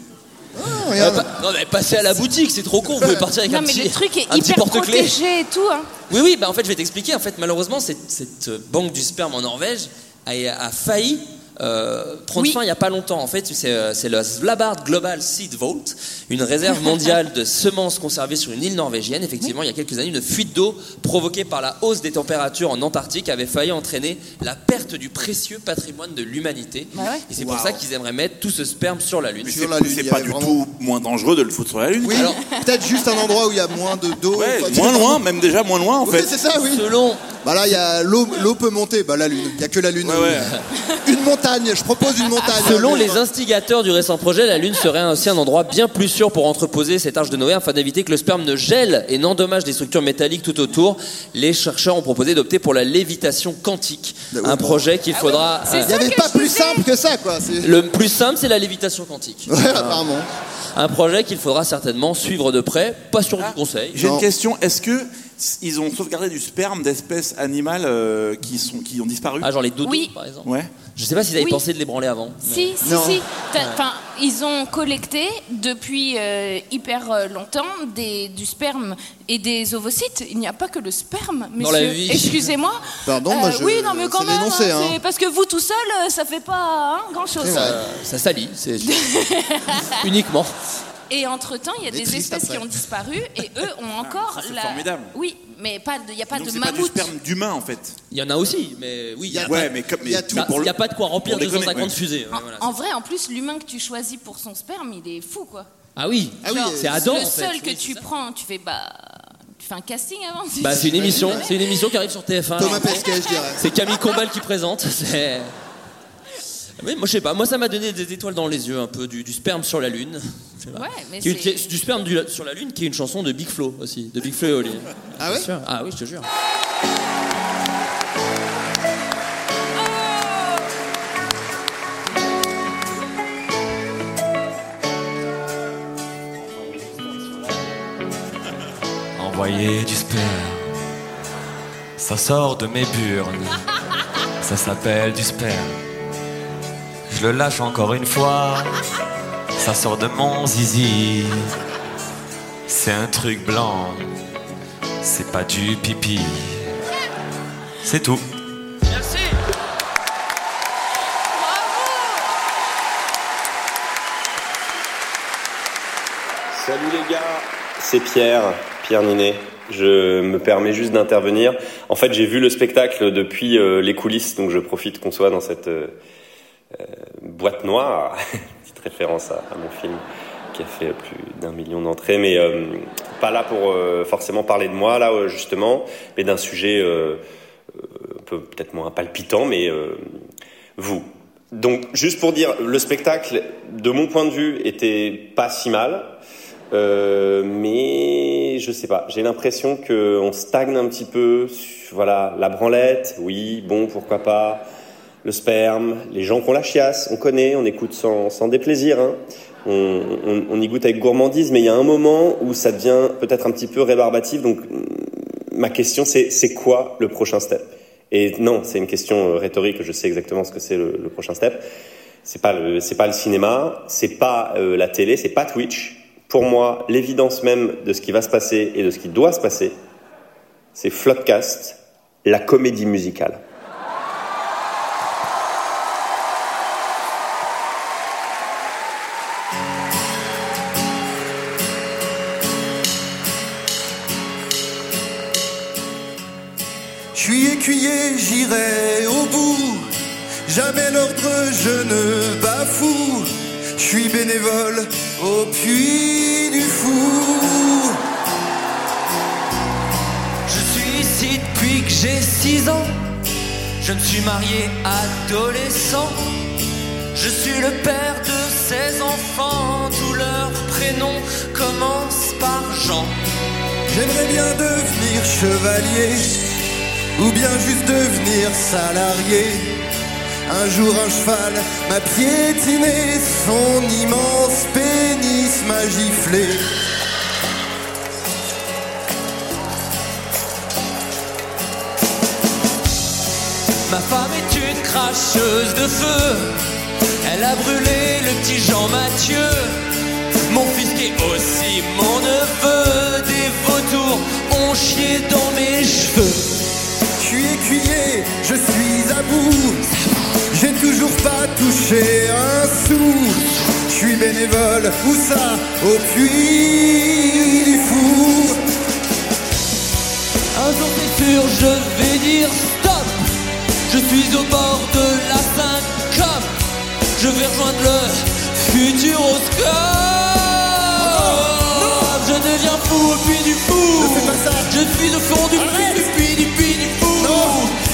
Ah, Euh, pas- non mais passez à la boutique, c'est trop con. Vous pouvez partir avec euh, non, un mais petit, le truc est un petit hyper porte-clés. protégé et tout. hein. Oui, oui, bah en fait, je vais t'expliquer. En fait, malheureusement, cette, cette, euh, banque du sperme en Norvège a, a failli euh, prendre fin il n'y a pas longtemps. En fait, c'est euh, c'est le Svalbard Global Seed Vault, une réserve mondiale de semences conservées sur une île norvégienne. Effectivement, il y a quelques années, une fuite d'eau provoquée par la hausse des températures en Antarctique avait failli entraîner la perte du précieux patrimoine de l'humanité. Et c'est pour Wow. ça qu'ils aimeraient mettre tout ce sperme sur la Lune. Mais c'est c'est pas du tout moins dangereux de le foutre sur la Lune. Oui, Alors, Peut-être juste un endroit où il y a moins de d'eau. ouais, Enfin, moins tu sais, loin, même déjà moins loin en Oui, fait. c'est ça, oui. Selon. Bah là, il y a l'eau, l'eau peut monter. Bah la lune, il y a que la lune. [LAUGHS] Une montagne. Je propose une montagne. Selon les instigateurs du récent projet, la Lune serait aussi un endroit bien plus sûr pour entreposer cette arche de Noé afin d'éviter que le sperme ne gèle et n'endommage des structures métalliques tout autour. Les chercheurs ont proposé d'opter pour la lévitation quantique, un projet Ah qu'il faudra. Il n'y avait pas plus simple que ça, quoi. C'est- Le plus simple, c'est la [LAUGHS] lévitation quantique. Ouais, apparemment. Un projet qu'il faudra certainement suivre de près, pas sur Ah. du conseil. J'ai une question. Est-ce que s- ils ont sauvegardé du sperme d'espèces animales euh, qui sont qui ont disparu Ah, genre les dodos, Oui. par exemple. Ouais. Je sais pas s'ils avaient Oui. pensé de l'ébranler avant. Si, si, Non. si. T'as- Ouais. Enfin, ils ont collecté depuis euh, hyper euh, longtemps des, du sperme et des ovocytes. Il n'y a pas que le sperme, Dans monsieur. la vie. Excusez-moi. Euh, Pardon, moi, je- Oui, non, mais quand c'est même. dénoncé, hein. c'est Parce que vous tout seul, euh, ça fait pas hein, grand-chose. Ça, ça salit, c'est [LAUGHS] uniquement. Et entre-temps, il y a Des des tristes espèces après. qui ont disparu et eux ont encore ça, c'est la. formidable. Oui, mais pas de- il n'y a pas Donc de c'est pas du mammouth. sperme d'humain en fait. Il y en a aussi, mais oui. y a Ouais, pas- mais comme- mais- il y a, mais ça- pour le- il y a pas de quoi remplir pour déconner, 250 ouais. fusées. hein. ouais, En, voilà. en vrai, en plus, l'humain que tu choisis pour son sperme, il est fou, quoi. Ah oui, Genre, c'est Adam. Le en fait. seul que tu prends, tu fais bah, tu fais un casting avant. [LAUGHS] Bah, c'est une émission, c'est une émission qui arrive sur TF1. Thomas Alors, bon, Pesquet, je dirais. C'est Camille Combal qui présente. C'est. Oui, moi je sais pas, moi ça m'a donné des étoiles dans les yeux un peu, du, du sperme sur la lune. Je sais pas. Ouais, mais Qui est- c'est- qui est- Du sperme du- sur la lune qui est une chanson de Big Flo aussi, de Big Flo et Oli. Ah ouais Ah oui, je te jure. Envoyer du sperme, ça sort de mes burnes. Ça s'appelle du sperme. Je le lâche encore une fois, ça sort de mon zizi. C'est un truc blanc, c'est pas du pipi. C'est tout. Merci. Salut les gars, c'est Pierre, Pierre Ninet. Je me permets juste d'intervenir. En fait, j'ai vu le spectacle depuis euh, les coulisses, donc je profite qu'on soit dans cette euh, euh, boîte noire. [LAUGHS] Petite référence à, à mon film qui a fait plus d'un million d'entrées, mais euh, pas là pour euh, forcément parler de moi, là euh, justement, mais d'un sujet euh, euh, un peu peut-être moins palpitant, mais euh, vous. Donc, juste pour dire, le spectacle, de mon point de vue, était pas si mal. Euh, mais je sais pas, j'ai l'impression que on stagne un petit peu. sur- Voilà, la branlette, oui, bon, pourquoi pas. Le sperme, les gens qu'on la chiasse, on connaît, on écoute sans, sans déplaisir. hein. On, on- on y goûte avec gourmandise, mais il y a un moment où ça devient peut-être un petit peu rébarbatif. Donc, mm, ma question, c'est c'est quoi le prochain step Et non, c'est une question euh, rhétorique. Je sais exactement ce que c'est le- le prochain step. C'est pas le, c'est pas le cinéma, c'est pas euh, la télé, c'est pas Twitch. Pour moi, l'évidence même de ce qui va se passer et de ce qui doit se passer, c'est Floodcast, la comédie musicale. Je suis écuyer, j'irai au bout. Jamais l'ordre, je ne bafoue. Je suis bénévole au puits du fou. Je suis ici depuis que j'ai 6 ans. Je me suis marié adolescent. Je suis le père de 16 enfants. Tous leurs prénoms commencent par Jean. J'aimerais bien devenir chevalier ou bien juste devenir salarié. Un jour un cheval m'a piétiné, son immense pénis m'a giflé. Ma femme est une cracheuse de feu. Elle a brûlé le petit Jean Mathieu. Mon fils qui est aussi mon neveu. Des vautours ont chié dans mes cheveux. Je suis écuyer, je suis à bout. J'ai toujours pas touché un sou. Je suis bénévole, où ça Au puits du four. Un jour c'est sûr, je vais dire stop. Je suis au bord de la syncope. Je vais rejoindre le futuroscope. Je deviens fou au puits du fou. Je suis au fond du puits du puits du puits du fou.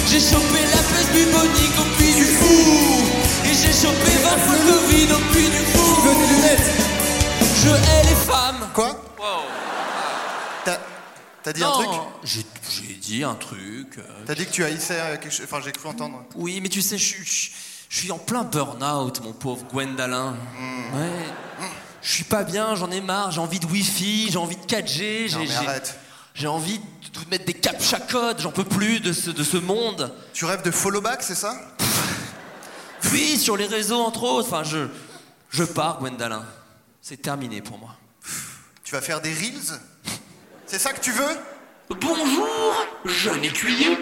J'ai chopé la peste bubonique au puits du fou. Et j'ai chopé 20 fois le Covid au puits du fou. Je veux des lunettes. Je hais les femmes. Quoi T'as dit un truc J'ai j'ai dit un truc. euh, T'as dit que tu haïssais euh, quelque chose. Enfin, j'ai cru entendre. Oui, mais tu sais, je, suis- je- je suis en plein burn-out, mon pauvre Gwendalin. Hmm. Ouais. Je suis pas bien, j'en ai marre, j'ai envie de Wi-Fi, j'ai envie de 4G, j'ai- mais j'ai- arrête. j'ai envie de de mettre des captcha-codes, j'en peux plus de ce, de ce monde. Tu rêves de follow back, c'est ça Oui, sur les réseaux, entre autres. Enfin, je, je pars, Gwendalin. C'est terminé pour moi. Tu vas faire des reels C'est ça que tu veux Bonjour, jeune écuyer.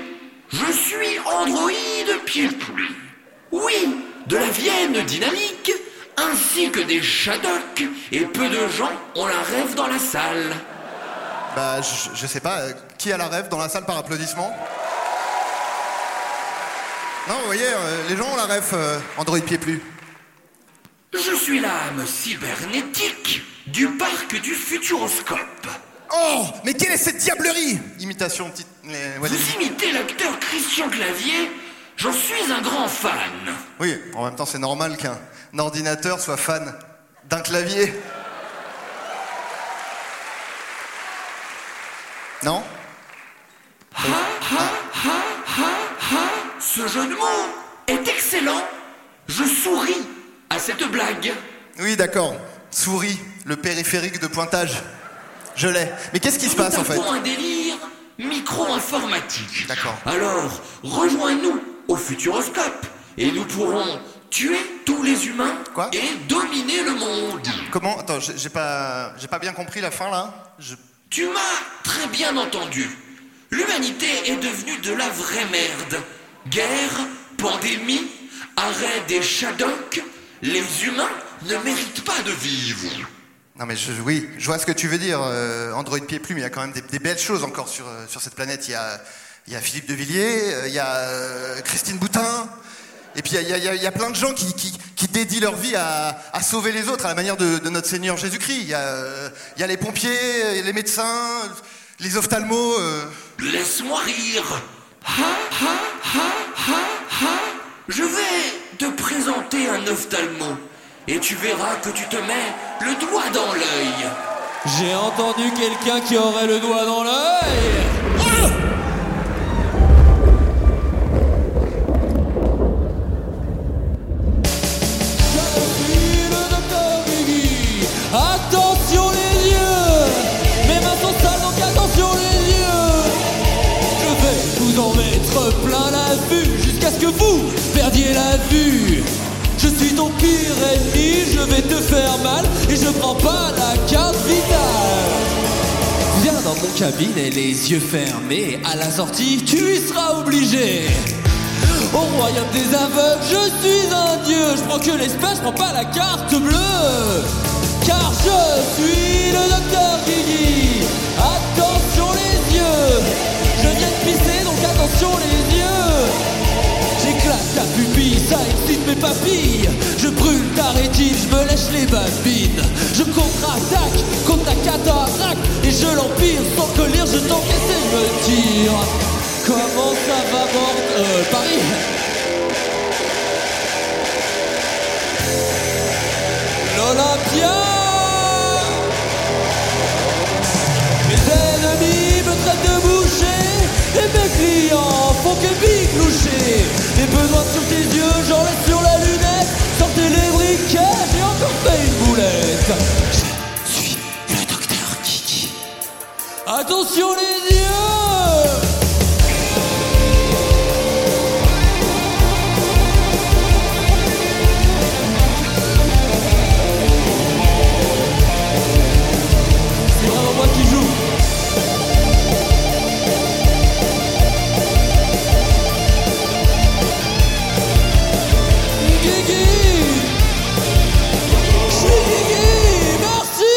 Je suis androïde pied-pouille. Oui, de la Vienne dynamique, ainsi que des Shadocks, et peu de gens ont la rêve dans la salle. Bah, je, je sais pas. euh, qui a la rêve dans la salle par applaudissement Non, vous voyez, euh, les gens ont la rêve. euh, Android pied plus. Je suis l'âme cybernétique du parc du futuroscope. Oh, mais quelle est cette diablerie Imitation petite. mais, ouais, des- Vous imitez l'acteur Christian Clavier J'en suis un grand fan. Oui, en même temps, c'est normal qu'un ordinateur soit fan d'un clavier. Non Ha ha ha ha ha Ce jeu de mots est excellent. Je souris à cette blague. Oui, d'accord. Souris, le périphérique de pointage. Je l'ai. Mais qu'est-ce qui se passe en fait Pour un délire micro-informatique. D'accord. Alors, rejoins-nous au futuroscope et nous pourrons tuer tous les humains et dominer le monde. Comment Attends, j'ai j'ai pas, j'ai pas bien compris la fin là. Je- Tu m'as très bien entendu. L'humanité est devenue de la vraie merde. Guerre, pandémie, arrêt des Shadocks, les humains ne méritent pas de vivre. Non mais je, oui, je vois ce que tu veux dire. euh, Android pied plume, il y a quand même des, des belles choses encore sur, euh, sur cette planète. Il y a, il y a Philippe de Villiers, euh, il y a euh, Christine Boutin. Et puis il y a- il y, a- il y a- il y a plein de gens qui, qui- qui dédient leur vie à, à sauver les autres à la manière de, de notre Seigneur Jésus-Christ. Il y, a, euh, il y a les pompiers, les médecins, les ophtalmos. euh. Laisse-moi rire. Ha ha ha ha ha. Je vais te présenter un ophtalmo et tu verras que tu te mets le doigt dans l'œil. J'ai entendu quelqu'un qui aurait le doigt dans l'œil. Ah! Attention les yeux Mais maintenant ça donc attention les yeux Je vais vous en mettre plein la vue Jusqu'à ce que vous perdiez la vue Je suis ton pire ennemi, je vais te faire mal Et je prends pas la carte vitale Viens dans mon cabinet les yeux fermés À la sortie tu y seras obligé au royaume des aveugles, je suis un dieu. Je prends que l'espace, je prends pas la carte bleue. Car je suis le docteur Guigui. Attention les yeux. Je viens de pisser, donc attention les yeux. J'éclate ta pupille, ça excite mes papilles. Je brûle ta rétine, je me lèche les babines. Je contre-attaque contre ta cataracte et je l'empire. Sans colère, je t'encaisse et je me tire. Comment ça va, Borde euh, Paris L'Olympia Mes ennemis me traitent de boucher Et mes clients font que bigloucher Des besoins sur tes yeux, j'en laisse sur la lunette. Sortez les briquets, j'ai encore fait une boulette. Je suis le docteur Kiki. Attention les yeux! C'est vraiment moi qui joue. Guigui Je suis Guigui Merci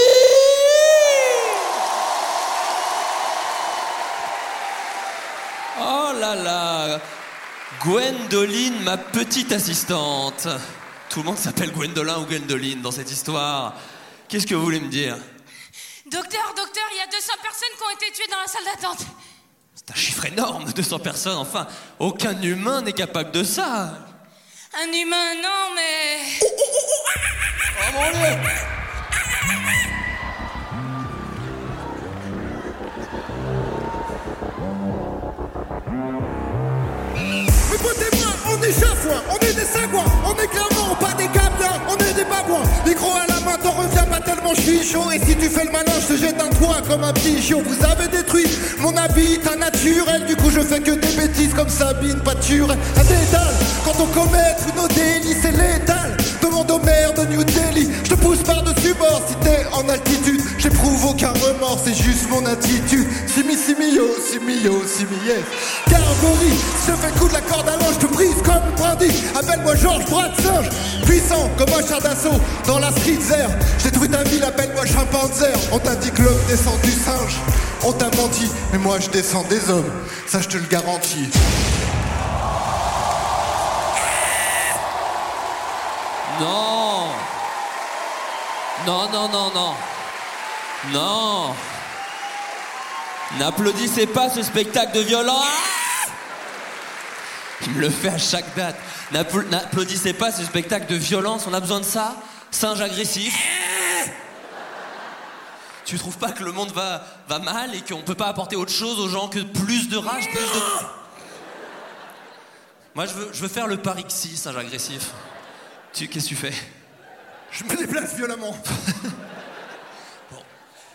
Oh là là Gwendoline, ma petite assistante. Tout le monde s'appelle Gwendolyn ou Gwendoline dans cette histoire. Qu'est-ce que vous voulez me dire Docteur, docteur, il y a 200 personnes qui ont été tuées dans la salle d'attente. C'est un chiffre énorme, [LAUGHS] 200 personnes, enfin, aucun humain n'est capable de ça. Un humain, non, mais. Oh mon dieu Écoutez-moi, on est chafouin, on est des sagouins, on est clairement pas des gablins, on est des bagouins. Micro à la main, t'en reviens pas tellement je suis chaud. Et si tu fais le malin, je te jette un toit comme un pigeon. Vous avez détruit mon habit, ta naturel. Du coup, je fais que des bêtises comme Sabine Pâture. Un dédale, quand on commet tous nos délits, c'est létal. Demande au maire de New Delhi, je te pousse par-dessus bord si t'es en altitude. J'éprouve aucun remords, c'est juste mon attitude. Simi, simio, simio, simiev. Carborie, je fais le coup de la corde à l'ange, te brise comme une brindille. Appelle-moi Georges, bras de singe, puissant comme un char d'assaut dans la street zère. Je détruis ta ville, appelle-moi chimpanzer. On t'a dit que l'homme descend du singe, on t'a menti, mais moi je descends des hommes, ça je te le garantis. Non Non, non, non, non Non N'applaudissez pas ce spectacle de violence Il me le fait à chaque date. N'appl- N'applaudissez pas ce spectacle de violence, on a besoin de ça Singe agressif Tu trouves pas que le monde va, va mal et qu'on peut pas apporter autre chose aux gens que plus de rage, plus de... Moi, je veux, je veux faire le parixi, singe agressif. Tu, qu'est-ce que tu fais Je me déplace violemment. [LAUGHS]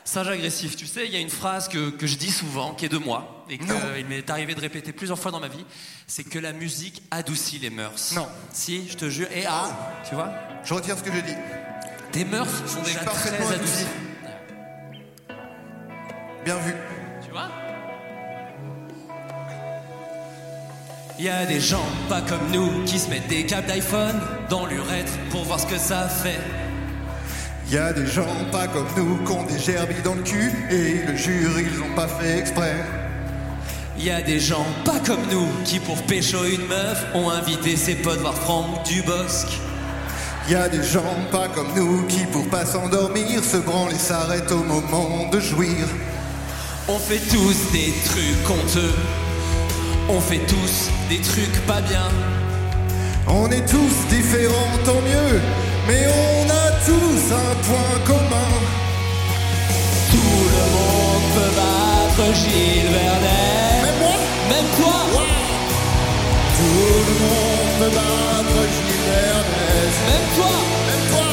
Singe agressif, tu sais, il y a une phrase que, que je dis souvent, qui est de moi, et qu'il m'est arrivé de répéter plusieurs fois dans ma vie, c'est que la musique adoucit les mœurs. Non. Si, je te jure. Et ah, tu vois Je retire ce que j'ai dit. Tes mœurs sont déjà très adoucies. Bien vu. Tu vois Il y a des gens pas comme nous qui se mettent des câbles d'iPhone dans l'urètre pour voir ce que ça fait. Y a des gens pas comme nous qui ont des gerbilles dans le cul et le jure ils l'ont pas fait exprès. Il y a des gens pas comme nous qui pour pécho une meuf ont invité ses potes voir Franck Dubosc. Y a des gens pas comme nous qui pour pas s'endormir se branlent et s'arrêtent au moment de jouir. On fait tous des trucs honteux. On fait tous des trucs pas bien. On est tous différents, tant mieux, mais on a tous un point commun. Tout le monde peut battre Gilles Vernet. Même moi Même toi Tout le monde peut battre Gilles Vernet. Même toi Même toi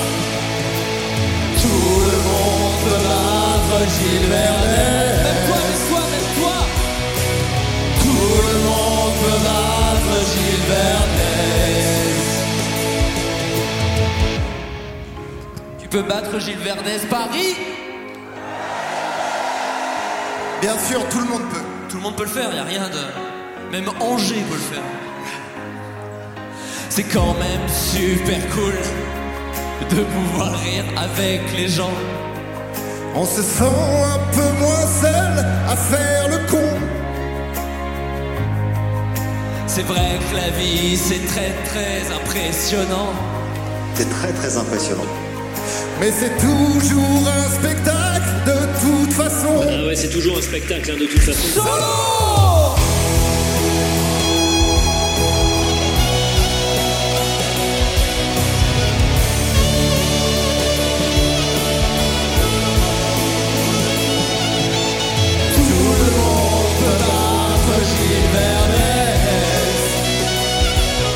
Tout le monde peut battre Gilles Vernet. Même toi, même toi, même toi Tout le monde peut battre Gilles Vernet. Tu peux battre Gilles Vernet Paris Bien sûr, tout le monde peut. Tout le monde peut le faire, y a rien de. Même Angers peut le faire. C'est quand même super cool de pouvoir rire avec les gens. On se sent un peu moins seul à faire le con. C'est vrai que la vie c'est très très impressionnant. C'est très très impressionnant. Mais c'est toujours un spectacle de toute façon. Ah ouais, c'est toujours un spectacle, hein, de toute façon. Tout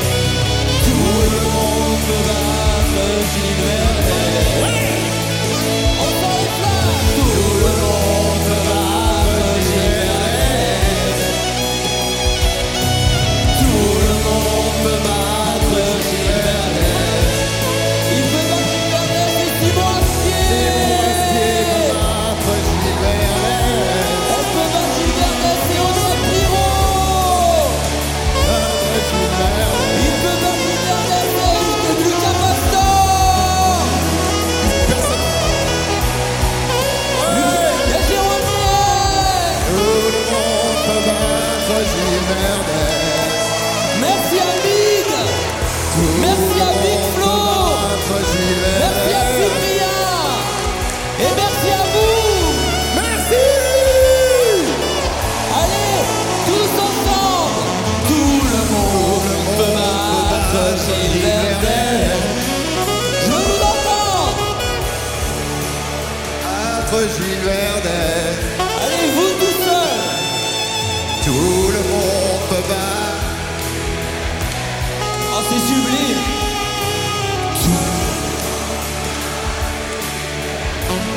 le monde peut battre Gilles Vernet. Merci à Big Merci à Big Flo Merci à Cyprien Et merci à vous Merci Allez, tous ensemble Tout le monde peut battre Gilbert Je vous entends Battre Gilles Allez, vous tous seuls Tout le monde peut battre. Oh, c'est sublime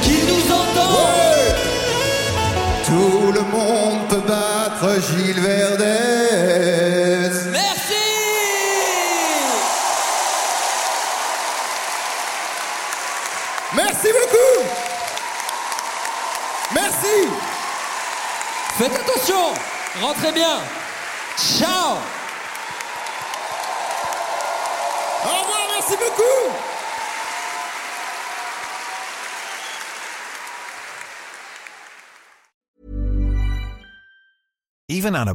Qui nous entend Tout le monde peut battre Gilles Verdez. Merci beaucoup Merci Faites attention Rentrez bien Ciao Au revoir, merci beaucoup [GASPS] Even on a